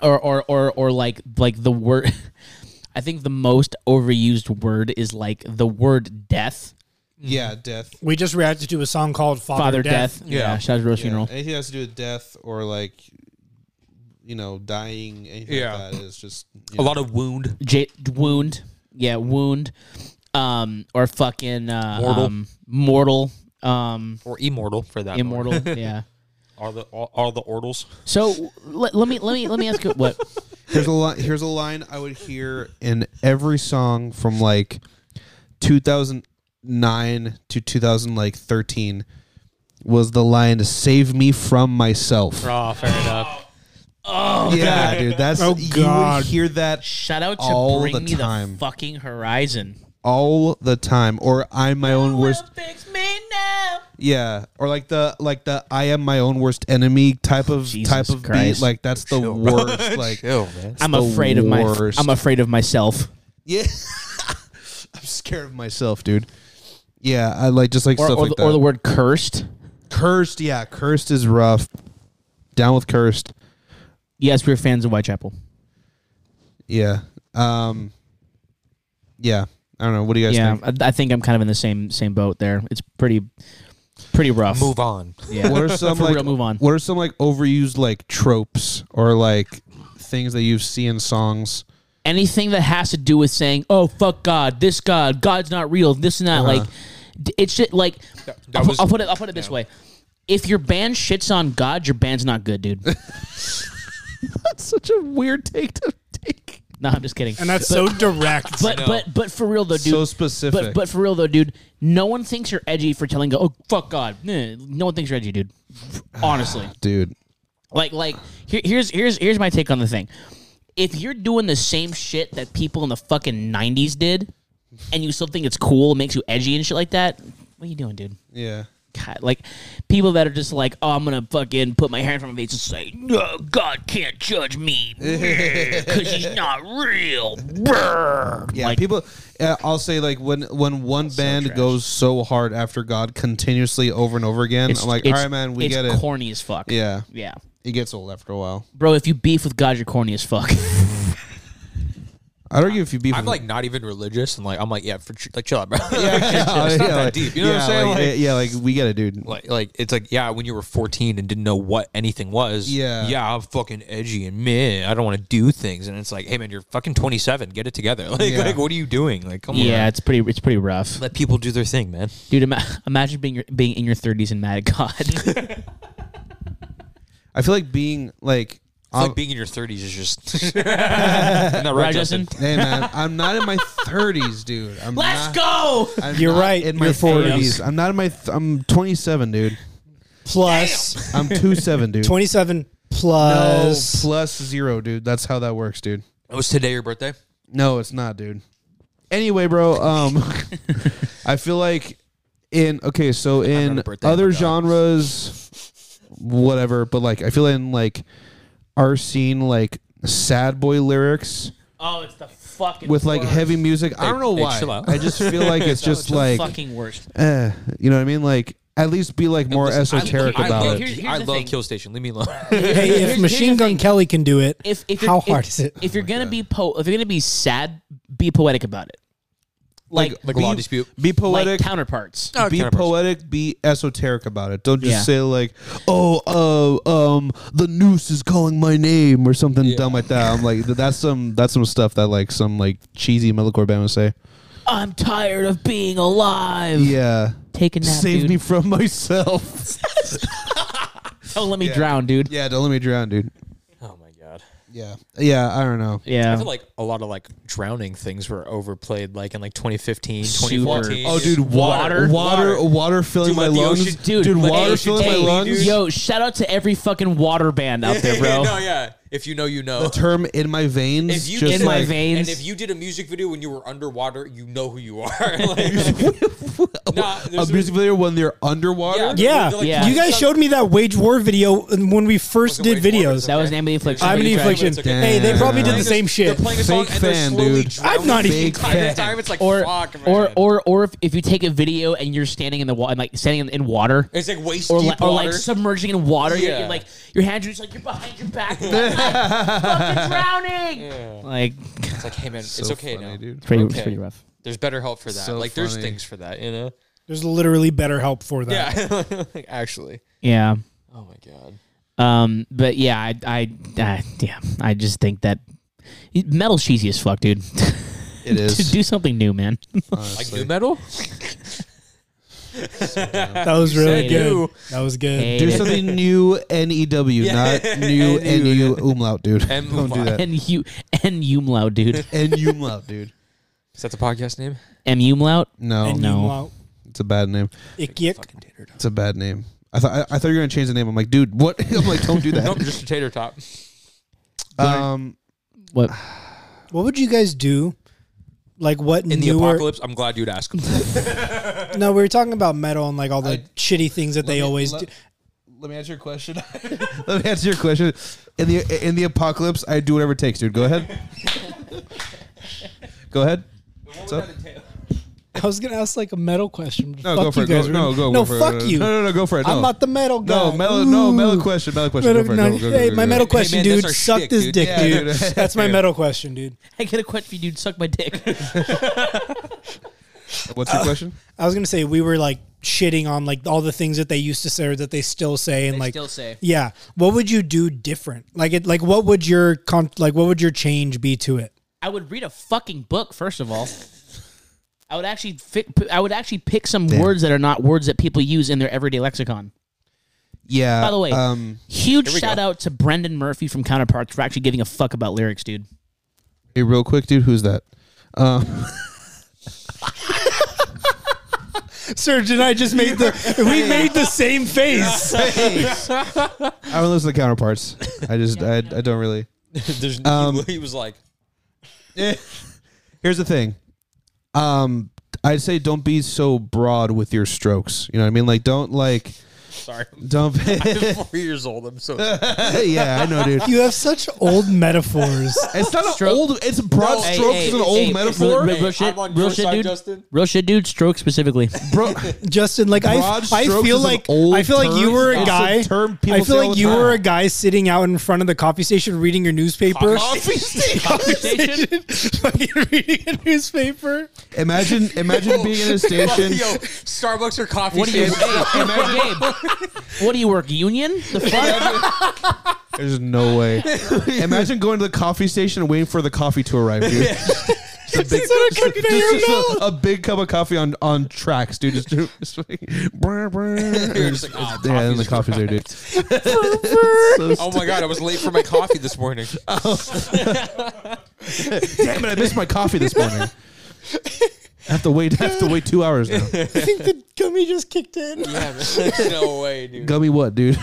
[SPEAKER 1] Or or or or like like the word. I think the most overused word is like the word death.
[SPEAKER 2] Yeah, death.
[SPEAKER 4] We just reacted to a song called Father,
[SPEAKER 1] Father
[SPEAKER 4] Death.
[SPEAKER 1] death. Yeah. Shout out to Rose funeral.
[SPEAKER 2] Anything that has to do with death or like you know, dying, anything
[SPEAKER 5] like Yeah. that
[SPEAKER 2] is just
[SPEAKER 5] A lot of wound.
[SPEAKER 1] J- wound. Yeah, wound. Um, or fucking uh,
[SPEAKER 5] Mortal.
[SPEAKER 1] Um, mortal. Um,
[SPEAKER 5] Or immortal for that. matter.
[SPEAKER 1] immortal. yeah.
[SPEAKER 5] All the all, all the ortals.
[SPEAKER 1] So let, let me let me let me ask you what
[SPEAKER 2] Here's a line. Here's a line I would hear in every song from like 2009 to 2013 was the line "Save me from myself."
[SPEAKER 5] Oh, fair enough.
[SPEAKER 2] yeah, dude, that's
[SPEAKER 4] Oh,
[SPEAKER 2] you
[SPEAKER 4] God.
[SPEAKER 2] would hear that
[SPEAKER 1] shout out to
[SPEAKER 2] All
[SPEAKER 1] bring
[SPEAKER 2] the
[SPEAKER 1] me
[SPEAKER 2] time.
[SPEAKER 1] the fucking horizon.
[SPEAKER 2] all the time. Or I'm my own worst.
[SPEAKER 1] Fix me now.
[SPEAKER 2] Yeah, or like the like the I am my own worst enemy type of
[SPEAKER 1] Jesus
[SPEAKER 2] type of
[SPEAKER 1] Christ.
[SPEAKER 2] beat. Like that's the worst. Like
[SPEAKER 5] man.
[SPEAKER 1] I'm
[SPEAKER 2] the
[SPEAKER 1] afraid of my
[SPEAKER 2] worst.
[SPEAKER 1] I'm afraid of myself.
[SPEAKER 2] yeah, I'm scared of myself, dude. Yeah, I like just like
[SPEAKER 1] Or,
[SPEAKER 2] stuff
[SPEAKER 1] or,
[SPEAKER 2] like
[SPEAKER 1] the,
[SPEAKER 2] that.
[SPEAKER 1] or the word cursed.
[SPEAKER 2] Cursed, yeah, cursed is rough. Down with cursed,
[SPEAKER 1] Yes, we're fans of Whitechapel.
[SPEAKER 2] yeah. Um, yeah, I don't know. What do you guys
[SPEAKER 1] yeah,
[SPEAKER 2] think?
[SPEAKER 1] I, I think I'm kind of in the same same boat there. It's pretty pretty rough.
[SPEAKER 5] Move on.
[SPEAKER 1] Yeah.
[SPEAKER 2] What are some
[SPEAKER 1] For
[SPEAKER 2] like?
[SPEAKER 1] real, move on.
[SPEAKER 2] What are some like overused like tropes or like things that you see in songs?
[SPEAKER 1] anything that has to do with saying, "Oh fuck God, this God, God's not real," this and that.
[SPEAKER 2] Uh-huh.
[SPEAKER 1] Like d- it's just like
[SPEAKER 5] that
[SPEAKER 1] I'll, pu-
[SPEAKER 5] was-
[SPEAKER 1] I'll put it. I'll put it this
[SPEAKER 5] yeah.
[SPEAKER 1] way: if your band shits on God, your band's not good, dude.
[SPEAKER 2] That's such a weird take to take.
[SPEAKER 1] No, I'm just kidding.
[SPEAKER 4] And that's so direct.
[SPEAKER 1] But but but for real though, dude.
[SPEAKER 2] So specific.
[SPEAKER 1] But but for real though, dude. No one thinks you're edgy for telling. Go, oh fuck God. Nah, No one thinks you're edgy, dude. Honestly,
[SPEAKER 2] dude.
[SPEAKER 1] like like here, here's here's here's my take on the thing. If you're doing the same shit that people in the fucking '90s did, and you still think it's cool, it makes you edgy and shit like that. What are you doing, dude?
[SPEAKER 2] Yeah.
[SPEAKER 1] God, like people that are just like, oh, I'm gonna fucking put my hand in front of my face and say, no, God can't judge me because he's not real. Brr.
[SPEAKER 2] Yeah,
[SPEAKER 1] like,
[SPEAKER 2] people. Uh, I'll say like when when one band
[SPEAKER 1] trash.
[SPEAKER 2] goes so hard after God continuously over and over again. I'm like, all right, man, we
[SPEAKER 1] it's
[SPEAKER 2] get it.
[SPEAKER 1] Corny as fuck.
[SPEAKER 2] Yeah,
[SPEAKER 1] yeah,
[SPEAKER 2] it gets old after a while.
[SPEAKER 1] bro. If you beef with God, you're corny as fuck.
[SPEAKER 2] I'd argue if you beef.
[SPEAKER 5] I'm
[SPEAKER 2] with-
[SPEAKER 5] like not even religious, and like I'm like yeah, for ch- like chill out, bro.
[SPEAKER 2] yeah, yeah,
[SPEAKER 5] it's not
[SPEAKER 2] yeah,
[SPEAKER 5] that
[SPEAKER 2] like-
[SPEAKER 5] deep. You know what I'm
[SPEAKER 2] yeah,
[SPEAKER 5] saying?
[SPEAKER 2] like,
[SPEAKER 5] Like-
[SPEAKER 2] eh, yeah, like we get it, dude.
[SPEAKER 5] like like it's like yeah when you were 14 and didn't know what anything was
[SPEAKER 2] Yeah.
[SPEAKER 5] yeah i'm fucking edgy and man i don't want to do things and it's like hey man you're fucking 27 get it together like,
[SPEAKER 2] Yeah.
[SPEAKER 5] like what are you doing like come on
[SPEAKER 1] yeah, it's pretty. It's pretty rough,
[SPEAKER 5] let people do their thing man
[SPEAKER 1] dude. Ima- imagine being your, being in your 30s and mad at God.
[SPEAKER 2] I feel like being like.
[SPEAKER 5] It's
[SPEAKER 2] I'm-
[SPEAKER 5] like being in your 30s is just Isn't that right,
[SPEAKER 1] right,
[SPEAKER 5] Justin?
[SPEAKER 1] Justin?
[SPEAKER 2] hey man, I'm not in my 30s, dude. I'm
[SPEAKER 1] Let's
[SPEAKER 2] not,
[SPEAKER 1] go.
[SPEAKER 2] I'm
[SPEAKER 4] You're
[SPEAKER 2] not
[SPEAKER 4] right,
[SPEAKER 2] In my
[SPEAKER 4] you're 40s.
[SPEAKER 2] 40s, I'm not in my. Th- I'm 27, dude.
[SPEAKER 4] plus
[SPEAKER 2] I'm 27, dude.
[SPEAKER 4] 27
[SPEAKER 2] no,
[SPEAKER 4] plus.
[SPEAKER 2] plus zero, dude. That's how that works, dude.
[SPEAKER 5] It was Oh, today your birthday
[SPEAKER 2] No, it's not, dude. Anyway, bro, um I feel like in okay, so in
[SPEAKER 5] birthday,
[SPEAKER 2] other
[SPEAKER 5] my God.
[SPEAKER 2] genres whatever, but like I feel in like our scene like sad boy lyrics
[SPEAKER 1] Oh, it's the fucking
[SPEAKER 2] with like
[SPEAKER 1] worst.
[SPEAKER 2] heavy music. I don't know
[SPEAKER 5] hey,
[SPEAKER 2] why.
[SPEAKER 5] chill out.
[SPEAKER 2] I just feel like it's just
[SPEAKER 1] It's the
[SPEAKER 2] like
[SPEAKER 1] fucking worst.
[SPEAKER 2] eh, you know what I mean? Like at least be like more
[SPEAKER 5] Listen, I-
[SPEAKER 2] esoteric
[SPEAKER 5] I,
[SPEAKER 2] about
[SPEAKER 5] love,
[SPEAKER 2] it.
[SPEAKER 1] Here's- here's
[SPEAKER 5] I
[SPEAKER 1] the
[SPEAKER 5] love
[SPEAKER 1] thing.
[SPEAKER 5] kill station leave me alone
[SPEAKER 4] hey, if
[SPEAKER 1] here's
[SPEAKER 4] Machine
[SPEAKER 1] the
[SPEAKER 4] Gun
[SPEAKER 1] thing.
[SPEAKER 4] Kelly can do it,
[SPEAKER 1] If if you're-
[SPEAKER 4] how
[SPEAKER 1] if-
[SPEAKER 4] hard is it?
[SPEAKER 2] Oh
[SPEAKER 1] If you're gonna be po- if you're gonna be sad, be poetic about it. Like like,
[SPEAKER 5] like law dispute
[SPEAKER 2] Be poetic.
[SPEAKER 1] counterparts.
[SPEAKER 2] be
[SPEAKER 5] counterparts.
[SPEAKER 2] poetic, be esoteric about it. Don't just
[SPEAKER 1] Yeah.
[SPEAKER 2] say like, "Oh, uh, um, the noose is calling my name" or something dumb like that. I'm like, th- that's some that's some stuff that like some like cheesy metalcore band would say.
[SPEAKER 1] I'm tired of being alive.
[SPEAKER 2] Yeah,
[SPEAKER 1] Take a nap,
[SPEAKER 2] save
[SPEAKER 1] dude.
[SPEAKER 2] me from myself.
[SPEAKER 1] Don't let me drown, dude.
[SPEAKER 2] yeah, don't let me drown, dude.
[SPEAKER 5] oh my god
[SPEAKER 2] Yeah, yeah, I don't know.
[SPEAKER 1] Yeah.
[SPEAKER 5] I feel like a lot of like drowning things were overplayed like in like 2015,
[SPEAKER 1] Super.
[SPEAKER 5] 2014.
[SPEAKER 2] Oh, dude,
[SPEAKER 1] Water?
[SPEAKER 2] water, water, water, filling
[SPEAKER 5] Dude,
[SPEAKER 2] my
[SPEAKER 5] let the
[SPEAKER 2] lungs,
[SPEAKER 5] ocean-
[SPEAKER 1] Dude,
[SPEAKER 2] dude
[SPEAKER 1] hey,
[SPEAKER 2] water
[SPEAKER 1] hey,
[SPEAKER 2] filling my lungs.
[SPEAKER 1] Yo, shout out to every fucking water band out there, bro.
[SPEAKER 5] no, yeah. If you know, you know.
[SPEAKER 2] The term in my veins,
[SPEAKER 5] If you
[SPEAKER 2] just
[SPEAKER 5] did
[SPEAKER 1] in my
[SPEAKER 2] like-
[SPEAKER 1] veins.
[SPEAKER 5] And if you did a music video when you were underwater, you know who you are. like, nah,
[SPEAKER 2] A
[SPEAKER 5] there's-
[SPEAKER 2] music video when they're underwater.
[SPEAKER 5] Yeah.
[SPEAKER 4] Yeah.
[SPEAKER 5] They're like,
[SPEAKER 1] Yeah.
[SPEAKER 4] You guys showed me that wage war video when we first
[SPEAKER 5] Wasn't
[SPEAKER 4] did
[SPEAKER 5] Wage War,
[SPEAKER 4] videos.
[SPEAKER 5] was it?
[SPEAKER 1] that was an the affliction.
[SPEAKER 4] I'm an
[SPEAKER 1] Three tracks.
[SPEAKER 4] affliction.
[SPEAKER 5] It's okay.
[SPEAKER 4] Hey, they probably did
[SPEAKER 5] They're
[SPEAKER 4] the
[SPEAKER 5] just-
[SPEAKER 4] same shit.
[SPEAKER 5] They're playing a song
[SPEAKER 2] Fake
[SPEAKER 5] and they're
[SPEAKER 2] fan,
[SPEAKER 5] slowly
[SPEAKER 2] dude.
[SPEAKER 5] drowning
[SPEAKER 4] I'm not
[SPEAKER 5] the
[SPEAKER 4] even-
[SPEAKER 5] entire
[SPEAKER 2] Fake
[SPEAKER 5] time. It's like
[SPEAKER 1] Or,
[SPEAKER 5] fuck, man.
[SPEAKER 1] or or or if, if you take a video and you're standing in the water, like standing in water,
[SPEAKER 5] it's like waist
[SPEAKER 1] or,
[SPEAKER 5] deep
[SPEAKER 1] like, or like
[SPEAKER 5] water.
[SPEAKER 1] submerging in water, you're-
[SPEAKER 5] Yeah.
[SPEAKER 1] you're, like your hands are just like you're behind your back, like, fucking drowning. Like
[SPEAKER 5] It's like, hey man, it's
[SPEAKER 2] So
[SPEAKER 5] okay
[SPEAKER 2] funny,
[SPEAKER 5] now.
[SPEAKER 2] dude.
[SPEAKER 1] pretty,
[SPEAKER 5] Okay. pretty
[SPEAKER 1] rough.
[SPEAKER 5] There's better help for that.
[SPEAKER 2] So
[SPEAKER 5] like there's
[SPEAKER 2] funny.
[SPEAKER 5] things for that, you know.
[SPEAKER 4] There's literally better help for that.
[SPEAKER 5] Yeah, like, actually.
[SPEAKER 1] Yeah.
[SPEAKER 5] Oh my god.
[SPEAKER 1] Um. But yeah, I, I, I yeah, I just think that metal's cheesy as fuck, dude.
[SPEAKER 2] It
[SPEAKER 1] Just
[SPEAKER 2] is.
[SPEAKER 1] do something new, man.
[SPEAKER 5] Like new metal?
[SPEAKER 4] That was really
[SPEAKER 5] said
[SPEAKER 4] good.
[SPEAKER 5] you.
[SPEAKER 4] That was good.
[SPEAKER 1] Hey,
[SPEAKER 2] Do
[SPEAKER 1] dude.
[SPEAKER 2] something new N E W, not new N E U umlaut, dude.
[SPEAKER 5] And
[SPEAKER 2] Don't do that.
[SPEAKER 1] and you and Umlaut, dude.
[SPEAKER 2] N E umlaut, dude.
[SPEAKER 5] Is that the podcast name?
[SPEAKER 1] M Umlaut.
[SPEAKER 2] No,
[SPEAKER 4] And
[SPEAKER 1] No.
[SPEAKER 4] you want
[SPEAKER 2] it's a bad name.
[SPEAKER 4] ick, ick.
[SPEAKER 2] It's a bad name. I thought I, I thought you were gonna change the name. I'm like, dude, what? I'm like, don't do
[SPEAKER 5] Nope,
[SPEAKER 2] that.
[SPEAKER 5] just a tater top.
[SPEAKER 2] um,
[SPEAKER 1] What?
[SPEAKER 4] What would you guys do? Like what
[SPEAKER 5] In the
[SPEAKER 4] newer?
[SPEAKER 5] apocalypse, I'm glad you'd ask.
[SPEAKER 4] No, we were talking about metal and like all the
[SPEAKER 2] I-
[SPEAKER 4] shitty things that they
[SPEAKER 2] me-
[SPEAKER 4] always
[SPEAKER 2] let-
[SPEAKER 4] do.
[SPEAKER 2] let me answer your question. let me answer your question. In the in the apocalypse, I do whatever it takes, dude. Go ahead. Go ahead. What's up?
[SPEAKER 4] I was gonna ask like a metal question. but
[SPEAKER 2] No,
[SPEAKER 4] fuck
[SPEAKER 2] go for
[SPEAKER 4] you
[SPEAKER 2] it. Go,
[SPEAKER 4] guys.
[SPEAKER 2] no, go,
[SPEAKER 4] no,
[SPEAKER 2] go for it.
[SPEAKER 4] fuck you.
[SPEAKER 2] No, no, no, go for it. No.
[SPEAKER 4] I'm not the metal guy.
[SPEAKER 2] no, metal, no,
[SPEAKER 4] Ooh.
[SPEAKER 2] metal question, metal question.
[SPEAKER 4] Metal-
[SPEAKER 2] go for it.
[SPEAKER 4] no,
[SPEAKER 2] go, go, go,
[SPEAKER 4] hey,
[SPEAKER 2] go,
[SPEAKER 4] my
[SPEAKER 2] go.
[SPEAKER 4] metal
[SPEAKER 5] Hey,
[SPEAKER 4] question,
[SPEAKER 5] man, that's
[SPEAKER 4] dude.
[SPEAKER 5] our
[SPEAKER 4] Suck
[SPEAKER 5] shtick,
[SPEAKER 4] this
[SPEAKER 5] dude.
[SPEAKER 4] dick,
[SPEAKER 2] Yeah,
[SPEAKER 4] dude.
[SPEAKER 2] dude.
[SPEAKER 4] That's my metal question, dude.
[SPEAKER 1] I get a question, dude. Suck my dick.
[SPEAKER 2] What's your question?
[SPEAKER 4] I was gonna say we were like shitting on like all the things that they used to say or that they still say and like
[SPEAKER 1] say.
[SPEAKER 4] yeah. What would you do different? Like it like what would your con- like what would your change be to it?
[SPEAKER 1] I would read a fucking book first of all. I would actually fi- p- I would actually pick some words that are not words that people use in their everyday lexicon.
[SPEAKER 2] Yeah.
[SPEAKER 1] By the way,
[SPEAKER 2] um,
[SPEAKER 1] huge
[SPEAKER 5] we
[SPEAKER 1] shout
[SPEAKER 5] go.
[SPEAKER 1] out to Brendan Murphy from Counterparts for actually giving a fuck about lyrics, dude.
[SPEAKER 2] Hey, real quick, dude, who's that?
[SPEAKER 4] Serge and I just made the we made the same face.
[SPEAKER 2] I don't listen to counterparts. I just, I, I don't really.
[SPEAKER 5] There's,
[SPEAKER 2] Um,
[SPEAKER 5] he was like,
[SPEAKER 2] Here's the thing. Um, I'd say don't be so broad with your strokes. You know what I mean? Like, don't like,
[SPEAKER 5] sorry,
[SPEAKER 2] don't.
[SPEAKER 5] I'm four years old. I'm so
[SPEAKER 2] yeah, I know, dude.
[SPEAKER 4] You have such old metaphors.
[SPEAKER 2] It's not an old. It's broad
[SPEAKER 5] No, hey,
[SPEAKER 2] strokes is an old
[SPEAKER 1] hey, Real,
[SPEAKER 2] metaphor,
[SPEAKER 1] real,
[SPEAKER 5] Hey,
[SPEAKER 1] real shit,
[SPEAKER 5] I'm on
[SPEAKER 1] real
[SPEAKER 5] your
[SPEAKER 1] shit,
[SPEAKER 5] side,
[SPEAKER 1] dude.
[SPEAKER 5] Justin.
[SPEAKER 1] Real shit, dude. Stroke specifically.
[SPEAKER 2] bro.
[SPEAKER 4] Justin, like I,
[SPEAKER 2] Broad
[SPEAKER 4] I
[SPEAKER 2] strokes
[SPEAKER 4] feel
[SPEAKER 2] is an
[SPEAKER 4] like
[SPEAKER 2] old
[SPEAKER 4] I feel like you
[SPEAKER 2] term.
[SPEAKER 4] were a
[SPEAKER 2] It's a
[SPEAKER 4] guy.
[SPEAKER 2] term people
[SPEAKER 4] I
[SPEAKER 2] say
[SPEAKER 4] feel
[SPEAKER 2] all
[SPEAKER 4] like
[SPEAKER 2] the
[SPEAKER 4] you
[SPEAKER 2] time.
[SPEAKER 4] were a guy sitting out in front of the coffee station reading your newspaper.
[SPEAKER 1] Conversation.
[SPEAKER 4] Fucking reading a newspaper.
[SPEAKER 2] Imagine, imagine being in a station.
[SPEAKER 5] Yo, Starbucks or coffee
[SPEAKER 1] What do you?
[SPEAKER 5] station?
[SPEAKER 1] hey, Gabe, what do you work? Union? The fuck?
[SPEAKER 2] There's no way. Imagine going to the coffee station and waiting for the coffee to arrive, dude. Just a big, just- just- just a, a big cup of coffee on, on tracks, dude. Just, just like, brr, brr.
[SPEAKER 5] You're just like, "Ah,
[SPEAKER 2] yeah, and the
[SPEAKER 5] coffee's
[SPEAKER 2] coffee's there, dude. So
[SPEAKER 5] Oh my god, I was late for my coffee this morning.
[SPEAKER 2] damn it! I missed my coffee this morning. I have to wait. I have to wait two hours now.
[SPEAKER 4] I think the gummy just kicked in.
[SPEAKER 5] Yeah, man. no way, dude.
[SPEAKER 2] Gummy, what, dude?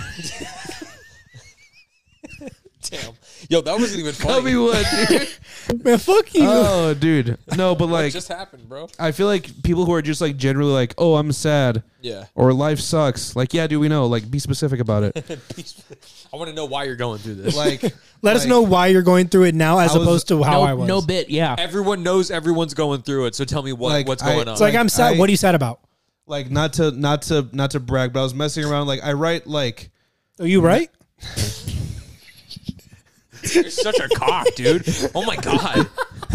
[SPEAKER 5] Damn. Yo, that wasn't even funny.
[SPEAKER 2] what, dude?
[SPEAKER 4] Man, fuck you.
[SPEAKER 2] Oh, dude. No, but
[SPEAKER 5] what
[SPEAKER 2] like,
[SPEAKER 5] just happened, bro?
[SPEAKER 2] I feel like people who are just like generally like, oh, I'm sad.
[SPEAKER 5] Yeah.
[SPEAKER 2] Or life sucks. Like, yeah, do we know? Like, be specific about it.
[SPEAKER 5] I want to know why you're going through this.
[SPEAKER 2] like
[SPEAKER 4] Let us know why you're going through it now, as
[SPEAKER 2] I was-
[SPEAKER 4] opposed to how
[SPEAKER 1] no,
[SPEAKER 4] I was.
[SPEAKER 1] no bit. Yeah.
[SPEAKER 5] everyone knows everyone's going through it, so tell me what,
[SPEAKER 2] Like,
[SPEAKER 5] what's
[SPEAKER 2] I-
[SPEAKER 5] going on.
[SPEAKER 4] it's like, I'm sad.
[SPEAKER 2] I-
[SPEAKER 4] what are you sad about?
[SPEAKER 2] like not to not to not to brag but i was messing around like i write like
[SPEAKER 4] Are you right?
[SPEAKER 5] You're such a cock, dude. Oh my god.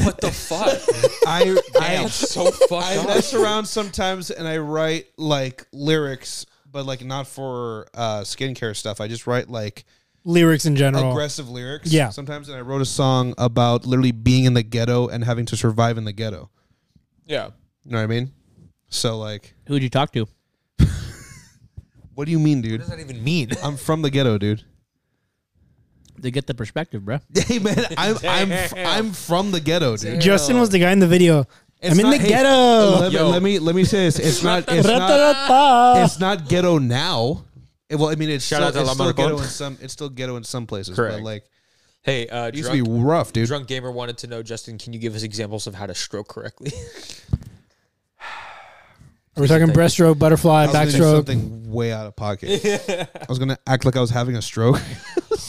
[SPEAKER 5] What the fuck?
[SPEAKER 2] i
[SPEAKER 5] Damn,
[SPEAKER 2] i,
[SPEAKER 5] so fucked
[SPEAKER 2] I
[SPEAKER 5] up.
[SPEAKER 2] mess around sometimes and i write like lyrics but like not for uh skincare stuff i just write like
[SPEAKER 4] Lyrics in general.
[SPEAKER 2] aggressive lyrics
[SPEAKER 4] Oh. Yeah.
[SPEAKER 2] sometimes and i wrote a song about literally being in the ghetto and having to survive in the ghetto
[SPEAKER 5] Yeah.
[SPEAKER 2] you know what i mean so like
[SPEAKER 1] Who'd you talk to?
[SPEAKER 2] what do you mean dude
[SPEAKER 5] What does that even mean?
[SPEAKER 2] i'm from the ghetto dude
[SPEAKER 1] To get the perspective, bro.
[SPEAKER 2] hey man i'm i'm f- i'm from the ghetto dude
[SPEAKER 4] Justin was the guy in the video. I'm
[SPEAKER 2] It's
[SPEAKER 4] in
[SPEAKER 2] not-
[SPEAKER 4] the
[SPEAKER 2] hey,
[SPEAKER 4] ghetto.
[SPEAKER 2] Let, me-
[SPEAKER 5] Yo.
[SPEAKER 2] let me let me say this. It's not it's not
[SPEAKER 4] Ra-ta-ra-ta.
[SPEAKER 2] it's not ghetto now. It- well, I mean, it's
[SPEAKER 5] Shout
[SPEAKER 2] still,
[SPEAKER 5] out to
[SPEAKER 2] it's
[SPEAKER 5] La
[SPEAKER 2] still
[SPEAKER 5] Marcon.
[SPEAKER 2] ghetto in some. It's still ghetto in some places.
[SPEAKER 5] Correct.
[SPEAKER 2] But like,
[SPEAKER 5] Hey, uh,
[SPEAKER 2] it used to
[SPEAKER 5] drunk,
[SPEAKER 2] be rough, dude.
[SPEAKER 5] drunk gamer wanted to know, Justin, can you give us examples of how to stroke correctly?
[SPEAKER 4] We're talking breaststroke, butterfly,
[SPEAKER 2] I was gonna do
[SPEAKER 4] backstroke.
[SPEAKER 2] something way out of pocket. I was gonna act like I was having a stroke.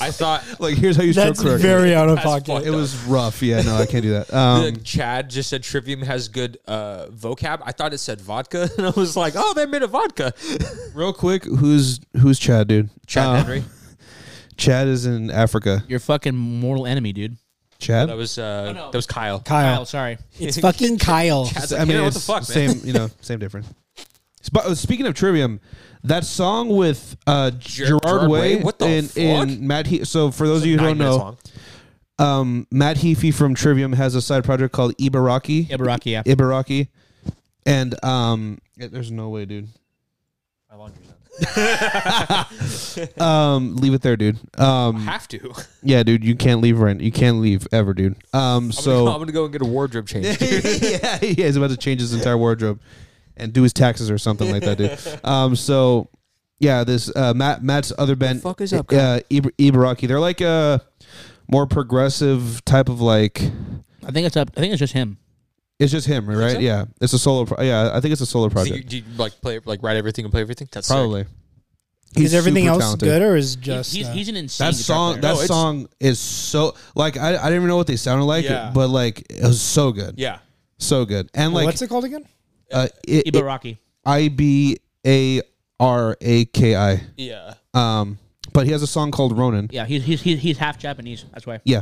[SPEAKER 5] I thought
[SPEAKER 2] like, here's how you stroke
[SPEAKER 4] That's
[SPEAKER 2] correctly.
[SPEAKER 4] very out of
[SPEAKER 5] That's
[SPEAKER 4] pocket.
[SPEAKER 5] fucked
[SPEAKER 2] it was rough. Yeah, no, I can't do that. Um,
[SPEAKER 5] Like, Chad just said Trivium has good uh, vocab. I thought it said vodka, and I was like, oh, they made a vodka.
[SPEAKER 2] real quick, who's who's Chad, dude?
[SPEAKER 5] Chad
[SPEAKER 2] Uh,
[SPEAKER 5] Henry.
[SPEAKER 2] Chad is in Africa.
[SPEAKER 1] Your fucking mortal enemy, dude.
[SPEAKER 2] Chad.
[SPEAKER 5] That was uh,
[SPEAKER 1] no.
[SPEAKER 5] that was Kyle.
[SPEAKER 1] Kyle,
[SPEAKER 4] Kyle.
[SPEAKER 1] sorry.
[SPEAKER 4] It's fucking Kyle.
[SPEAKER 5] Chad's like, you know, what the
[SPEAKER 2] it's
[SPEAKER 5] fuck, man?
[SPEAKER 2] Same, you know, same difference. But uh, speaking of Trivium, that song with uh, Gerard,
[SPEAKER 5] Gerard
[SPEAKER 2] Way,
[SPEAKER 5] Way? What the
[SPEAKER 2] in,
[SPEAKER 5] fuck?
[SPEAKER 2] in Matt. He- so for those of you who don't
[SPEAKER 5] Nine minutes
[SPEAKER 2] know,
[SPEAKER 5] long.
[SPEAKER 2] um, Matt Heafy from Trivium has a side project called Ibaraki.
[SPEAKER 1] Ibaraki, yeah.
[SPEAKER 2] Ibaraki, and um, yeah, there's no way, dude.
[SPEAKER 5] My laundry's done.
[SPEAKER 2] Um, leave it there, dude. Um,
[SPEAKER 5] Have to.
[SPEAKER 2] yeah, dude, you can't leave right. You can't leave ever, dude. Um,
[SPEAKER 5] So I'm
[SPEAKER 2] so
[SPEAKER 5] gonna go and get a wardrobe change.
[SPEAKER 2] yeah, yeah, he's about to change his entire wardrobe and do his taxes or something like that, dude. Um, so yeah, this uh, Matt Matt's other band,
[SPEAKER 5] fuck is up,
[SPEAKER 2] uh, Ibra- Ibaraki. They're like a more progressive type of like.
[SPEAKER 1] I think it's up. I think it's just him.
[SPEAKER 2] It's just him, right? Yeah, it's a solo. Pro- yeah, I think it's a solo
[SPEAKER 5] do, you,
[SPEAKER 2] project.
[SPEAKER 5] do you, like play like write everything and play everything? That's sick.
[SPEAKER 2] Probably.
[SPEAKER 4] Is everything
[SPEAKER 2] super
[SPEAKER 4] else
[SPEAKER 2] talented.
[SPEAKER 4] good or is
[SPEAKER 1] He's-
[SPEAKER 4] just
[SPEAKER 1] He's,
[SPEAKER 4] uh,
[SPEAKER 1] he's an insane.
[SPEAKER 2] That
[SPEAKER 1] guitar
[SPEAKER 2] song,
[SPEAKER 1] player.
[SPEAKER 2] that
[SPEAKER 5] No, it's-
[SPEAKER 2] song is so like I, I didn't even know what they sounded like,
[SPEAKER 5] Yeah.
[SPEAKER 2] but like it was so good,
[SPEAKER 5] Yeah.
[SPEAKER 2] so good, and like
[SPEAKER 4] what's it called again?
[SPEAKER 2] uh, it, it,
[SPEAKER 1] Ibaraki.
[SPEAKER 2] I B A R A K I.
[SPEAKER 5] Yeah.
[SPEAKER 2] Um, but he has a song called Ronin.
[SPEAKER 1] Yeah, he's, he's he's he's half Japanese. That's why.
[SPEAKER 2] Yeah.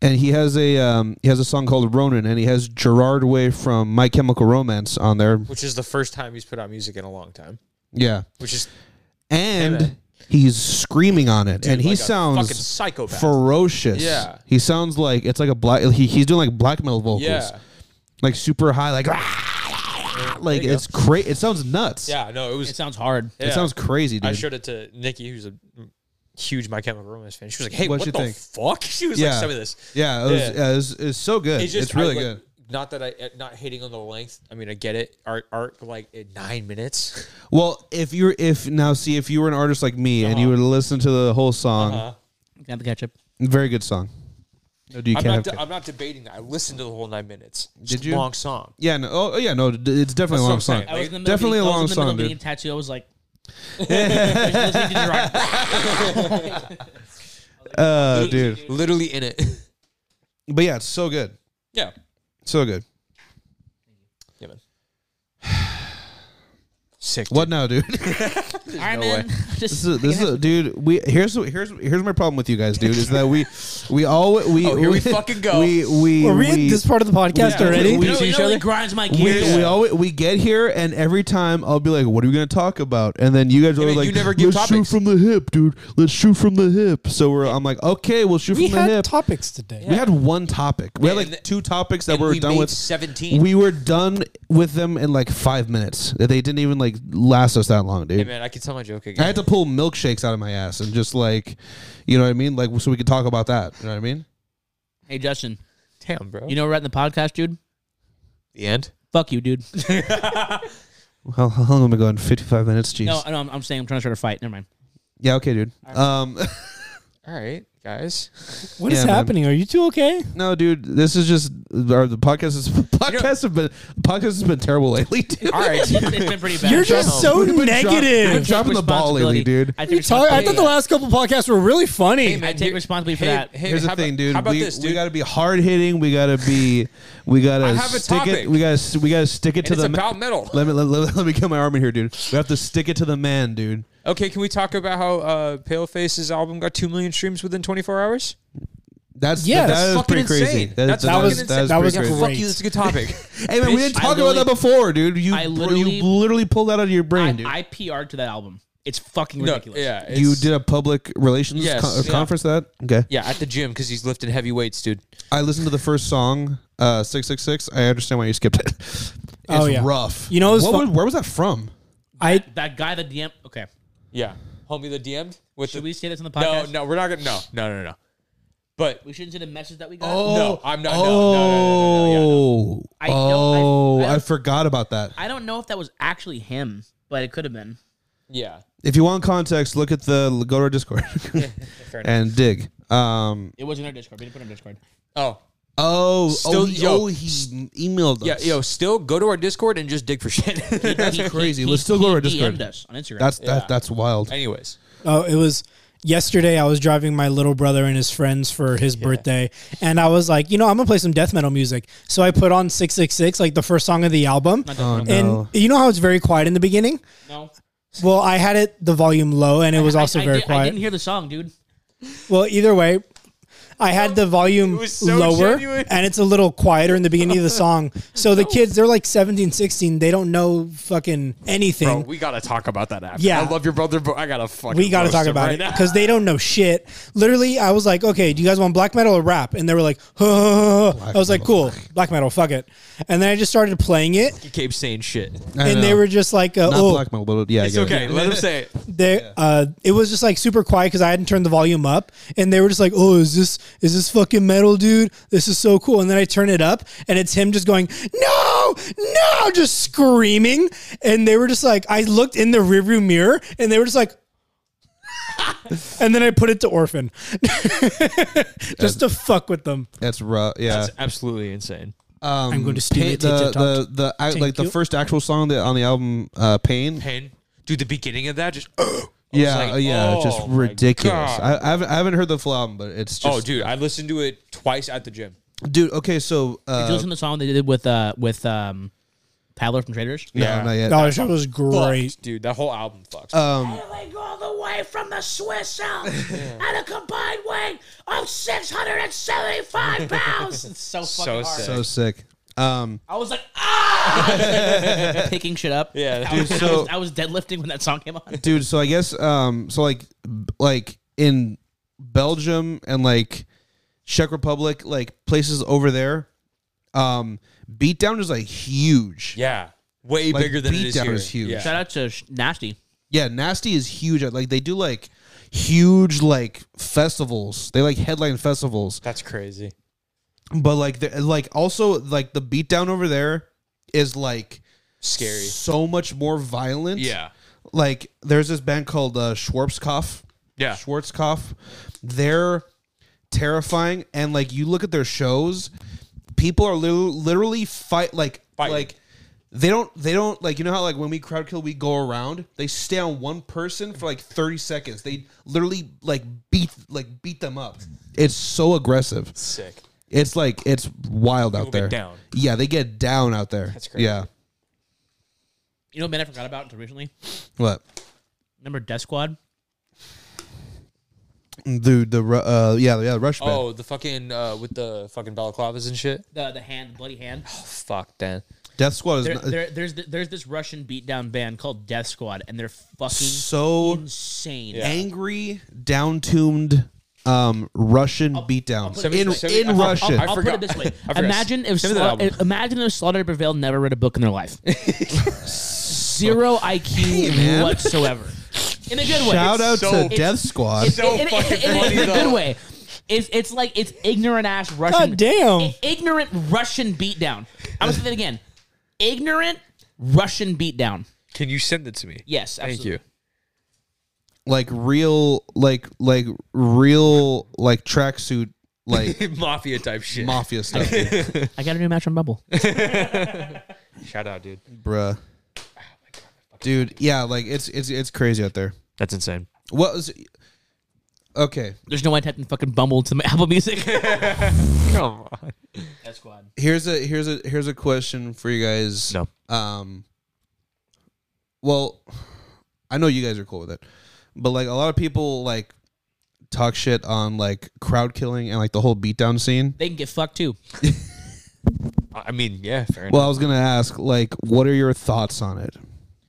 [SPEAKER 2] And he has a um, he has a song called Ronin, and he has Gerard Way from My Chemical Romance on there.
[SPEAKER 5] Which is the first time he's put out music in a long time.
[SPEAKER 2] Yeah,
[SPEAKER 5] Which is
[SPEAKER 2] and
[SPEAKER 5] man.
[SPEAKER 2] he's screaming on it, and he
[SPEAKER 5] like a
[SPEAKER 2] sounds
[SPEAKER 5] fucking psychopath.
[SPEAKER 2] ferocious.
[SPEAKER 5] Yeah.
[SPEAKER 2] he sounds like it's like a black. He, he's doing like black metal vocals.
[SPEAKER 5] yeah.
[SPEAKER 2] like super high, like "Ah, like
[SPEAKER 5] you go.
[SPEAKER 2] it's cra It sounds nuts.
[SPEAKER 5] Yeah. No, it was.
[SPEAKER 1] It sounds hard.
[SPEAKER 2] It
[SPEAKER 5] yeah.
[SPEAKER 2] sounds crazy, dude.
[SPEAKER 5] I showed it to Nikki, who's a huge My Chemical Romance fan. She was like, "Hey,
[SPEAKER 2] What'd
[SPEAKER 5] what
[SPEAKER 2] you
[SPEAKER 5] the
[SPEAKER 2] think?
[SPEAKER 5] fuck?" She was like,
[SPEAKER 2] Yeah.
[SPEAKER 5] "Send me this."
[SPEAKER 2] Yeah, it was,
[SPEAKER 5] Yeah.
[SPEAKER 2] yeah. it was, it's so good. It's,
[SPEAKER 5] It's just I
[SPEAKER 2] really
[SPEAKER 5] like-
[SPEAKER 2] good.
[SPEAKER 5] Not that I uh, not hating on the length. I mean, I get it. Art art like at nine minutes.
[SPEAKER 2] Well, if you're if now see if you were an artist like me and
[SPEAKER 5] Uh-huh.
[SPEAKER 2] you would listen to the whole
[SPEAKER 5] Uh,
[SPEAKER 2] song,
[SPEAKER 1] You can have the ketchup.
[SPEAKER 2] very good song. No, do you
[SPEAKER 5] I'm
[SPEAKER 2] can't
[SPEAKER 5] not.
[SPEAKER 2] have
[SPEAKER 5] de-
[SPEAKER 2] ca-
[SPEAKER 5] I'm not debating that. I listened to the whole nine minutes. It's
[SPEAKER 2] Did
[SPEAKER 5] a
[SPEAKER 2] you?
[SPEAKER 5] Long song.
[SPEAKER 2] Yeah, no, oh yeah, no, d- it's definitely a long
[SPEAKER 5] That's what I'm
[SPEAKER 2] song.
[SPEAKER 1] I
[SPEAKER 5] saying.
[SPEAKER 1] was in the middle
[SPEAKER 2] Definitely
[SPEAKER 1] of
[SPEAKER 2] a
[SPEAKER 1] getting-
[SPEAKER 2] long
[SPEAKER 1] I was in the middle
[SPEAKER 2] song,
[SPEAKER 1] of
[SPEAKER 2] dude.
[SPEAKER 1] getting a tattoo. I was like, I was listening to Gerard.
[SPEAKER 2] Uh, dude,
[SPEAKER 5] Literally in it.
[SPEAKER 2] but yeah, it's so good,
[SPEAKER 5] yeah.
[SPEAKER 2] so good.
[SPEAKER 5] Yeah, man. Sick.
[SPEAKER 2] What now, dude?
[SPEAKER 1] All right, man.
[SPEAKER 2] This
[SPEAKER 1] Just,
[SPEAKER 2] is this is dude. We here's here's here's my problem with you guys, dude. Is that we we all we
[SPEAKER 5] Oh, here we fucking go.
[SPEAKER 2] We we
[SPEAKER 4] Are we,
[SPEAKER 2] we,
[SPEAKER 4] at this part of the podcast
[SPEAKER 5] Yeah.
[SPEAKER 4] already?
[SPEAKER 1] you
[SPEAKER 5] We-
[SPEAKER 1] know,
[SPEAKER 5] see
[SPEAKER 1] it
[SPEAKER 5] each
[SPEAKER 1] only
[SPEAKER 5] other?
[SPEAKER 1] grinds my
[SPEAKER 2] we,
[SPEAKER 1] gears.
[SPEAKER 2] we always we get here and every time I'll be like, "What are we gonna talk about?" And then you guys are
[SPEAKER 5] man,
[SPEAKER 2] like,
[SPEAKER 5] you never give
[SPEAKER 2] "Let's
[SPEAKER 5] topics."
[SPEAKER 2] shoot from the hip, dude. Let's shoot from the hip." So we're I'm like, "Okay, we'll shoot
[SPEAKER 4] We
[SPEAKER 2] from the
[SPEAKER 4] had
[SPEAKER 2] hip."
[SPEAKER 4] topics today.
[SPEAKER 2] We had one topic. We had
[SPEAKER 5] Yeah,
[SPEAKER 2] like
[SPEAKER 5] and the-
[SPEAKER 2] two topics that
[SPEAKER 5] and
[SPEAKER 2] we were
[SPEAKER 5] we
[SPEAKER 2] done
[SPEAKER 5] made
[SPEAKER 2] with.
[SPEAKER 5] 17.
[SPEAKER 2] We were done with them in like five minutes. They didn't even like last us that long, dude.
[SPEAKER 5] Hey, man, I can tell my joke again.
[SPEAKER 2] I had to pull milkshakes out of my ass and just like, you know what I mean? Like, so we could talk about that. You know what I mean?
[SPEAKER 1] hey, Justin.
[SPEAKER 5] Damn, bro.
[SPEAKER 1] You know we're at in the podcast, dude.
[SPEAKER 5] the end.
[SPEAKER 1] Fuck you, dude.
[SPEAKER 2] How, how long am I going? 55 minutes? Jeez.
[SPEAKER 1] No, no, I'm, I'm saying I'm trying to start a fight. Never mind.
[SPEAKER 2] Yeah, okay, dude. Um,
[SPEAKER 5] All right, guys.
[SPEAKER 4] What is
[SPEAKER 2] Yeah, man.
[SPEAKER 4] happening? Are you two okay?
[SPEAKER 2] no, dude, this is just, our, the podcast is, podcasts have been, podcasts has been terrible lately, dude.
[SPEAKER 5] All right.
[SPEAKER 1] It's been pretty bad.
[SPEAKER 4] You're
[SPEAKER 1] Shut
[SPEAKER 4] just
[SPEAKER 1] up.
[SPEAKER 4] so
[SPEAKER 2] We've been drop- we've been
[SPEAKER 4] negative.
[SPEAKER 2] dropping the ball lately,
[SPEAKER 1] Responsibility.
[SPEAKER 2] dude.
[SPEAKER 1] I
[SPEAKER 4] You
[SPEAKER 1] take,
[SPEAKER 4] talk- I thought the
[SPEAKER 1] responsibility.
[SPEAKER 4] last couple podcasts were really funny.
[SPEAKER 1] I take responsibility for that.
[SPEAKER 2] Here's the
[SPEAKER 5] how
[SPEAKER 2] thing,
[SPEAKER 5] about-
[SPEAKER 2] dude.
[SPEAKER 5] How about
[SPEAKER 2] we,
[SPEAKER 5] this, dude?
[SPEAKER 2] we gotta be hard hitting. We gotta be. We gotta
[SPEAKER 5] I have a
[SPEAKER 2] stick it.
[SPEAKER 5] topic.
[SPEAKER 2] We gotta. s- We gotta stick it to
[SPEAKER 5] it's
[SPEAKER 2] the.
[SPEAKER 5] about metal.
[SPEAKER 2] Let me let, let, let me get my arm in here, dude. We have to stick it to the man, dude.
[SPEAKER 5] okay, can we talk about how uh, Paleface's album got two million streams within 24 hours?
[SPEAKER 2] That's
[SPEAKER 4] Yeah,
[SPEAKER 2] yeah,
[SPEAKER 4] that's
[SPEAKER 2] that is
[SPEAKER 5] fucking
[SPEAKER 2] pretty crazy.
[SPEAKER 5] insane.
[SPEAKER 2] That,
[SPEAKER 5] That's
[SPEAKER 2] that,
[SPEAKER 5] fucking
[SPEAKER 2] was
[SPEAKER 5] insane.
[SPEAKER 2] that is
[SPEAKER 4] That was
[SPEAKER 2] pretty crazy.
[SPEAKER 4] Great.
[SPEAKER 5] Fuck you. That's a good topic.
[SPEAKER 2] Hey man, we didn't
[SPEAKER 1] I
[SPEAKER 2] talk about
[SPEAKER 1] literally-
[SPEAKER 2] that before, dude. You
[SPEAKER 1] I
[SPEAKER 2] you
[SPEAKER 1] literally-
[SPEAKER 2] literally pulled that out of your brain, dude.
[SPEAKER 1] I, I PR'd to that album. It's fucking
[SPEAKER 5] no,
[SPEAKER 1] ridiculous.
[SPEAKER 5] yeah, it's-
[SPEAKER 2] you did a public relations
[SPEAKER 5] Yes,
[SPEAKER 2] con-
[SPEAKER 5] yeah.
[SPEAKER 2] conference that okay.
[SPEAKER 5] Yeah, at the gym because he's lifting heavy weights, dude.
[SPEAKER 2] I listened to the first song, uh, six six six. I understand why you skipped it. It's
[SPEAKER 4] Oh, yeah.
[SPEAKER 2] rough.
[SPEAKER 4] You know, it's
[SPEAKER 2] what,
[SPEAKER 4] fu-
[SPEAKER 2] was- where was that from?
[SPEAKER 4] I
[SPEAKER 1] That guy that DM. Okay.
[SPEAKER 5] Yeah, homie, the DM'd with
[SPEAKER 1] Should
[SPEAKER 5] the
[SPEAKER 1] we say this on the
[SPEAKER 5] no,
[SPEAKER 1] podcast?
[SPEAKER 5] no, we're not gonna no, no, no, no. But
[SPEAKER 1] We shouldn't say the message that we got.
[SPEAKER 5] No, I'm not- no,
[SPEAKER 2] Oh,
[SPEAKER 5] no, no, no, no,
[SPEAKER 2] oh,
[SPEAKER 1] I know- I- I-
[SPEAKER 2] I forgot about that.
[SPEAKER 1] I don't know if that was actually him, but it could have been.
[SPEAKER 5] yeah,
[SPEAKER 2] If you want context, look at the go to our Discord
[SPEAKER 5] fair enough.
[SPEAKER 2] and dig. Um.
[SPEAKER 1] It was in our Discord. We didn't put it in our Discord.
[SPEAKER 5] Oh,
[SPEAKER 2] Oh,
[SPEAKER 5] Still-
[SPEAKER 2] oh,
[SPEAKER 5] yo.
[SPEAKER 2] oh, he emailed us.
[SPEAKER 5] yeah, yo, still go to our Discord and just dig for shit.
[SPEAKER 1] That's
[SPEAKER 2] crazy. Let's still go to our Discord.
[SPEAKER 1] DM'd us on Instagram.
[SPEAKER 2] That's
[SPEAKER 5] Yeah.
[SPEAKER 2] that, that's wild.
[SPEAKER 5] Anyways,
[SPEAKER 4] Oh, it was yesterday. I was driving my little brother and his friends for his birthday, and I was like, you know, I'm gonna play some death metal music. So I put on six six six, like the first song of the album.
[SPEAKER 2] Oh
[SPEAKER 4] And
[SPEAKER 2] no.
[SPEAKER 4] you know how it's very quiet in the beginning?
[SPEAKER 1] no.
[SPEAKER 4] Well, I had it the volume low, and it was
[SPEAKER 1] I-
[SPEAKER 4] also
[SPEAKER 1] I
[SPEAKER 4] very
[SPEAKER 1] did- I
[SPEAKER 4] quiet.
[SPEAKER 1] didn't hear the song, dude.
[SPEAKER 4] Well, either way, I had
[SPEAKER 1] Oh,
[SPEAKER 4] the volume
[SPEAKER 5] was so
[SPEAKER 4] lower
[SPEAKER 5] genuine.
[SPEAKER 4] and it's a little quieter in the beginning of the song. So the kids, they're like 17, 16. They don't know fucking
[SPEAKER 5] bro,
[SPEAKER 4] anything.
[SPEAKER 5] we gotta talk about that after.
[SPEAKER 4] Yeah.
[SPEAKER 5] I love your brother, but I gotta fucking.
[SPEAKER 4] we got to
[SPEAKER 5] roast
[SPEAKER 4] talk
[SPEAKER 5] him
[SPEAKER 4] about
[SPEAKER 5] right
[SPEAKER 4] it
[SPEAKER 5] now.
[SPEAKER 4] because they don't know shit. Literally, I was like, okay, do you guys want black metal or rap? And they were like, huh, huh, huh, huh. I was like, cool, black metal, fuck it. And then I just started playing it,
[SPEAKER 5] He keeps saying shit.
[SPEAKER 2] I
[SPEAKER 4] and they
[SPEAKER 2] know.
[SPEAKER 4] were just like, uh,
[SPEAKER 2] not
[SPEAKER 4] oh,
[SPEAKER 2] black metal, but yeah, I
[SPEAKER 5] It's
[SPEAKER 2] get it.
[SPEAKER 5] okay. Let him say it.
[SPEAKER 4] they uh it was just like super quiet because I hadn't turned the volume up and they were just like, Oh, is this is this fucking metal dude? This is so cool. And then I turn it up and it's him just going, No, no, just screaming. And they were just like, I looked in the rearview mirror and they were just like and then I put it to orphan. just to fuck with them.
[SPEAKER 2] That's rough. Yeah,
[SPEAKER 5] It's absolutely insane.
[SPEAKER 2] um,
[SPEAKER 4] I'm going to steal
[SPEAKER 2] Pain-
[SPEAKER 4] it,
[SPEAKER 2] the
[SPEAKER 4] it's a
[SPEAKER 2] the, the I, like the
[SPEAKER 4] you.
[SPEAKER 2] first actual song that on the album, uh, Pain.
[SPEAKER 5] Pain, dude. The beginning of that just.
[SPEAKER 2] Yeah,
[SPEAKER 5] like,
[SPEAKER 2] uh, yeah,
[SPEAKER 5] oh
[SPEAKER 2] just
[SPEAKER 5] my
[SPEAKER 2] ridiculous.
[SPEAKER 5] God.
[SPEAKER 2] I, I, haven't, I haven't heard the full album, but it's
[SPEAKER 5] oh,
[SPEAKER 2] just
[SPEAKER 5] dude, I listened to it twice at the gym.
[SPEAKER 2] dude. Okay, so uh,
[SPEAKER 1] Did you listen to the song they did with uh with um Paddler from Traders?
[SPEAKER 2] no, Uh, not yet. Um,
[SPEAKER 4] Oh, that was great.
[SPEAKER 5] Fucked, dude. That whole album fucks.
[SPEAKER 6] Hailing all the way from the Swiss Alps at a combined weight of 675 pounds.
[SPEAKER 1] It's so fucking
[SPEAKER 5] so
[SPEAKER 1] hard.
[SPEAKER 5] sick.
[SPEAKER 2] So sick. Um,
[SPEAKER 1] I was like, ah, picking shit up.
[SPEAKER 5] Yeah,
[SPEAKER 1] I was,
[SPEAKER 2] dude,
[SPEAKER 1] I,
[SPEAKER 2] so-
[SPEAKER 1] was, I was deadlifting when that song came on.
[SPEAKER 2] dude. So I guess um, so like b- like in Belgium and like Czech Republic, like places over there, um, beatdown is like huge.
[SPEAKER 5] yeah, way
[SPEAKER 2] Like,
[SPEAKER 5] bigger than it is
[SPEAKER 2] Beatdown
[SPEAKER 5] here.
[SPEAKER 2] is huge.
[SPEAKER 5] Yeah.
[SPEAKER 1] Shout out to Sh- Nasty.
[SPEAKER 2] Yeah, nasty is huge. Like they do like huge like festivals. They like headline festivals.
[SPEAKER 5] That's crazy.
[SPEAKER 2] But like the- like also like the beatdown over there is like
[SPEAKER 5] Scary.
[SPEAKER 2] so much more violent.
[SPEAKER 5] Yeah.
[SPEAKER 2] Like there's this band called uh, Schwarzkopf.
[SPEAKER 5] Yeah.
[SPEAKER 2] Schwarzkopf. They're terrifying, and like you look at their shows, people are li- literally fight like
[SPEAKER 5] Fighting.
[SPEAKER 2] like they don't they don't like you know how like when we crowd kill we go around they stay on one person for like thirty seconds. They literally like beat like beat them up. It's so aggressive.
[SPEAKER 5] Sick.
[SPEAKER 2] It's like it's wild out
[SPEAKER 5] People
[SPEAKER 2] there.
[SPEAKER 5] get down.
[SPEAKER 2] Yeah, they get down out there. That's
[SPEAKER 5] crazy.
[SPEAKER 2] Yeah.
[SPEAKER 1] You know, what band I forgot about until recently.
[SPEAKER 2] What?
[SPEAKER 1] Remember Death Squad?
[SPEAKER 2] Dude, the Ru- uh, yeah, yeah, Rush band.
[SPEAKER 5] Oh, the fucking uh, with the fucking balaclavas and shit.
[SPEAKER 1] The the hand, the bloody hand.
[SPEAKER 5] Fuck, Dan.
[SPEAKER 2] Death Squad is
[SPEAKER 1] There,
[SPEAKER 2] not,
[SPEAKER 1] there, there's th- there's this Russian beatdown band called Death Squad, and they're fucking
[SPEAKER 2] so
[SPEAKER 1] insane.
[SPEAKER 2] angry, downtuned um, Russian beatdowns
[SPEAKER 1] put it
[SPEAKER 2] in,
[SPEAKER 1] this
[SPEAKER 5] way.
[SPEAKER 2] in
[SPEAKER 5] I'll- I'll-
[SPEAKER 2] Russian.
[SPEAKER 1] I'll put
[SPEAKER 5] forgot.
[SPEAKER 1] it this way:
[SPEAKER 5] I forgot.
[SPEAKER 1] Imagine if
[SPEAKER 5] Send me
[SPEAKER 1] Sla-
[SPEAKER 5] that album.
[SPEAKER 1] imagine if Slaughter Prevail never read a book in their life. Zero IQ
[SPEAKER 2] man.
[SPEAKER 1] whatsoever. In a good way.
[SPEAKER 2] Shout out
[SPEAKER 5] so-
[SPEAKER 2] to
[SPEAKER 5] it's-
[SPEAKER 2] Death Squad.
[SPEAKER 5] so
[SPEAKER 1] in, in-
[SPEAKER 5] fucking
[SPEAKER 1] in- in a-
[SPEAKER 5] funny,
[SPEAKER 1] in a
[SPEAKER 5] though.
[SPEAKER 1] good way. It's it's like it's ignorant ass Russian.
[SPEAKER 4] God damn.
[SPEAKER 1] i- ignorant Russian beatdown. I'm gonna say that again. Ignorant Russian beatdown.
[SPEAKER 5] Can you send it to me?
[SPEAKER 1] Yes,
[SPEAKER 5] Thank
[SPEAKER 1] absolutely.
[SPEAKER 5] you.
[SPEAKER 2] like real, like like real, like tracksuit, like
[SPEAKER 5] Mafia type shit.
[SPEAKER 2] mafia stuff,
[SPEAKER 1] I got a new match on Bubble.
[SPEAKER 5] Shout out, dude.
[SPEAKER 2] bruh. Dude, yeah, like it's it's it's crazy out there.
[SPEAKER 5] That's insane.
[SPEAKER 2] What was? Okay,
[SPEAKER 1] There's no way I typed in fucking Bumble to my Apple Music.
[SPEAKER 5] Come on.
[SPEAKER 1] Death Squad.
[SPEAKER 2] here's a here's a here's a question for you guys.
[SPEAKER 5] No.
[SPEAKER 2] Um. Well, I know you guys are cool with it, but like a lot of people like talk shit on like crowd killing and like the whole beatdown scene.
[SPEAKER 1] They can get fucked too.
[SPEAKER 5] I mean, yeah, fair
[SPEAKER 2] Well, I was gonna ask like, what are your thoughts on it?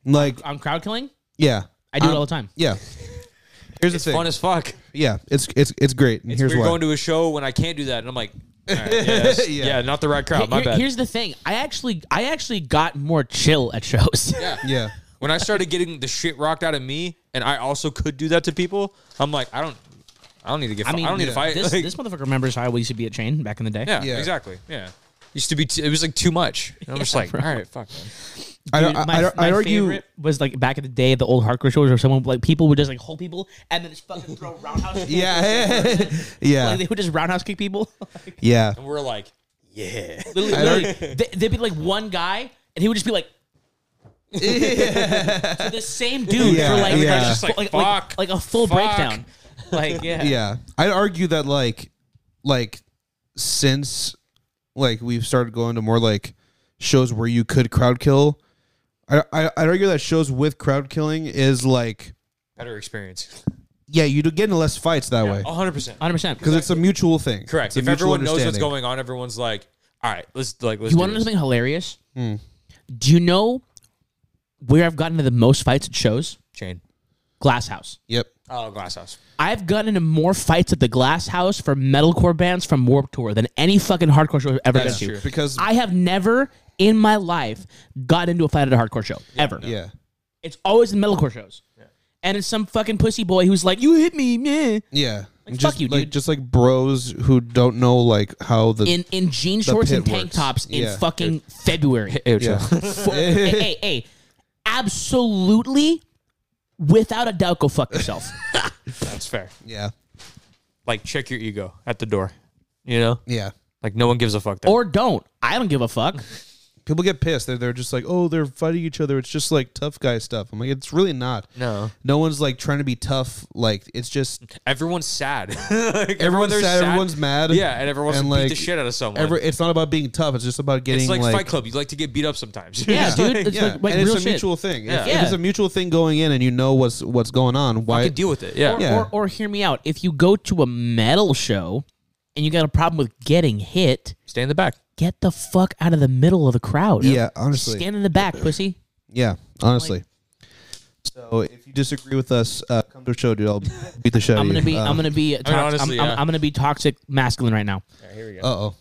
[SPEAKER 2] Like,
[SPEAKER 1] On crowd killing,
[SPEAKER 2] yeah,
[SPEAKER 1] I do
[SPEAKER 2] Um,
[SPEAKER 1] it all the time.
[SPEAKER 2] yeah. Here's the
[SPEAKER 5] enough. Fun
[SPEAKER 2] thing.
[SPEAKER 5] as fuck.
[SPEAKER 2] Yeah, it's it's it's great. And here's
[SPEAKER 5] we were
[SPEAKER 2] why.
[SPEAKER 5] going to a show when I can't do that, and I'm like, all right, yeah, that's-
[SPEAKER 2] Yeah.
[SPEAKER 5] yeah. not the right crowd. my
[SPEAKER 1] Here-
[SPEAKER 5] bad.
[SPEAKER 1] Here's the thing. I actually I actually got more chill at shows.
[SPEAKER 2] yeah,
[SPEAKER 5] when I started getting the shit rocked out of me, and I also could do that to people, I'm like, I don't, I don't need to get.
[SPEAKER 1] I
[SPEAKER 5] I,
[SPEAKER 1] mean,
[SPEAKER 5] I don't need to fight.
[SPEAKER 1] This,
[SPEAKER 5] Like,
[SPEAKER 1] this motherfucker remembers how I used to be at Chain back in the day.
[SPEAKER 5] yeah,
[SPEAKER 2] Yeah.
[SPEAKER 5] exactly. Yeah, used to be. T- it was like too much. And I'm just like, all right, fuck. man.
[SPEAKER 2] I
[SPEAKER 1] Dude,
[SPEAKER 2] don't.
[SPEAKER 1] my,
[SPEAKER 2] I don't.
[SPEAKER 1] my
[SPEAKER 2] I argue.
[SPEAKER 1] favorite was like back in the day, the old hardcore shows where someone like people would just like hold people and then just fucking throw roundhouse. kicks.
[SPEAKER 2] Yeah, yeah,
[SPEAKER 1] Like, they would just roundhouse kick people. Like,
[SPEAKER 2] yeah.
[SPEAKER 5] And we're like,
[SPEAKER 1] literally, literally, they, would be like one guy, and he would just be like. to the same dude
[SPEAKER 2] Yeah,
[SPEAKER 1] for like,
[SPEAKER 2] yeah.
[SPEAKER 1] like,
[SPEAKER 2] Just
[SPEAKER 5] like,
[SPEAKER 1] like, like-
[SPEAKER 5] fuck,
[SPEAKER 1] like a full
[SPEAKER 5] fuck.
[SPEAKER 1] breakdown. Like yeah.
[SPEAKER 2] yeah i'd argue that like like since like we've started going to more like shows where you could crowd kill I, I i'd argue that shows with crowd killing is like
[SPEAKER 5] better experience.
[SPEAKER 2] yeah you do get into less fights that way. 'Cause way
[SPEAKER 5] 100. percent
[SPEAKER 1] hundred percent.
[SPEAKER 2] because it's a mutual thing
[SPEAKER 5] Oh, Correct.
[SPEAKER 2] It's a
[SPEAKER 5] If
[SPEAKER 2] mutual
[SPEAKER 5] everyone knows what's
[SPEAKER 2] understanding.
[SPEAKER 5] going on, everyone's like, all right, let's like let's.
[SPEAKER 1] You
[SPEAKER 5] do
[SPEAKER 1] want to know
[SPEAKER 5] this.
[SPEAKER 1] something hilarious?
[SPEAKER 2] Hmm.
[SPEAKER 1] Do you know where I've gotten into the most fights at shows?
[SPEAKER 5] Chain.
[SPEAKER 1] Glass House.
[SPEAKER 2] yep
[SPEAKER 5] Oh, glass house.
[SPEAKER 1] I've gotten into more fights at the Glass House for metalcore bands from Warped Tour than any fucking hardcore show I've ever been
[SPEAKER 2] That's
[SPEAKER 1] to.
[SPEAKER 2] true. because
[SPEAKER 1] I have never in my life got into a fight at a hardcore show ever.
[SPEAKER 2] yeah
[SPEAKER 1] It's always in metalcore shows, and it's some fucking pussy boy who's like, "You hit me, meh.
[SPEAKER 2] yeah just,
[SPEAKER 1] fuck you,
[SPEAKER 2] like,
[SPEAKER 1] dude.
[SPEAKER 2] just like bros who don't know like how the
[SPEAKER 1] in in jean shorts
[SPEAKER 2] pit
[SPEAKER 1] and tank
[SPEAKER 2] works.
[SPEAKER 1] tops in
[SPEAKER 2] Yeah.
[SPEAKER 1] fucking February."
[SPEAKER 2] yeah
[SPEAKER 1] For- hey, hey, hey, absolutely, without a doubt, go fuck yourself.
[SPEAKER 5] That's fair.
[SPEAKER 2] yeah
[SPEAKER 5] Like check your ego at the door. You know,
[SPEAKER 2] yeah
[SPEAKER 5] like no one gives a fuck. There.
[SPEAKER 1] or don't. I don't give a fuck.
[SPEAKER 2] people get pissed. They're, they're just like, oh, they're fighting each other. It's just like tough guy stuff. I'm like, it's really not.
[SPEAKER 5] No.
[SPEAKER 2] No one's like trying to be tough. Like, it's just
[SPEAKER 5] everyone's sad. like,
[SPEAKER 2] everyone's
[SPEAKER 5] they're
[SPEAKER 2] sad, Everyone's mad.
[SPEAKER 5] Yeah, and everyone wants
[SPEAKER 2] And,
[SPEAKER 5] to beat the
[SPEAKER 2] like,
[SPEAKER 5] shit out of someone.
[SPEAKER 2] Every, it's not about being tough. It's just about getting
[SPEAKER 5] it's
[SPEAKER 2] like,
[SPEAKER 5] like, Fight Club. You like to get beat up sometimes.
[SPEAKER 1] Yeah, dude. It's
[SPEAKER 2] Yeah.
[SPEAKER 1] like, like
[SPEAKER 2] and
[SPEAKER 1] real
[SPEAKER 2] it's a
[SPEAKER 1] shit.
[SPEAKER 2] mutual thing. If- If,
[SPEAKER 1] Yeah.
[SPEAKER 2] it's a mutual thing going in and you know what's what's going on,
[SPEAKER 5] I
[SPEAKER 2] why?
[SPEAKER 5] can deal with it. Yeah.
[SPEAKER 1] Or,
[SPEAKER 2] Yeah.
[SPEAKER 1] or, or hear me out. If you go to a metal show and you got a problem with getting hit,
[SPEAKER 5] Stay in the back.
[SPEAKER 1] get the fuck out of the middle of the crowd.
[SPEAKER 2] Yeah, honestly.
[SPEAKER 1] Stand in the back, pussy.
[SPEAKER 2] Yeah, honestly. so if you disagree with us, uh, come to the show, dude. I'll beat the show.
[SPEAKER 1] I'm gonna be. I'm gonna be. Toxic,
[SPEAKER 5] Uh, honestly,
[SPEAKER 1] I'm, I'm-
[SPEAKER 5] yeah.
[SPEAKER 1] I'm gonna be toxic masculine right now.
[SPEAKER 5] here we go.
[SPEAKER 2] Uh oh.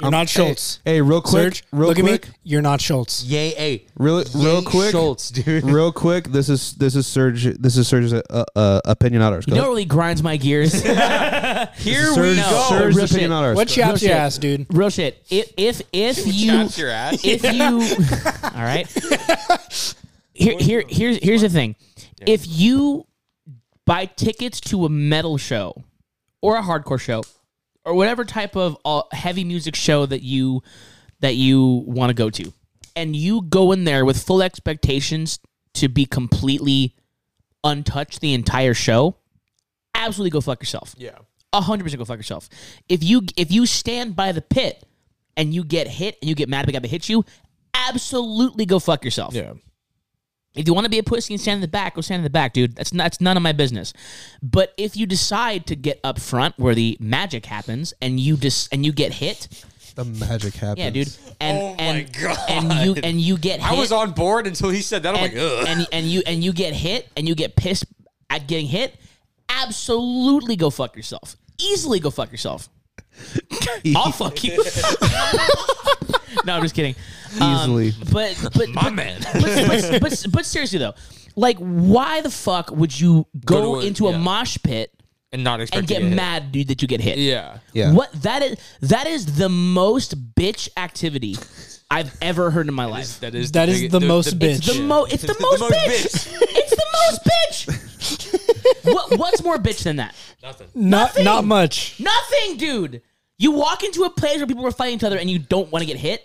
[SPEAKER 4] You're not Schultz.
[SPEAKER 2] Hey, real quick,
[SPEAKER 4] Serge,
[SPEAKER 2] real
[SPEAKER 4] look
[SPEAKER 2] quick,
[SPEAKER 4] at me. You're not Schultz.
[SPEAKER 5] Yay, hey,
[SPEAKER 2] real, real
[SPEAKER 5] Yay,
[SPEAKER 2] quick,
[SPEAKER 5] Schultz, dude.
[SPEAKER 2] real quick. This is this is Serge. This is Serge's uh, uh, opinion on ours.
[SPEAKER 1] You know what really grinds my gears?
[SPEAKER 5] Here
[SPEAKER 2] Serge,
[SPEAKER 5] we go.
[SPEAKER 1] Sir-
[SPEAKER 2] Serge's
[SPEAKER 1] Real shit.
[SPEAKER 2] opinion on ours.
[SPEAKER 4] What chaps your ass, dude?
[SPEAKER 1] Real shit. If if if you
[SPEAKER 5] Chaps your ass.
[SPEAKER 1] if you all right. Here here here's here's the thing. If you buy tickets to a metal show or a hardcore show or whatever type of uh, heavy music show that you that you want to go to and you go in there with full expectations to be completely untouched the entire show absolutely go fuck yourself
[SPEAKER 5] yeah.
[SPEAKER 1] a hundred percent go fuck yourself. If you if you stand by the pit and you get hit and you get mad at the guy that hit you, absolutely go fuck yourself.
[SPEAKER 5] Yeah.
[SPEAKER 1] If you want to be a pussy and stand in the back, go stand in the back, dude. That's not, that's none of my business. But if you decide to get up front where the magic happens and you dis- and you get hit,
[SPEAKER 2] The magic happens.
[SPEAKER 1] yeah, dude. And
[SPEAKER 5] Oh my
[SPEAKER 1] and
[SPEAKER 5] God.
[SPEAKER 1] and you and you get hit
[SPEAKER 5] I was on board until he said that. I'm
[SPEAKER 1] and,
[SPEAKER 5] like, ugh.
[SPEAKER 1] and and you and you get hit and you get pissed at getting hit, absolutely go fuck yourself. Easily go fuck yourself. I'll fuck you. no, I'm just kidding. Um,
[SPEAKER 2] Easily.
[SPEAKER 1] but but
[SPEAKER 5] My man.
[SPEAKER 1] but, but, but, but seriously though, like why the fuck would you go,
[SPEAKER 5] Go to a-
[SPEAKER 1] into a
[SPEAKER 5] yeah.
[SPEAKER 1] mosh pit
[SPEAKER 5] and not expect
[SPEAKER 1] and
[SPEAKER 5] to
[SPEAKER 1] get
[SPEAKER 5] hit.
[SPEAKER 1] mad, dude, that you get hit?
[SPEAKER 5] Yeah.
[SPEAKER 2] Yeah.
[SPEAKER 1] What that is that is the most bitch activity I've ever heard in my life.
[SPEAKER 5] That is
[SPEAKER 4] That is
[SPEAKER 5] big-
[SPEAKER 4] the most bitch.
[SPEAKER 1] The mo- it's the most,
[SPEAKER 5] most
[SPEAKER 1] bitch. it's the most bitch. what, what's more bitch than that?
[SPEAKER 4] Not not much.
[SPEAKER 1] Nothing, dude. You walk into a place where people are fighting each other and you don't want to get hit.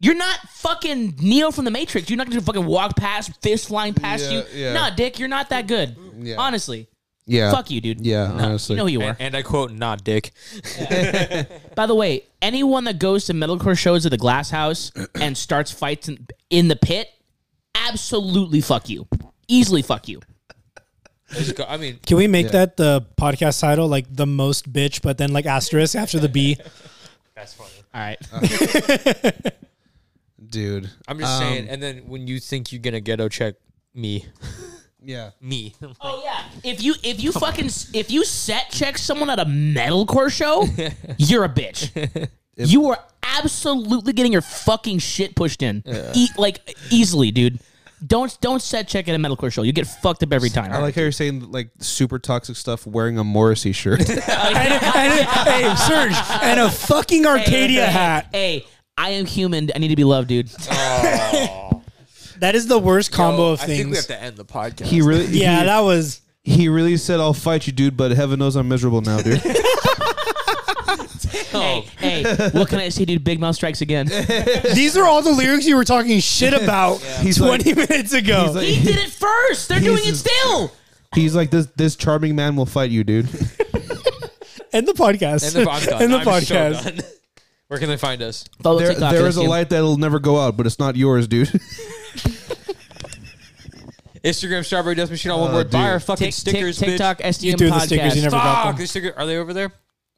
[SPEAKER 1] You're not fucking Neo from the Matrix. You're not gonna fucking walk past, fist flying past
[SPEAKER 2] Yeah,
[SPEAKER 1] you.
[SPEAKER 2] yeah.
[SPEAKER 1] Nah, dick, you're not that good. Honestly,
[SPEAKER 2] Yeah.
[SPEAKER 1] fuck you, dude.
[SPEAKER 2] Yeah,
[SPEAKER 1] No,
[SPEAKER 2] honestly.
[SPEAKER 1] you know who you are.
[SPEAKER 5] And, and I quote, not dick.
[SPEAKER 1] By the way, anyone that goes to metalcore shows at the Glass House and starts fights in, in the pit, absolutely fuck you. Easily fuck you.
[SPEAKER 5] Just go- I mean,
[SPEAKER 4] Can we make that the podcast title, like the most bitch, but then like asterisk after the B?
[SPEAKER 1] All right.
[SPEAKER 2] dude. um,
[SPEAKER 5] I'm just saying. And then when you think you're gonna ghetto check me,
[SPEAKER 2] Yeah.
[SPEAKER 5] me,
[SPEAKER 1] Oh yeah. If you if you fucking if you set check someone at a metalcore show, you're a bitch. you are absolutely getting your fucking shit pushed in, e- like easily, dude. Don't don't set check at a metalcore show. You get fucked up every time.
[SPEAKER 2] I like how you're saying like super toxic stuff wearing a Morrissey shirt.
[SPEAKER 4] and, a- and a- hey, Serge, and a fucking Arcadia hat.
[SPEAKER 1] Hey, I am human. I need to be loved, dude.
[SPEAKER 4] That is the worst combo
[SPEAKER 5] Oh,
[SPEAKER 4] of
[SPEAKER 5] I
[SPEAKER 4] things.
[SPEAKER 5] think we have to end the podcast.
[SPEAKER 2] he really
[SPEAKER 4] yeah,
[SPEAKER 2] he,
[SPEAKER 4] that was.
[SPEAKER 2] he really said I'll fight you dude, but heaven knows I'm miserable now, dude. Oh.
[SPEAKER 1] Hey, hey, what can I say, dude? Big Mouth strikes again.
[SPEAKER 4] These are all the lyrics you were talking shit about
[SPEAKER 2] He's
[SPEAKER 4] 20 minutes ago.
[SPEAKER 2] He's like-
[SPEAKER 1] he did it first. They're doing it
[SPEAKER 2] Jesus.
[SPEAKER 1] still.
[SPEAKER 2] He's like this this charming man will fight you, dude.
[SPEAKER 4] End the podcast.
[SPEAKER 5] And the, I'm done.
[SPEAKER 4] End the
[SPEAKER 5] I'm so
[SPEAKER 4] podcast.
[SPEAKER 5] done. Where can they find us?
[SPEAKER 1] Follow
[SPEAKER 2] There,
[SPEAKER 1] TikTok,
[SPEAKER 2] there
[SPEAKER 1] yes,
[SPEAKER 2] is a
[SPEAKER 1] Kim.
[SPEAKER 2] light that'll never go out, but it's not yours, dude.
[SPEAKER 5] Instagram, Strawberry Death Machine, all one word. Buy
[SPEAKER 2] dude.
[SPEAKER 5] our fucking
[SPEAKER 1] Tick- tick-
[SPEAKER 5] stickers,
[SPEAKER 1] TikTok,
[SPEAKER 5] bitch.
[SPEAKER 1] SDM
[SPEAKER 4] You do the
[SPEAKER 1] podcast.
[SPEAKER 4] stickers, you never got
[SPEAKER 5] Fuck,
[SPEAKER 4] them.
[SPEAKER 5] the sticker. Are they over there?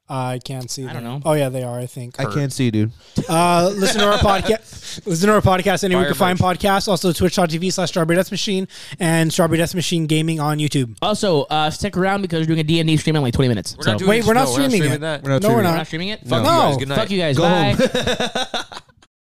[SPEAKER 4] I can't see. Them. I
[SPEAKER 1] don't know.
[SPEAKER 4] Oh yeah, they are. I think.
[SPEAKER 2] I can't see, dude.
[SPEAKER 4] Uh, listen to our podcast. Listen to our podcast anywhere you
[SPEAKER 5] Fire
[SPEAKER 4] can find
[SPEAKER 5] merch.
[SPEAKER 4] podcasts. Also, twitch.tv slash Strawberry Death Machine and Strawberry Death Machine Gaming on YouTube.
[SPEAKER 1] Also, uh, stick around because we're doing a D&D stream in like 20 minutes.
[SPEAKER 5] We're
[SPEAKER 1] so.
[SPEAKER 5] not doing
[SPEAKER 4] Wait, we're not
[SPEAKER 5] no,
[SPEAKER 4] streaming
[SPEAKER 5] streaming
[SPEAKER 4] it.
[SPEAKER 5] that.
[SPEAKER 2] We're not
[SPEAKER 4] no, we're
[SPEAKER 2] streaming.
[SPEAKER 1] We're
[SPEAKER 4] not.
[SPEAKER 1] not streaming it?
[SPEAKER 4] No.
[SPEAKER 1] Fuck you guys. Good night. Fuck you guys.
[SPEAKER 2] Go
[SPEAKER 1] Bye.
[SPEAKER 2] home.